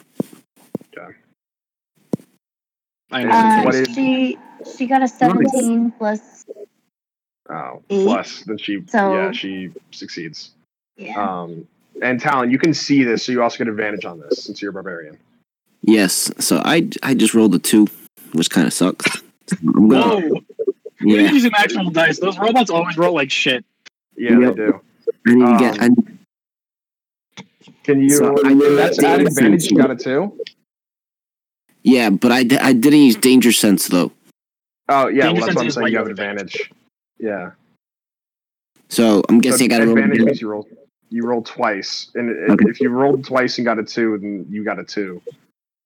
[SPEAKER 2] I
[SPEAKER 1] am.
[SPEAKER 2] am.
[SPEAKER 1] Uh,
[SPEAKER 3] Um,
[SPEAKER 1] What is-
[SPEAKER 3] she she got a 17 plus.
[SPEAKER 1] Oh,
[SPEAKER 3] Eight.
[SPEAKER 1] plus, then she
[SPEAKER 3] So-
[SPEAKER 1] yeah she succeeds.
[SPEAKER 3] Yeah.
[SPEAKER 1] Um, and Talon, you can see this, so you also get advantage on this since you're a barbarian.
[SPEAKER 6] Yes. So I I just rolled a two, which kind of sucks. I'm gonna-
[SPEAKER 2] Whoa! We
[SPEAKER 6] yeah.
[SPEAKER 2] need some actual dice. Those robots always roll like shit.
[SPEAKER 1] Yeah,
[SPEAKER 6] Yep.
[SPEAKER 1] they do.
[SPEAKER 6] I need to get.
[SPEAKER 1] Oh.
[SPEAKER 6] I,
[SPEAKER 1] Can you?
[SPEAKER 6] So I
[SPEAKER 1] if that's
[SPEAKER 6] need
[SPEAKER 1] at
[SPEAKER 6] to-
[SPEAKER 1] advantage. You got a two.
[SPEAKER 6] yeah, but I, di- I didn't use danger sense though.
[SPEAKER 1] Oh yeah, well,
[SPEAKER 2] Danger
[SPEAKER 1] that's what I'm
[SPEAKER 2] sense is why
[SPEAKER 1] saying. You
[SPEAKER 2] you
[SPEAKER 1] have
[SPEAKER 2] have
[SPEAKER 1] advantage. Yeah.
[SPEAKER 6] So I'm
[SPEAKER 1] So
[SPEAKER 6] guessing I got to roll.
[SPEAKER 1] advantage
[SPEAKER 6] again.
[SPEAKER 1] means you roll. You roll twice, and i-
[SPEAKER 6] Okay.
[SPEAKER 1] if you rolled twice and got a two, then you got a two.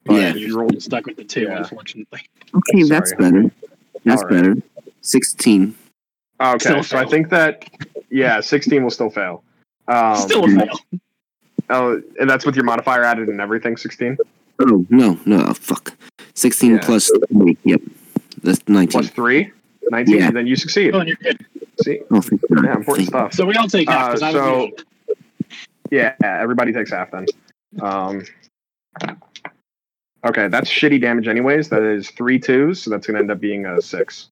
[SPEAKER 1] But
[SPEAKER 6] Yeah.
[SPEAKER 1] if you rolled,
[SPEAKER 2] stuck with the two,
[SPEAKER 1] Yeah.
[SPEAKER 2] unfortunately.
[SPEAKER 6] Okay, that's
[SPEAKER 1] Sorry.
[SPEAKER 6] better. That's
[SPEAKER 1] Alright.
[SPEAKER 6] better. Sixteen.
[SPEAKER 1] okay,
[SPEAKER 2] Still
[SPEAKER 1] so I
[SPEAKER 2] fail.
[SPEAKER 1] think that yeah, sixteen will still fail. Um,
[SPEAKER 2] Still a fail.
[SPEAKER 1] oh, and that's with your modifier added and everything. Sixteen
[SPEAKER 6] Oh no, no, oh, fuck. Sixteen
[SPEAKER 1] Yeah.
[SPEAKER 6] plus three. Yep, that's nineteen.
[SPEAKER 1] plus three. 19,
[SPEAKER 6] Yeah.
[SPEAKER 1] then you succeed.
[SPEAKER 2] Oh, and you're good.
[SPEAKER 1] See?
[SPEAKER 6] oh, thank God.
[SPEAKER 1] Yeah,
[SPEAKER 6] Thank-
[SPEAKER 1] important stuff.
[SPEAKER 2] So we all take half.
[SPEAKER 1] Uh,
[SPEAKER 2] 'cause I was
[SPEAKER 1] so-
[SPEAKER 2] neutral.
[SPEAKER 1] Yeah, everybody takes half then. Um, okay, that's shitty damage, anyways. That is three twos, so that's going to end up being a six.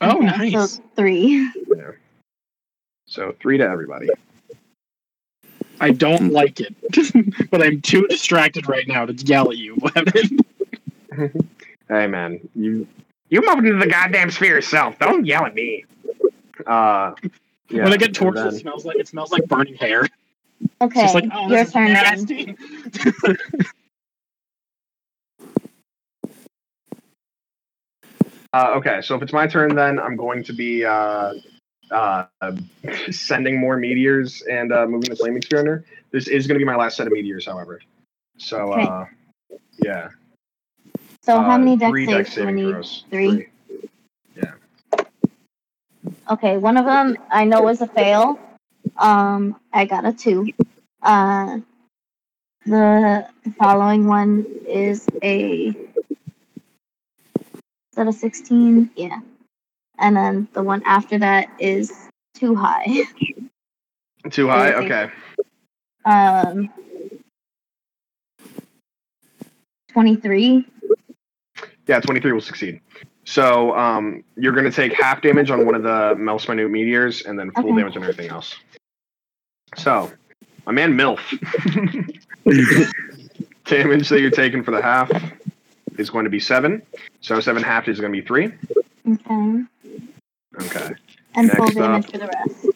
[SPEAKER 2] oh,
[SPEAKER 3] Okay,
[SPEAKER 2] nice.
[SPEAKER 3] So three.
[SPEAKER 1] So three to everybody.
[SPEAKER 2] I
[SPEAKER 1] Hmm.
[SPEAKER 2] don't like it, but I'm too distracted right now to yell at you.
[SPEAKER 1] Hey, man, you you move into the goddamn sphere yourself. Don't yell at me. Uh, yeah,
[SPEAKER 2] when I get torched,
[SPEAKER 1] and
[SPEAKER 2] it
[SPEAKER 1] then-
[SPEAKER 2] smells like it smells like burning hair. It's
[SPEAKER 3] Okay.
[SPEAKER 2] just like, oh,
[SPEAKER 3] your
[SPEAKER 2] this is
[SPEAKER 3] turn. Then.
[SPEAKER 2] nasty.
[SPEAKER 1] uh, okay, so if it's my turn, then I'm going to be uh, uh, sending more meteors and uh, moving the flaming sphere under. This is going to be my last set of meteors, however. So,
[SPEAKER 3] Okay.
[SPEAKER 1] uh, yeah.
[SPEAKER 3] So how
[SPEAKER 1] Uh,
[SPEAKER 3] many deck
[SPEAKER 1] three
[SPEAKER 3] saves
[SPEAKER 1] dex
[SPEAKER 3] do we
[SPEAKER 1] saving
[SPEAKER 3] need?
[SPEAKER 1] throws.
[SPEAKER 3] Three? Okay, one of them I know was a fail. Um, I got a two. Uh, the following one is a. Is that a 16? Yeah. And then the one after that is too high.
[SPEAKER 1] Too high.
[SPEAKER 3] Okay.
[SPEAKER 1] Okay.
[SPEAKER 3] Um, 23.
[SPEAKER 1] Yeah, twenty-three will succeed. So um, you're going to take half damage on one of the most minute meteors, and then full
[SPEAKER 3] Okay.
[SPEAKER 1] damage on everything else. So, my man Milf, damage that you're taking for the half is going to be seven. So seven half is going to be three.
[SPEAKER 3] Okay.
[SPEAKER 1] Okay.
[SPEAKER 3] And full
[SPEAKER 1] Next up.
[SPEAKER 3] damage for the rest.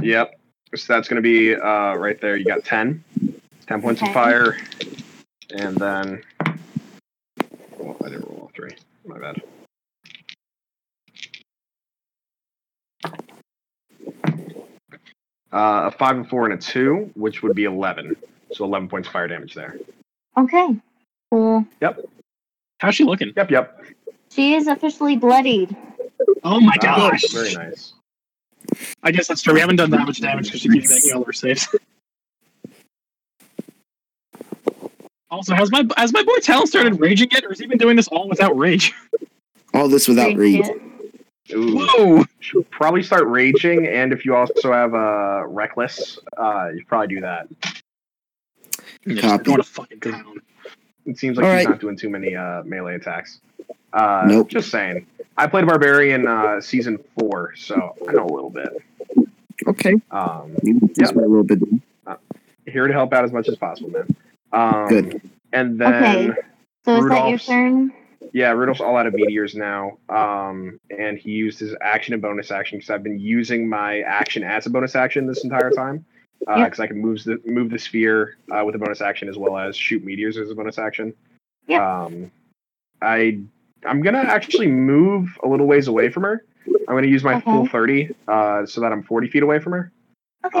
[SPEAKER 1] Yep. So that's going to be uh, right there. You got 10. 10 points
[SPEAKER 3] Okay.
[SPEAKER 1] of fire. And then. Oh, I didn't roll all three. My bad. Uh, a 5 and 4 and a 2, which would be 11. So 11 points of fire damage there.
[SPEAKER 3] Okay. Cool.
[SPEAKER 2] How's she looking?
[SPEAKER 1] Yep, yep.
[SPEAKER 3] She is officially bloodied.
[SPEAKER 2] Oh my
[SPEAKER 1] Ah,
[SPEAKER 2] gosh!
[SPEAKER 1] very nice.
[SPEAKER 2] I guess that's true. We haven't done that much damage because she keeps making all of her saves. also, has my has my boy Talon started raging yet, or has he been doing this all without rage?
[SPEAKER 6] All this without
[SPEAKER 3] Rage
[SPEAKER 6] read.
[SPEAKER 3] yet.
[SPEAKER 1] Ooh.
[SPEAKER 2] Whoa!
[SPEAKER 1] Should probably start raging, and if you also have uh, reckless, uh, you probably do that.
[SPEAKER 2] Just Going to fucking drown.
[SPEAKER 1] It seems like
[SPEAKER 6] All
[SPEAKER 1] he's
[SPEAKER 6] right.
[SPEAKER 1] not doing too many uh, melee attacks. Uh,
[SPEAKER 6] Nope.
[SPEAKER 1] Just saying. I played Barbarian uh, season four, so I know a little bit.
[SPEAKER 6] Okay.
[SPEAKER 1] Um,
[SPEAKER 6] That's what a little bit.
[SPEAKER 1] here to help out as much as possible, man. Um,
[SPEAKER 6] Good.
[SPEAKER 1] And then
[SPEAKER 3] Okay. So is that your
[SPEAKER 1] Rudolph's-
[SPEAKER 3] turn?
[SPEAKER 1] Yeah, Rudolph's all out of meteors now. Um, and he used his action and bonus action because I've been using my action as a bonus action this entire time.
[SPEAKER 3] Yeah.
[SPEAKER 1] Because Uh, I can move the move the sphere uh, with a bonus action as well as shoot meteors as a bonus action.
[SPEAKER 3] Yeah.
[SPEAKER 1] Um, I I'm gonna actually move a little ways away from her. I'm gonna use my
[SPEAKER 3] Okay.
[SPEAKER 1] full thirty, uh, so that I'm 40 feet away from her.
[SPEAKER 3] Uh-huh. Okay.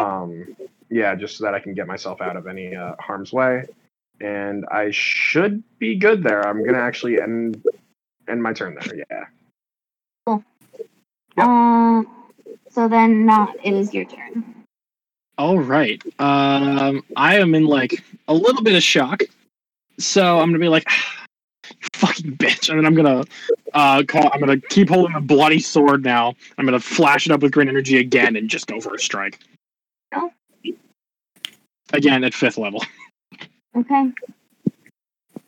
[SPEAKER 1] Um, yeah, just so that I can get myself out of any uh, harm's way, and I should be good there. I'm gonna actually end end my turn there. Yeah.
[SPEAKER 3] Um. So then, not it is your turn.
[SPEAKER 2] All right. Um, I am in like a little bit of shock, so I'm gonna be like, "You "Fucking bitch!" And then I'm gonna uh, call. I'm gonna keep holding the bloody sword. Now I'm gonna flash it up with green energy again and just go for a strike.
[SPEAKER 3] Oh.
[SPEAKER 2] Again at fifth level.
[SPEAKER 3] Okay.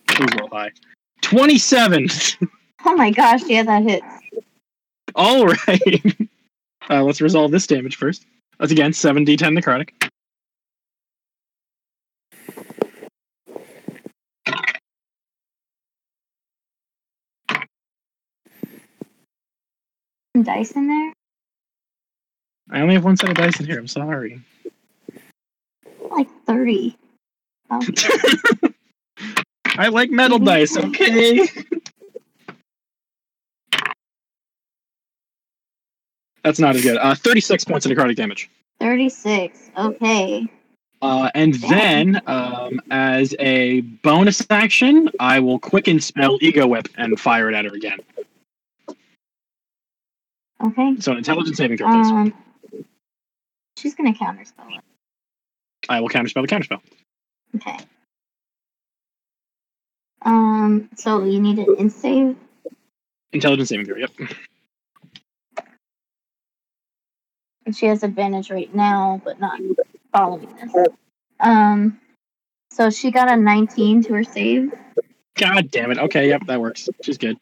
[SPEAKER 2] Please roll high. Twenty-seven.
[SPEAKER 3] Oh my gosh! Yeah, that hits.
[SPEAKER 2] All right. Uh, let's resolve this damage first. That's again seven d10 necrotic.
[SPEAKER 3] Some dice in there.
[SPEAKER 2] I only have one set of dice in here. I'm sorry.
[SPEAKER 3] Like thirty. Oh,
[SPEAKER 2] I like metal dice, okay? That's not as good. Uh, 36 points of necrotic damage.
[SPEAKER 3] Thirty-six. Okay.
[SPEAKER 2] Uh, and then, um, as a bonus action, I will quicken spell Ego Whip and fire it at her again.
[SPEAKER 3] Okay.
[SPEAKER 2] So an intelligence saving throw. please.
[SPEAKER 3] Um. She's gonna counterspell it.
[SPEAKER 2] I will counterspell the counterspell.
[SPEAKER 3] Okay. Um. So you need an in save.
[SPEAKER 2] Intelligence saving throw, yep.
[SPEAKER 3] And she has advantage right now, but not following this. Um, so she got a 19 to her save.
[SPEAKER 2] God damn it. Okay, yep, that works. She's good.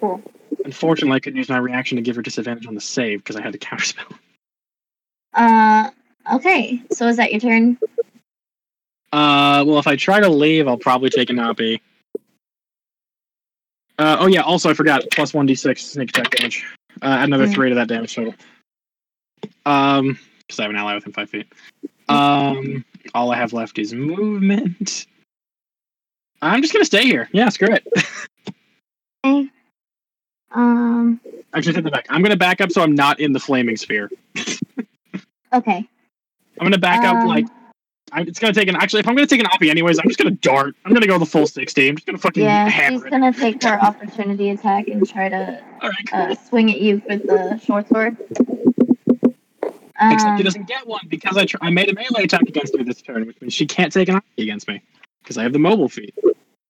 [SPEAKER 3] Cool.
[SPEAKER 2] Unfortunately, I couldn't use my reaction to give her disadvantage on the save because I had to counterspell.
[SPEAKER 3] Uh, okay. So is that your turn?
[SPEAKER 2] Uh, well, if I try to leave, I'll probably take a nappy. Uh, oh yeah. Also, I forgot plus one d six sneak attack damage. Uh, add another
[SPEAKER 3] Mm.
[SPEAKER 2] three to that damage total. Um, because I have an ally within five feet. Um, all I have left is movement. I'm just gonna stay here. Yeah, screw it.
[SPEAKER 3] Okay. Um,
[SPEAKER 2] Actually, take the back. I'm gonna back up so I'm not in the flaming sphere.
[SPEAKER 3] okay.
[SPEAKER 2] I'm gonna back up
[SPEAKER 3] Um,
[SPEAKER 2] like. I, it's gonna take an actually. If I'm gonna take an oppie anyways, I'm just gonna dart. I'm gonna go the full sixty. I'm just gonna fucking
[SPEAKER 3] Yeah, she's
[SPEAKER 2] hammer it.
[SPEAKER 3] gonna take her opportunity attack and try to
[SPEAKER 2] All right, cool.
[SPEAKER 3] uh, swing at you with the short sword.
[SPEAKER 2] Except she
[SPEAKER 3] Um,
[SPEAKER 2] doesn't get one because I, tr- I made a melee attack against her this turn, which means she can't take an attack against me because I have the mobile feed.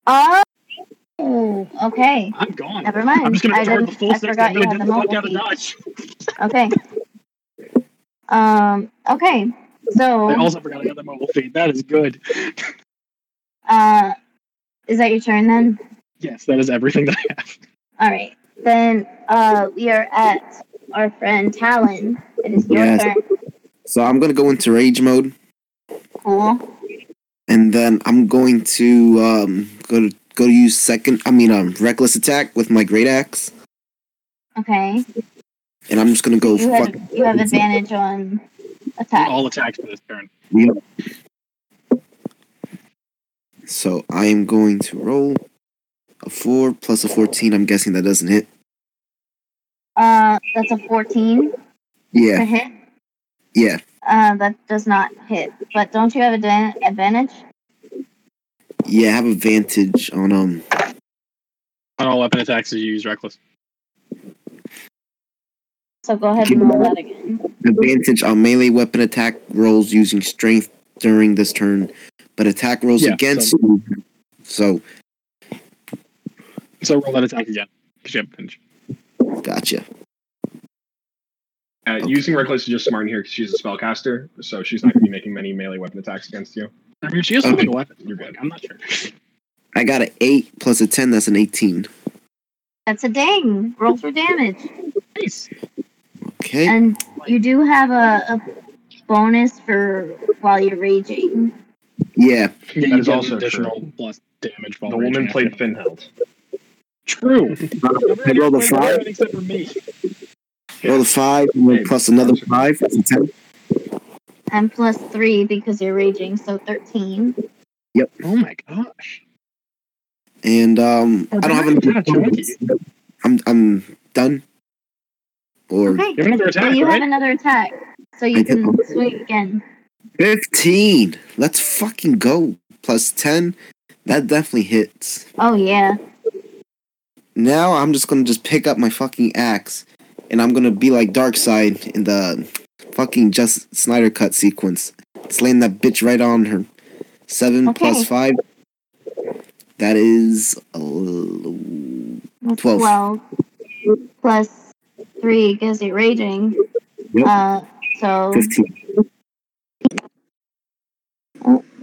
[SPEAKER 3] oh, okay.
[SPEAKER 2] I'm gone.
[SPEAKER 3] Never mind.
[SPEAKER 2] I'm just going
[SPEAKER 3] I
[SPEAKER 2] to dart the
[SPEAKER 3] didn't-
[SPEAKER 2] full
[SPEAKER 3] I
[SPEAKER 2] six.
[SPEAKER 3] forgot
[SPEAKER 2] I'm
[SPEAKER 3] you
[SPEAKER 2] going
[SPEAKER 3] had
[SPEAKER 2] to the
[SPEAKER 3] the
[SPEAKER 2] fuck
[SPEAKER 3] mobile
[SPEAKER 2] out of dodge.
[SPEAKER 3] feed. Okay. Um, okay. So.
[SPEAKER 2] I also forgot I had the mobile feed. That is good.
[SPEAKER 3] Uh, is that your turn then?
[SPEAKER 2] Yes, that is everything that I have.
[SPEAKER 3] All right. Then uh, we are at our friend Talon. It is your
[SPEAKER 4] Yes.
[SPEAKER 3] turn.
[SPEAKER 4] So I'm gonna go into rage mode,
[SPEAKER 3] Cool.
[SPEAKER 4] and then I'm going to um, go to go to use second. I mean, um, reckless attack with my great axe,
[SPEAKER 3] Okay.
[SPEAKER 4] and I'm just gonna go
[SPEAKER 3] You
[SPEAKER 4] fuck.
[SPEAKER 3] have you have advantage on attack.
[SPEAKER 2] All attacks for this turn.
[SPEAKER 4] So I am going to roll a four plus a fourteen. I'm guessing that doesn't hit.
[SPEAKER 3] Uh, that's a fourteen to
[SPEAKER 4] Yeah,
[SPEAKER 3] hit.
[SPEAKER 4] yeah,
[SPEAKER 3] Uh, that does not hit. But don't you have advan advantage?
[SPEAKER 4] yeah. I have advantage on um.
[SPEAKER 2] On all weapon attacks, you use reckless.
[SPEAKER 3] So go ahead and roll that again.
[SPEAKER 4] advantage on melee weapon attack rolls using strength during this turn, but attack rolls
[SPEAKER 2] Yeah,
[SPEAKER 4] against you. So,
[SPEAKER 2] So roll that attack again. 'cause you have advantage.
[SPEAKER 4] gotcha.
[SPEAKER 8] Uh, Using reckless is just smart in here because she's a spellcaster, so she's not going to be making many melee weapon attacks against you.
[SPEAKER 2] I mean, she is
[SPEAKER 4] Okay.
[SPEAKER 2] holding a weapon.
[SPEAKER 8] You're good.
[SPEAKER 2] I'm not sure.
[SPEAKER 4] I got an 8 plus a 10, that's an 18.
[SPEAKER 3] That's a ding. Roll for damage.
[SPEAKER 2] Nice.
[SPEAKER 4] Okay.
[SPEAKER 3] And you do have a, a bonus for while you're raging.
[SPEAKER 2] Yeah,
[SPEAKER 4] Yeah.
[SPEAKER 8] That
[SPEAKER 2] you
[SPEAKER 8] is
[SPEAKER 2] get an
[SPEAKER 8] also
[SPEAKER 2] additional plus. damage.
[SPEAKER 1] The woman played Finheld.
[SPEAKER 2] True.
[SPEAKER 4] I rolled a five.
[SPEAKER 2] Except for me.
[SPEAKER 4] Roll a five and then plus another five. That's a ten.
[SPEAKER 3] And plus three because you're raging, so 13.
[SPEAKER 2] Oh my gosh.
[SPEAKER 4] And um,
[SPEAKER 3] Oh,
[SPEAKER 4] I don't have
[SPEAKER 2] Yeah,
[SPEAKER 4] another.
[SPEAKER 2] Jackie.
[SPEAKER 4] I'm I'm done. Or
[SPEAKER 3] Okay.
[SPEAKER 2] You have another
[SPEAKER 3] Well,
[SPEAKER 2] attack,
[SPEAKER 3] you
[SPEAKER 2] right?
[SPEAKER 3] have another attack, so
[SPEAKER 4] I
[SPEAKER 3] you
[SPEAKER 4] did
[SPEAKER 3] can
[SPEAKER 4] one.
[SPEAKER 3] swing again.
[SPEAKER 4] fifteen. Let's fucking go. Plus ten. That definitely hits.
[SPEAKER 3] Oh, yeah.
[SPEAKER 4] Now I'm just gonna just pick up my fucking axe, and I'm gonna be like Darkseid in the fucking just Snyder cut sequence, slaying that bitch right on her. Seven
[SPEAKER 3] Okay.
[SPEAKER 4] plus five. That is uh,
[SPEAKER 3] That's
[SPEAKER 4] Twelve.
[SPEAKER 3] 12. Plus three because you're raging.
[SPEAKER 4] Yep.
[SPEAKER 3] Uh, so
[SPEAKER 4] fifteen.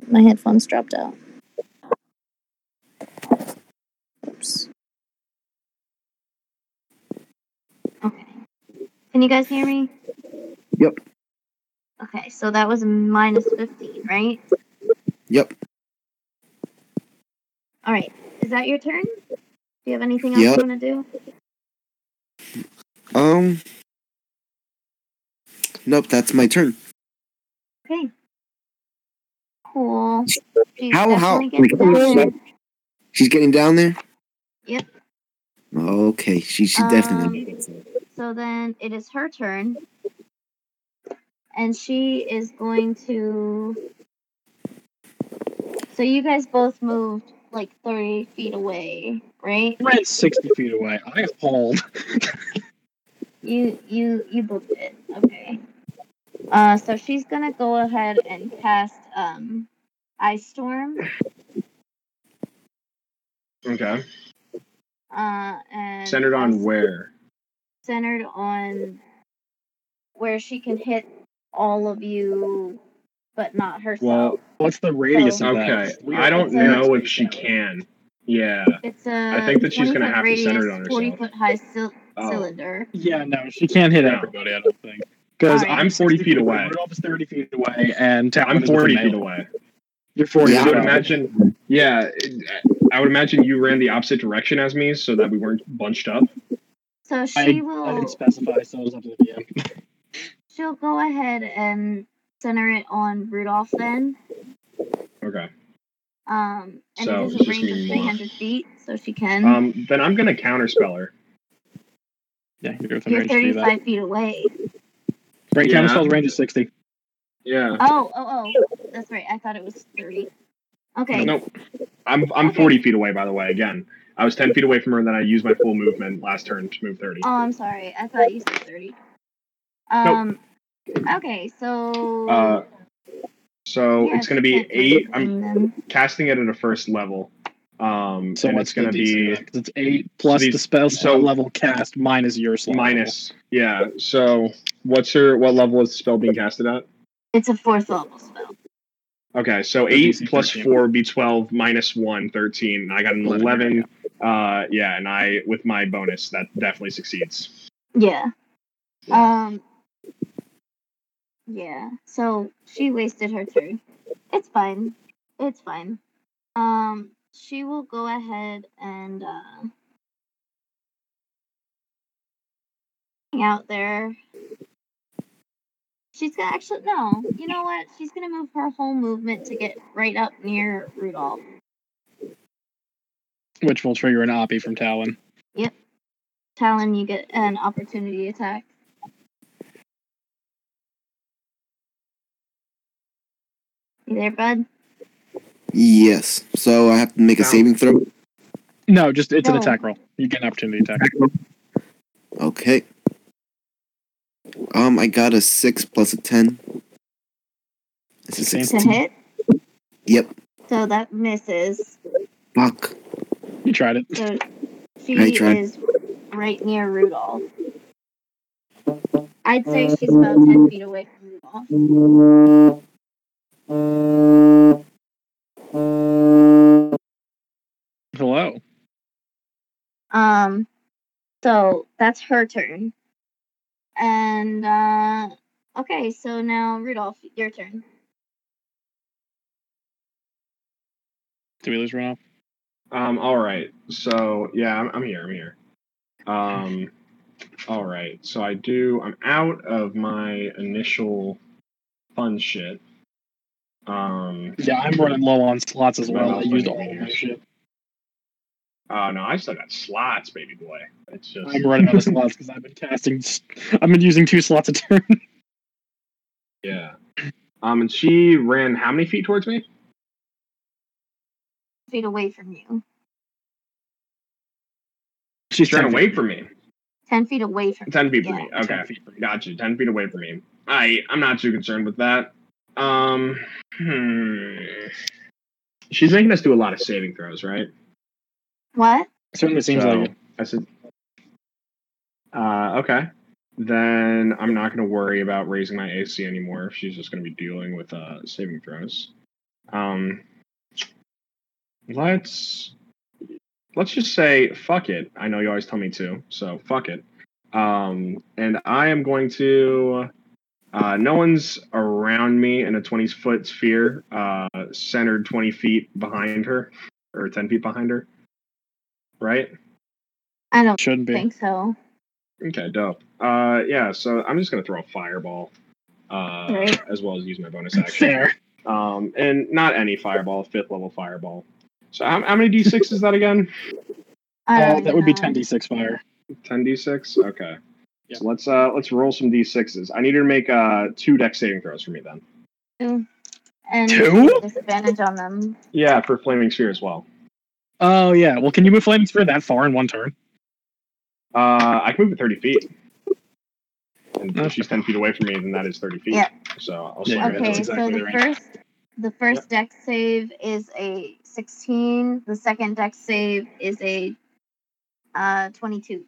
[SPEAKER 3] my headphones dropped out. Oops. Okay. Can you guys hear me?
[SPEAKER 4] Yep.
[SPEAKER 3] Okay, so that was minus 15, right?
[SPEAKER 4] Yep.
[SPEAKER 3] All right. Is that your turn? Do you have anything else
[SPEAKER 4] Yep.
[SPEAKER 3] you want to do?
[SPEAKER 4] Um. Nope, that's my turn.
[SPEAKER 3] Okay. Cool. She's
[SPEAKER 4] How- how-
[SPEAKER 3] definitely getting down there.
[SPEAKER 4] She's getting down there.
[SPEAKER 3] Yep.
[SPEAKER 4] Okay, she she definitely.
[SPEAKER 3] So then it is her turn. And she is going to. So you guys both moved like 30 feet away, right?
[SPEAKER 2] Right, sixty feet away. I hold.
[SPEAKER 3] You you you booked it. Okay. Uh so she's gonna go ahead and cast um Ice Storm.
[SPEAKER 1] Okay.
[SPEAKER 3] Uh and
[SPEAKER 1] Centered
[SPEAKER 3] Ice-
[SPEAKER 1] on where?
[SPEAKER 3] centered on where she can hit all of you but not herself.
[SPEAKER 1] Well,
[SPEAKER 2] What's the radius
[SPEAKER 3] So-
[SPEAKER 2] of that?
[SPEAKER 1] okay. I don't know if she can. Yeah.
[SPEAKER 3] it's a
[SPEAKER 1] I think that she's gonna
[SPEAKER 3] 20 foot
[SPEAKER 1] have to center it
[SPEAKER 3] radius,
[SPEAKER 1] on herself.
[SPEAKER 3] 40 foot high cil-
[SPEAKER 1] Oh.
[SPEAKER 3] cylinder.
[SPEAKER 2] Yeah, no, she can't hit
[SPEAKER 1] No.
[SPEAKER 2] everybody. I don't think because
[SPEAKER 3] Alright.
[SPEAKER 1] I'm 40 feet away.
[SPEAKER 2] Rudolph is thirty feet away, and Talon
[SPEAKER 1] I'm
[SPEAKER 2] is with
[SPEAKER 1] 40
[SPEAKER 2] the
[SPEAKER 1] feet
[SPEAKER 2] male.
[SPEAKER 1] away.
[SPEAKER 2] You're forty.
[SPEAKER 1] I
[SPEAKER 4] Yeah.
[SPEAKER 2] feet
[SPEAKER 1] would
[SPEAKER 2] away.
[SPEAKER 1] imagine. Yeah, it- I would imagine you ran the opposite direction as me, so that we weren't bunched up.
[SPEAKER 3] So
[SPEAKER 2] I-
[SPEAKER 3] she
[SPEAKER 2] I didn't
[SPEAKER 3] will
[SPEAKER 2] specify, so it was up to the DM.
[SPEAKER 3] she'll go ahead and center it on Rudolph then.
[SPEAKER 1] Okay.
[SPEAKER 3] Um and
[SPEAKER 1] So
[SPEAKER 3] it
[SPEAKER 1] it's
[SPEAKER 3] is a
[SPEAKER 1] just
[SPEAKER 3] range
[SPEAKER 1] gonna
[SPEAKER 3] of
[SPEAKER 1] be more.
[SPEAKER 3] 300 feet, so she can.
[SPEAKER 1] Um, then I'm gonna counterspell her.
[SPEAKER 2] Yeah, you're within
[SPEAKER 3] You're
[SPEAKER 2] range to do that.
[SPEAKER 3] 35 feet away.
[SPEAKER 2] Right,
[SPEAKER 1] Yeah.
[SPEAKER 2] Talon's spelled range is sixty.
[SPEAKER 1] Yeah.
[SPEAKER 3] Oh, oh, oh. That's right. I thought it was 30. Okay.
[SPEAKER 1] No, I'm I'm 40 feet away. By the way, again, I was 10 feet away from her, and then I used my full movement last turn to move 30.
[SPEAKER 3] Oh, I'm sorry. I thought you said 30. Um, Okay, so.
[SPEAKER 1] Uh, so
[SPEAKER 3] Oh. yeah,
[SPEAKER 1] it's gonna
[SPEAKER 3] she
[SPEAKER 1] be
[SPEAKER 3] can't do
[SPEAKER 1] eight. I'm
[SPEAKER 3] anything then.
[SPEAKER 1] casting it at a first level. Um,
[SPEAKER 2] So
[SPEAKER 1] and
[SPEAKER 2] what's
[SPEAKER 1] it's gonna be
[SPEAKER 2] It's eight plus
[SPEAKER 1] these-
[SPEAKER 2] the spell
[SPEAKER 1] so-
[SPEAKER 2] level cast minus your slot.
[SPEAKER 1] minus. Yeah. So what's her? What level is the spell being casted at?
[SPEAKER 3] It's a fourth level spell.
[SPEAKER 1] Okay, so
[SPEAKER 2] Or
[SPEAKER 1] 8
[SPEAKER 2] DC
[SPEAKER 1] plus
[SPEAKER 2] 13.
[SPEAKER 1] 4 would be 12, minus 1, 13. And I got an 11.
[SPEAKER 2] Eleven,
[SPEAKER 1] Uh, yeah, and I, with my bonus, that definitely succeeds.
[SPEAKER 3] Yeah. Um. Yeah. So she wasted her turn. It's fine. It's fine. Um. She will go ahead and uh, hang out there. She's gonna actually no. You know what? She's gonna move her whole movement to get right up near Rudolph.
[SPEAKER 2] level, which will trigger an oppie from Talon.
[SPEAKER 3] Talon, you get an opportunity attack. You there, bud?
[SPEAKER 4] Yes. So I have to make a
[SPEAKER 1] Wow.
[SPEAKER 4] saving throw.
[SPEAKER 2] No, just it's
[SPEAKER 3] No.
[SPEAKER 2] an attack roll. You get an opportunity attack.
[SPEAKER 4] Okay. Um, I got a six plus a ten. It's a
[SPEAKER 2] Same.
[SPEAKER 3] To
[SPEAKER 4] sixteen.
[SPEAKER 3] hit.
[SPEAKER 4] Yep.
[SPEAKER 3] So that misses.
[SPEAKER 4] Fuck.
[SPEAKER 2] You tried it.
[SPEAKER 3] So
[SPEAKER 4] I
[SPEAKER 3] she
[SPEAKER 4] tried.
[SPEAKER 3] is right near Rudolph. I'd say she's about 10 feet away from Rudolph.
[SPEAKER 2] Hello.
[SPEAKER 3] Um, so that's her turn. And, uh, okay, so now Rudolph, your turn.
[SPEAKER 2] Do we lose Rudolph?
[SPEAKER 1] Um, all right. So yeah, I'm, I'm here. I'm here. Um, all right. So I do. I'm out of my initial fun shit. Um.
[SPEAKER 2] Yeah, I'm running low on slots as well. I used all of my shit.
[SPEAKER 1] Oh no, I still got slots, baby boy. It's just.
[SPEAKER 2] I'm running out of slots because I've been casting. I've been using two slots a turn.
[SPEAKER 1] Yeah. Um, and she ran how many feet towards me?
[SPEAKER 3] feet away from you.
[SPEAKER 2] She's
[SPEAKER 1] She ran
[SPEAKER 2] trying
[SPEAKER 1] away from me.
[SPEAKER 3] Ten feet away from.
[SPEAKER 1] Ten feet from
[SPEAKER 3] Yeah,
[SPEAKER 1] me. Okay, got you. Ten feet away from me. I I'm not too concerned with that. Um, hmm. She's making us do a lot of saving throws, right?
[SPEAKER 3] What?
[SPEAKER 2] Certainly seems
[SPEAKER 1] So,
[SPEAKER 2] like it.
[SPEAKER 1] I said. Uh, okay. Then I'm not going to worry about raising my AC anymore if she's just going to be dealing with uh, saving throws. Um, let's let's just say fuck it. I know you always tell me to, so fuck it. Um, and I am going to. Uh, no one's around me in a 20 foot sphere, uh, centered 20 feet behind her, or 10 feet behind her, right?
[SPEAKER 3] I don't
[SPEAKER 2] Shouldn't be.
[SPEAKER 3] think so.
[SPEAKER 1] Okay, dope. Uh, yeah, so I'm just gonna throw a fireball, uh,
[SPEAKER 3] Right.
[SPEAKER 1] as well as use my bonus action.
[SPEAKER 2] Fair.
[SPEAKER 1] Um, and not any fireball, fifth level fireball. So how, how many d6 is that again?
[SPEAKER 3] I don't
[SPEAKER 2] Uh, that would be
[SPEAKER 3] know.
[SPEAKER 2] 10d6 fire.
[SPEAKER 1] Ten d6. Okay.
[SPEAKER 2] Yeah.
[SPEAKER 1] So let's uh let's roll some d6s. I need her to make uh two deck saving throws for me then.
[SPEAKER 3] And
[SPEAKER 2] Two?
[SPEAKER 3] disadvantage on them.
[SPEAKER 1] Yeah, for flaming sphere as well.
[SPEAKER 2] Oh yeah. Well, can you move flaming sphere that far in one turn?
[SPEAKER 1] Uh, I can move it 30 feet. And
[SPEAKER 2] Okay.
[SPEAKER 1] if she's 10 feet away from me, then that is 30 feet.
[SPEAKER 3] Yeah.
[SPEAKER 1] So I'll
[SPEAKER 2] Yeah,
[SPEAKER 1] slam
[SPEAKER 2] that's
[SPEAKER 3] Okay,
[SPEAKER 1] it.
[SPEAKER 2] exactly
[SPEAKER 3] so
[SPEAKER 2] the
[SPEAKER 3] the
[SPEAKER 2] range.
[SPEAKER 3] first the first deck save is a sixteen. The second deck save is a uh twenty-two.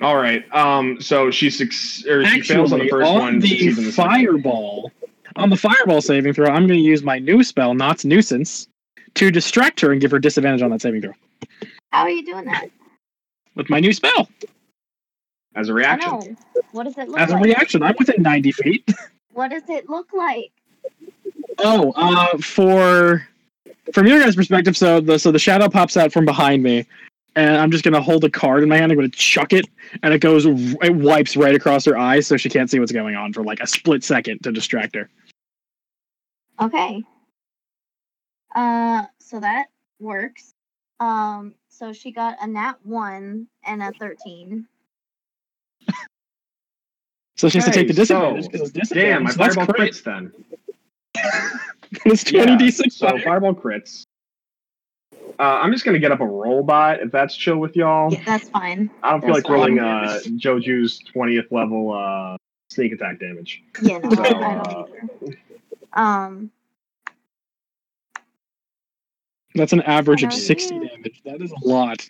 [SPEAKER 1] All right. Um. So she succeeds. or she fails on the
[SPEAKER 2] Actually,
[SPEAKER 1] first
[SPEAKER 2] on
[SPEAKER 1] one.
[SPEAKER 2] the
[SPEAKER 1] succeeds on the second.
[SPEAKER 2] fireball, on the fireball saving throw, I'm going to use my new spell, Knots Nuisance, to distract her and give her disadvantage on that saving throw
[SPEAKER 3] How are you doing that?
[SPEAKER 2] with my new spell
[SPEAKER 1] as a
[SPEAKER 3] I
[SPEAKER 1] reaction.
[SPEAKER 3] know. What does it look
[SPEAKER 2] as a
[SPEAKER 3] like?
[SPEAKER 2] reaction. I'm within 90 feet.
[SPEAKER 3] What does it look like?
[SPEAKER 2] Oh, uh, for from your guys' perspective, so the so the shadow pops out from behind me, and I'm just going to hold a card in my hand. I'm going to chuck it, and it goes, it wipes right across her eyes, so she can't see what's going on for like a split second to distract her.
[SPEAKER 3] Okay. Uh, so that works. Um, so she got a nat one and a thirteen.
[SPEAKER 2] So she has to take the
[SPEAKER 1] Okay, so,
[SPEAKER 2] disadvantage because it's disadvantage.
[SPEAKER 1] Damn, my
[SPEAKER 2] so that's
[SPEAKER 1] fireball
[SPEAKER 2] crit.
[SPEAKER 1] crits then.
[SPEAKER 2] It's 20
[SPEAKER 1] Yeah,
[SPEAKER 2] d6
[SPEAKER 1] So
[SPEAKER 2] fire.
[SPEAKER 1] fireball crits. Uh, I'm just gonna get up a roll bot if that's chill with
[SPEAKER 2] Oh.
[SPEAKER 1] y'all.
[SPEAKER 3] Yeah, that's fine.
[SPEAKER 1] I don't feel
[SPEAKER 3] that's
[SPEAKER 1] like rolling
[SPEAKER 2] fine.
[SPEAKER 1] uh, Joju's 20th level uh, sneak attack damage.
[SPEAKER 3] Yeah, no,
[SPEAKER 1] So,
[SPEAKER 3] I
[SPEAKER 1] uh,
[SPEAKER 3] don't either. Um,
[SPEAKER 2] That's an average of
[SPEAKER 3] Hello.
[SPEAKER 2] 60 damage. That is a lot.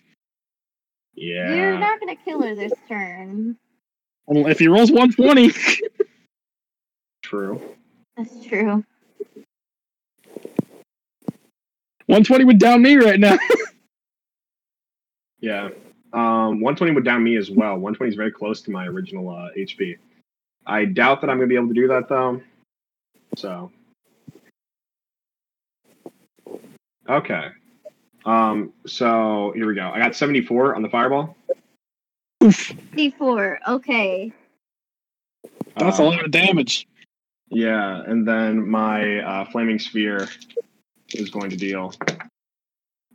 [SPEAKER 1] Yeah.
[SPEAKER 3] you're not gonna kill her this turn.
[SPEAKER 2] Well, If he rolls 120,
[SPEAKER 1] True.
[SPEAKER 3] That's true.
[SPEAKER 2] 120 would down me right now.
[SPEAKER 1] Yeah. Um, 120 would down me as well. 120 is very close to my original uh, HP. I doubt that I'm gonna be able to do that though. So. Okay. Um, so here we go. I got 74 on the fireball.
[SPEAKER 2] Oof,
[SPEAKER 3] D four. Okay.
[SPEAKER 2] that's a
[SPEAKER 1] Um,
[SPEAKER 2] lot of damage.
[SPEAKER 1] Yeah, and then my uh, flaming sphere is going to deal.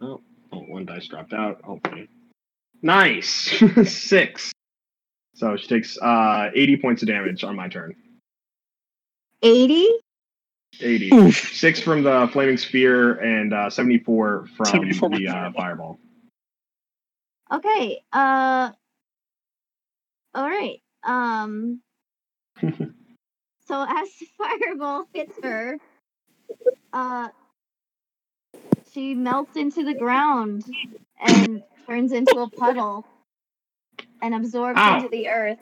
[SPEAKER 1] Oh, oh, one dice dropped out. Hopefully, nice six. So she takes uh, eighty points of damage on my turn.
[SPEAKER 3] Eighty.
[SPEAKER 1] Eighty.
[SPEAKER 2] Oof.
[SPEAKER 1] Six from the flaming sphere and uh, seventy-four from
[SPEAKER 2] 74
[SPEAKER 1] the uh, fireball.
[SPEAKER 2] fireball.
[SPEAKER 3] Okay. Uh. All right. Um. so as the fireball hits her, uh, she melts into the ground and turns into a puddle and absorbs
[SPEAKER 5] Ow.
[SPEAKER 3] into the earth.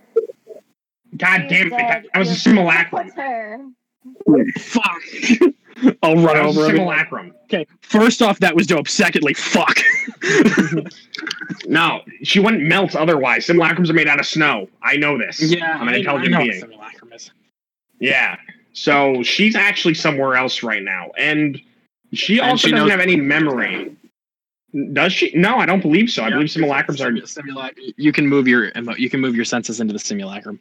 [SPEAKER 5] God
[SPEAKER 3] She is
[SPEAKER 5] damn it! That,
[SPEAKER 3] dead.
[SPEAKER 5] that was a
[SPEAKER 3] You
[SPEAKER 5] simulacrum.
[SPEAKER 3] What's her?
[SPEAKER 2] Fuck. I'll run
[SPEAKER 5] That was a
[SPEAKER 2] over him.
[SPEAKER 5] simulacrum.
[SPEAKER 2] Okay, first off, that was dope. Secondly, fuck.
[SPEAKER 5] No, she wouldn't melt otherwise. Simulacrums are made out of snow. I know this. I'm an intelligent being. Yeah. So she's actually somewhere else right now, and
[SPEAKER 1] She
[SPEAKER 2] And
[SPEAKER 1] also
[SPEAKER 2] she
[SPEAKER 1] doesn't
[SPEAKER 2] knows-
[SPEAKER 1] have any memory. Does she? No, I don't believe so. I
[SPEAKER 2] Yeah,
[SPEAKER 1] believe simulacrums are.
[SPEAKER 2] Simulac- You can move your emo- you can move your senses into the simulacrum.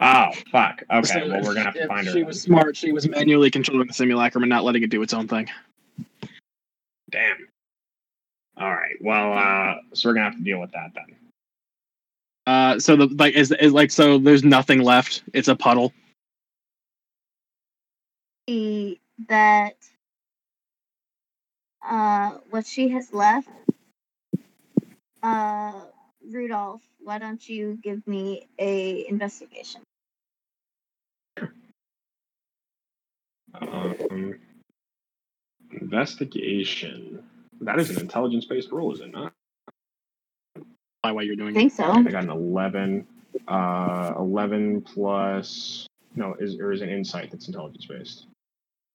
[SPEAKER 1] Oh fuck. Okay.
[SPEAKER 2] So
[SPEAKER 1] Well, we're gonna have
[SPEAKER 2] if
[SPEAKER 1] to find her.
[SPEAKER 2] She
[SPEAKER 1] then.
[SPEAKER 2] was smart. She was manually controlling the simulacrum and not letting it do its own thing.
[SPEAKER 1] Damn. All right. Well, uh, so we're gonna have to deal with that then.
[SPEAKER 2] Uh, so the like is, is like so there's nothing left. It's a puddle.
[SPEAKER 3] see that uh, what she has left. Uh, Rudolph, why don't you give me a investigation?
[SPEAKER 1] Um, investigation. That is an intelligence based rule, is it not?
[SPEAKER 2] Why why you're
[SPEAKER 3] I
[SPEAKER 2] doing it?
[SPEAKER 3] think so.
[SPEAKER 1] I got an eleven. Uh, eleven plus no is or is it insight that's intelligence based?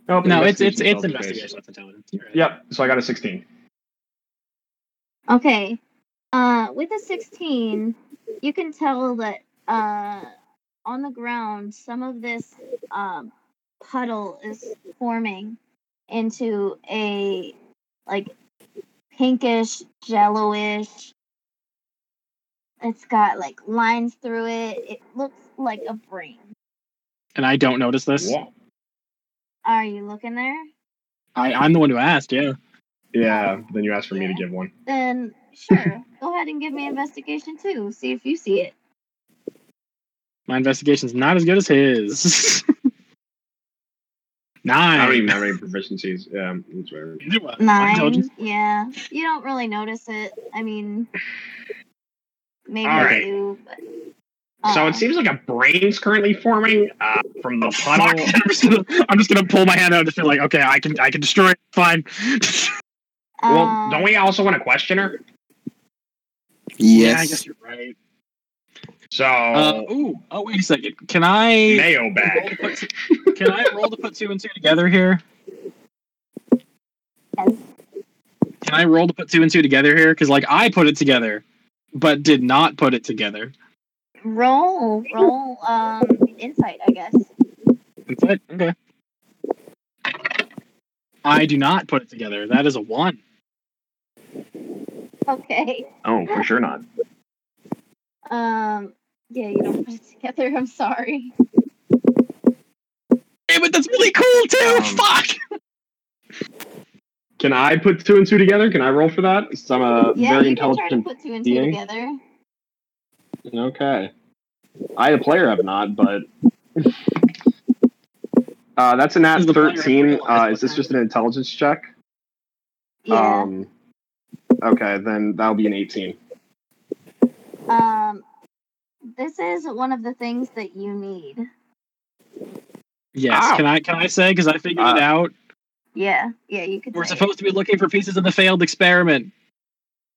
[SPEAKER 2] No, it's it's it's investigation. That's intelligence. You're right.
[SPEAKER 1] Yep. So I got a sixteen.
[SPEAKER 3] Okay. Uh, with a 16, you can tell that uh, on the ground, some of this um, puddle is forming into a like pinkish, jelloish. It's got like lines through it. It looks like a brain.
[SPEAKER 2] And I don't notice this.
[SPEAKER 1] Wow.
[SPEAKER 3] Are you looking there?
[SPEAKER 2] I I'm the one who asked. Yeah.
[SPEAKER 1] Yeah. Then you asked for me to give one.
[SPEAKER 3] Then sure, go ahead and give me investigation too. See if you see it.
[SPEAKER 2] My investigation's not as good as his. Nine.
[SPEAKER 1] I don't even have any proficiencies. Um, that's whatever.
[SPEAKER 2] Do I?
[SPEAKER 3] Nine.
[SPEAKER 2] Intelligence?
[SPEAKER 3] Yeah, you don't really notice it. I mean, maybe
[SPEAKER 1] All
[SPEAKER 3] you
[SPEAKER 1] right.
[SPEAKER 3] do. But,
[SPEAKER 1] so
[SPEAKER 3] uh,
[SPEAKER 1] it seems like a brain's currently forming uh, from the
[SPEAKER 2] Oh, fuck.
[SPEAKER 1] puddle.
[SPEAKER 2] I'm just gonna I'm just gonna pull my hand out to feel like okay I can I can destroy it. Fine.
[SPEAKER 1] Well,
[SPEAKER 3] um,
[SPEAKER 1] don't we also want to question her?
[SPEAKER 2] Yeah, I
[SPEAKER 6] Yes.
[SPEAKER 2] guess you're right.
[SPEAKER 1] So
[SPEAKER 2] Uh, ooh, oh wait a second. Can I
[SPEAKER 1] mayo
[SPEAKER 2] roll to
[SPEAKER 1] bag.
[SPEAKER 2] put two- can I roll to put two and two together here?
[SPEAKER 3] Yes.
[SPEAKER 2] Can I roll to put two and two together here? Because like I put it together, but did not put it together.
[SPEAKER 3] um, roll, roll. Um, insight, I guess.
[SPEAKER 2] That's it. Okay. I do not put it together. That is a one.
[SPEAKER 3] Okay.
[SPEAKER 1] Oh, for sure not.
[SPEAKER 3] Um, yeah, you don't put it together. I'm sorry.
[SPEAKER 2] Hey, but that's really cool too.
[SPEAKER 1] Um,
[SPEAKER 2] Fuck.
[SPEAKER 1] Can I put two and two together? Can I roll for that? 'Cause I'm a
[SPEAKER 3] Yeah,
[SPEAKER 1] very
[SPEAKER 3] you can try to
[SPEAKER 1] intelligent.
[SPEAKER 3] put two and two
[SPEAKER 1] being.
[SPEAKER 3] together.
[SPEAKER 1] Okay. I, the player, have not, but. Uh, that's an at
[SPEAKER 2] Does the player
[SPEAKER 1] 13.
[SPEAKER 2] realize
[SPEAKER 1] Uh,
[SPEAKER 2] what
[SPEAKER 1] is this
[SPEAKER 2] that
[SPEAKER 1] just an intelligence check?
[SPEAKER 3] Yeah.
[SPEAKER 1] Um, okay, then that'll be an 18.
[SPEAKER 3] Um, this is one of the things that you need.
[SPEAKER 2] Yes.
[SPEAKER 1] Ow.
[SPEAKER 2] Can I can I say because I figured
[SPEAKER 1] Uh,
[SPEAKER 2] it out.
[SPEAKER 3] Yeah, yeah, you could.
[SPEAKER 2] We're
[SPEAKER 3] say it.
[SPEAKER 2] supposed to be looking for pieces of the failed experiment.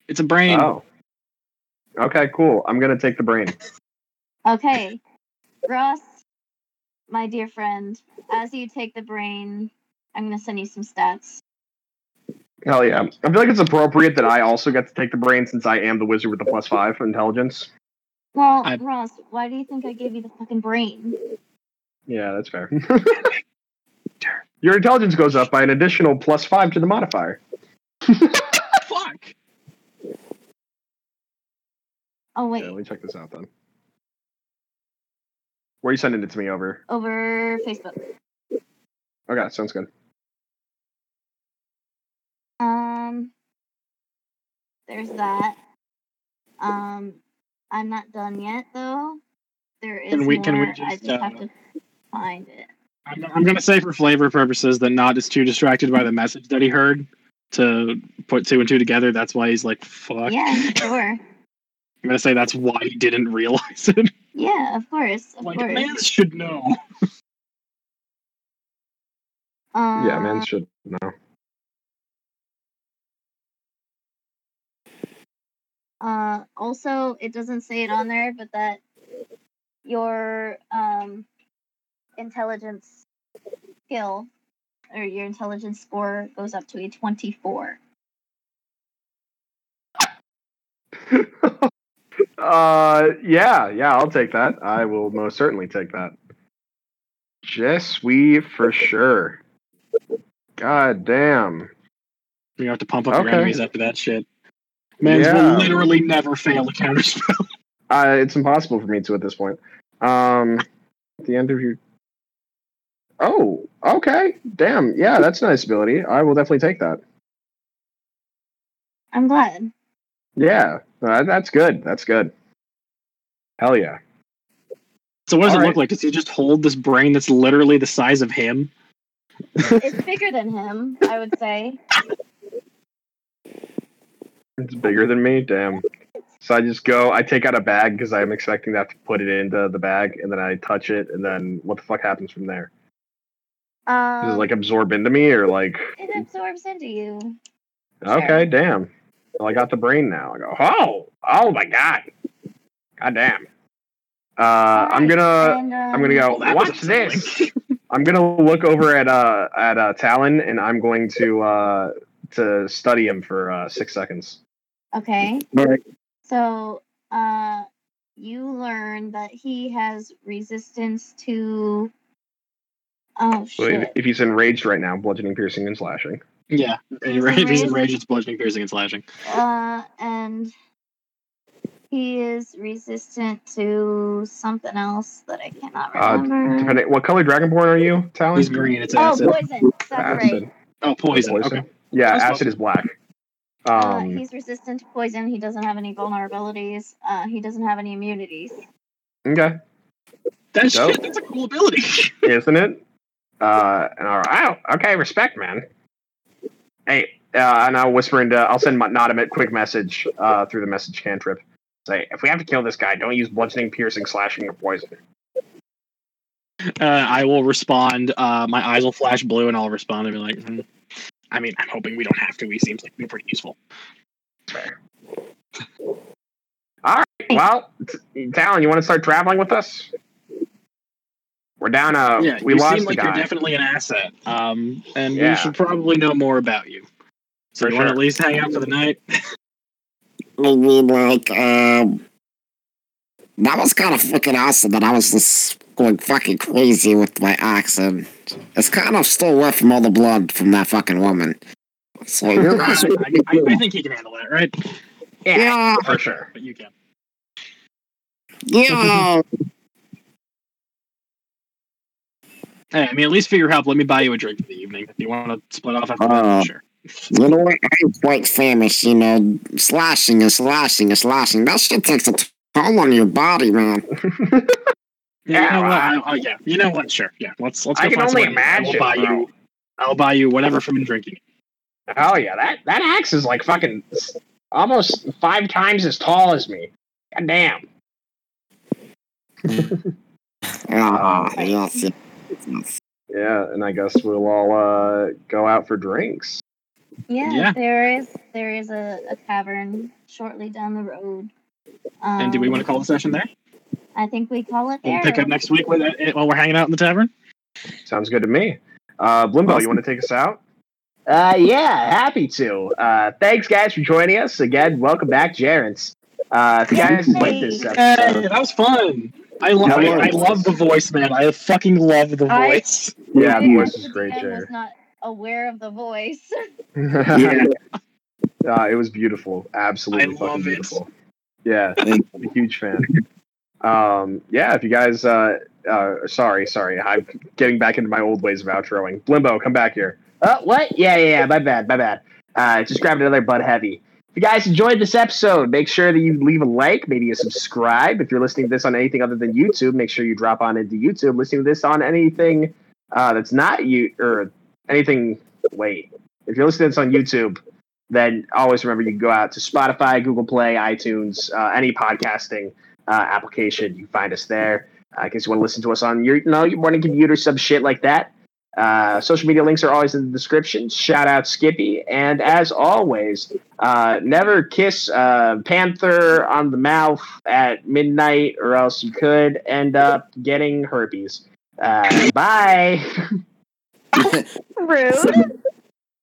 [SPEAKER 2] It's a brain.
[SPEAKER 1] Oh.
[SPEAKER 9] Okay, cool. I'm gonna take the brain.
[SPEAKER 3] Okay. Ross, my dear friend, as you take the brain, I'm going to send you some stats.
[SPEAKER 9] Hell yeah. I feel like it's appropriate that I also get to take the brain since I am the wizard with the plus five intelligence.
[SPEAKER 3] Well,
[SPEAKER 2] I-
[SPEAKER 3] Ross, why do you think I gave you the fucking brain?
[SPEAKER 9] Yeah, that's fair. Your intelligence goes up by an additional plus five to the modifier.
[SPEAKER 2] Fuck.
[SPEAKER 3] Oh,
[SPEAKER 9] Yeah,
[SPEAKER 3] wait.
[SPEAKER 9] let me check this out then. Where are you sending it to me over?
[SPEAKER 3] Over Facebook.
[SPEAKER 9] Okay, sounds good.
[SPEAKER 3] Um, there's that. Um, I'm not done yet, though. There is
[SPEAKER 2] Can we-
[SPEAKER 3] more.
[SPEAKER 2] can we
[SPEAKER 3] I
[SPEAKER 2] just,
[SPEAKER 3] just have
[SPEAKER 2] uh,
[SPEAKER 3] to find it.
[SPEAKER 2] I'm, I'm gonna say for flavor purposes that Nod is too distracted by the message that he heard to put two and two together. That's why he's like, "Fuck."
[SPEAKER 3] Yeah, sure.
[SPEAKER 2] I'm gonna say that's why he didn't realize it.
[SPEAKER 3] Yeah, of course. Of
[SPEAKER 2] like,
[SPEAKER 3] course.
[SPEAKER 2] man should know.
[SPEAKER 3] um,
[SPEAKER 9] Yeah,
[SPEAKER 1] Uh,
[SPEAKER 9] man should know.
[SPEAKER 3] Uh, also, it doesn't say it on there, but that your um, intelligence skill or your intelligence score goes up to a 24.
[SPEAKER 9] Uh, yeah, yeah, I'll take that. I will most certainly take that. Yes, we for sure.
[SPEAKER 1] God damn.
[SPEAKER 2] We have to pump up your
[SPEAKER 1] Okay.
[SPEAKER 2] enemies after that shit. Mans
[SPEAKER 1] Yeah.
[SPEAKER 2] will literally never fail a counter spell.
[SPEAKER 1] Uh, it's impossible for me to at this point. Um, at the end of your. Oh, okay. Damn. Yeah, that's a nice ability. I will definitely take that.
[SPEAKER 3] I'm glad.
[SPEAKER 1] Yeah, uh, that's good. That's good. Hell yeah.
[SPEAKER 2] So what does it
[SPEAKER 1] Alright.
[SPEAKER 2] look like? Does he just hold this brain that's literally the size of him?
[SPEAKER 3] It's bigger than him, I would say.
[SPEAKER 1] It's bigger than me. Damn. So I just go. I take out a bag because I'm expecting that to put it into the bag, and then I touch it, and then what the fuck happens from there? Does
[SPEAKER 3] Um,
[SPEAKER 1] it like absorb into me, or like?
[SPEAKER 3] it absorbs into you.
[SPEAKER 1] Okay, damn. Well, I got the brain now. I go, oh, oh my god, god damn. Uh, I'm
[SPEAKER 3] Alright,
[SPEAKER 1] gonna,
[SPEAKER 3] and,
[SPEAKER 1] I'm gonna go.
[SPEAKER 3] um,
[SPEAKER 1] Watch this. I'm gonna look over at uh at uh Talon, and I'm going to uh to study him for uh six seconds.
[SPEAKER 3] um, Okay.
[SPEAKER 4] Alright.
[SPEAKER 3] So, uh, you learn that he has resistance to. Oh
[SPEAKER 1] So if,
[SPEAKER 3] shit!
[SPEAKER 1] if he's enraged right now, bludgeoning, piercing, and slashing.
[SPEAKER 2] Yeah.
[SPEAKER 3] He's
[SPEAKER 2] If he's
[SPEAKER 3] enraged.
[SPEAKER 2] enraged, it's bludgeoning, piercing, and slashing.
[SPEAKER 3] Uh, and he is resistant to something else that I cannot
[SPEAKER 1] Uh,
[SPEAKER 3] remember.
[SPEAKER 1] Depending, what color Dragonborn are you, Talon?
[SPEAKER 2] He's green. It's
[SPEAKER 3] oh,
[SPEAKER 2] acid.
[SPEAKER 3] poison. That's
[SPEAKER 1] acid.
[SPEAKER 3] right.
[SPEAKER 2] Oh, poison.
[SPEAKER 1] Poison.
[SPEAKER 2] Okay.
[SPEAKER 1] Yeah,
[SPEAKER 2] That's
[SPEAKER 1] acid is black.
[SPEAKER 3] Uh,
[SPEAKER 1] Um,
[SPEAKER 3] he's resistant to poison. He doesn't have any vulnerabilities. Uh, he doesn't have any immunities.
[SPEAKER 1] okay.
[SPEAKER 2] That's
[SPEAKER 1] Dope.
[SPEAKER 2] shit. That's a cool ability.
[SPEAKER 1] isn't it? Uh, and I'll, oh, okay, respect, man. Hey, uh, and I'll whisper into, I'll send my Nodim a quick message uh, through the message cantrip. Say, if we have to kill this guy, don't use bludgeoning, piercing, slashing, or poison.
[SPEAKER 2] uh, I will respond. Uh, my eyes will flash blue, and I'll respond and be like, "Hmm. I mean, I'm hoping we don't have to. He seems like we're pretty useful.
[SPEAKER 1] Well, t- Talon, you want to start traveling with us? We're down. Uh,
[SPEAKER 2] yeah,
[SPEAKER 1] we
[SPEAKER 2] you
[SPEAKER 1] lost
[SPEAKER 2] seem like
[SPEAKER 1] the
[SPEAKER 2] you're
[SPEAKER 1] guy.
[SPEAKER 2] definitely an asset. Um, and
[SPEAKER 1] Yeah.
[SPEAKER 2] we should probably know more about you. So
[SPEAKER 1] For
[SPEAKER 2] you want
[SPEAKER 1] sure.
[SPEAKER 2] to at least hang out for the night?
[SPEAKER 4] I mean, like, um, that was kind of fucking awesome that I was just going fucking crazy with my accent. It's kind of still wet from all the blood from that fucking woman. So you
[SPEAKER 2] Uh,
[SPEAKER 4] guys,
[SPEAKER 2] I, I, I think he can handle that, right?
[SPEAKER 4] yeah,
[SPEAKER 1] For sure.
[SPEAKER 2] But you can.
[SPEAKER 4] yeah.
[SPEAKER 2] Hey, I mean, at least figure help. Let me buy you a drink for the evening. If you want to split off after
[SPEAKER 4] Uh,
[SPEAKER 1] Um,
[SPEAKER 2] that, sure.
[SPEAKER 4] You know what? I'm quite famous, you know. Slashing and slashing and slashing. That shit takes a toll on your body, man.
[SPEAKER 2] Yeah, you
[SPEAKER 1] yeah,
[SPEAKER 2] know what? I,
[SPEAKER 1] well,
[SPEAKER 2] oh, yeah, you know what? Sure. Yeah, let's let's. Go
[SPEAKER 1] I can
[SPEAKER 2] find
[SPEAKER 1] only
[SPEAKER 2] someone. I will
[SPEAKER 1] imagine,
[SPEAKER 2] buy
[SPEAKER 1] bro.
[SPEAKER 2] you. I'll buy you whatever from drinking.
[SPEAKER 1] Oh yeah, that that axe is like fucking s- almost five times as tall as me. God damn.
[SPEAKER 4] Ah, yes, yes, yes.
[SPEAKER 1] Yeah, and I guess we'll all uh, go out for drinks.
[SPEAKER 3] Yeah,
[SPEAKER 2] Yeah.
[SPEAKER 3] there is there is a, a tavern shortly down the road. Um,
[SPEAKER 2] and do we want to call the session there?
[SPEAKER 3] I think we call it
[SPEAKER 2] We'll
[SPEAKER 3] there.
[SPEAKER 2] pick up next week with it while we're hanging out in the tavern.
[SPEAKER 1] Sounds good to me. Uh, Blimbo, you want to take us out? Uh, yeah, happy to. Uh, thanks, guys, for joining us again. Welcome back, Jarence. Uh, if you guys liked this
[SPEAKER 2] Hey,
[SPEAKER 1] episode,
[SPEAKER 2] that was fun. I love
[SPEAKER 1] Hell
[SPEAKER 2] it.
[SPEAKER 1] yeah.
[SPEAKER 2] I love the voice, man. I fucking love the
[SPEAKER 3] I-
[SPEAKER 2] voice.
[SPEAKER 1] yeah,
[SPEAKER 3] I,
[SPEAKER 1] the voice
[SPEAKER 3] as
[SPEAKER 1] is
[SPEAKER 3] the
[SPEAKER 1] great,
[SPEAKER 3] DM,
[SPEAKER 1] Jer.
[SPEAKER 3] was not aware of the voice.
[SPEAKER 1] yeah, uh, it was beautiful. Absolutely
[SPEAKER 2] I
[SPEAKER 1] fucking
[SPEAKER 2] love it.
[SPEAKER 1] beautiful. Yeah, I'm a huge fan. Um, yeah, if you guys, uh, uh, sorry, sorry, I'm getting back into my old ways of outroing. Blimbo, come back here. Uh, what? Yeah, yeah, yeah, my bad, my bad. Uh, just grabbed another Bud Heavy. If you guys enjoyed this episode, make sure that you leave a like, maybe a subscribe. If you're listening to this on anything other than YouTube, make sure you drop on into YouTube. Listening to this on anything uh, that's not you or anything. Wait, if you're listening to this on YouTube, then always remember you can go out to Spotify, Google Play, iTunes, uh, any podcasting uh, application. You can find us there. Uh, in case you want to listen to us on your no your morning computer, some shit like that. Uh, social media links are always in the description. Shout out Skippy, and as always, uh, never kiss uh, Panther on the mouth at midnight, or else you could end up getting herpes. Uh, bye.
[SPEAKER 3] Rude.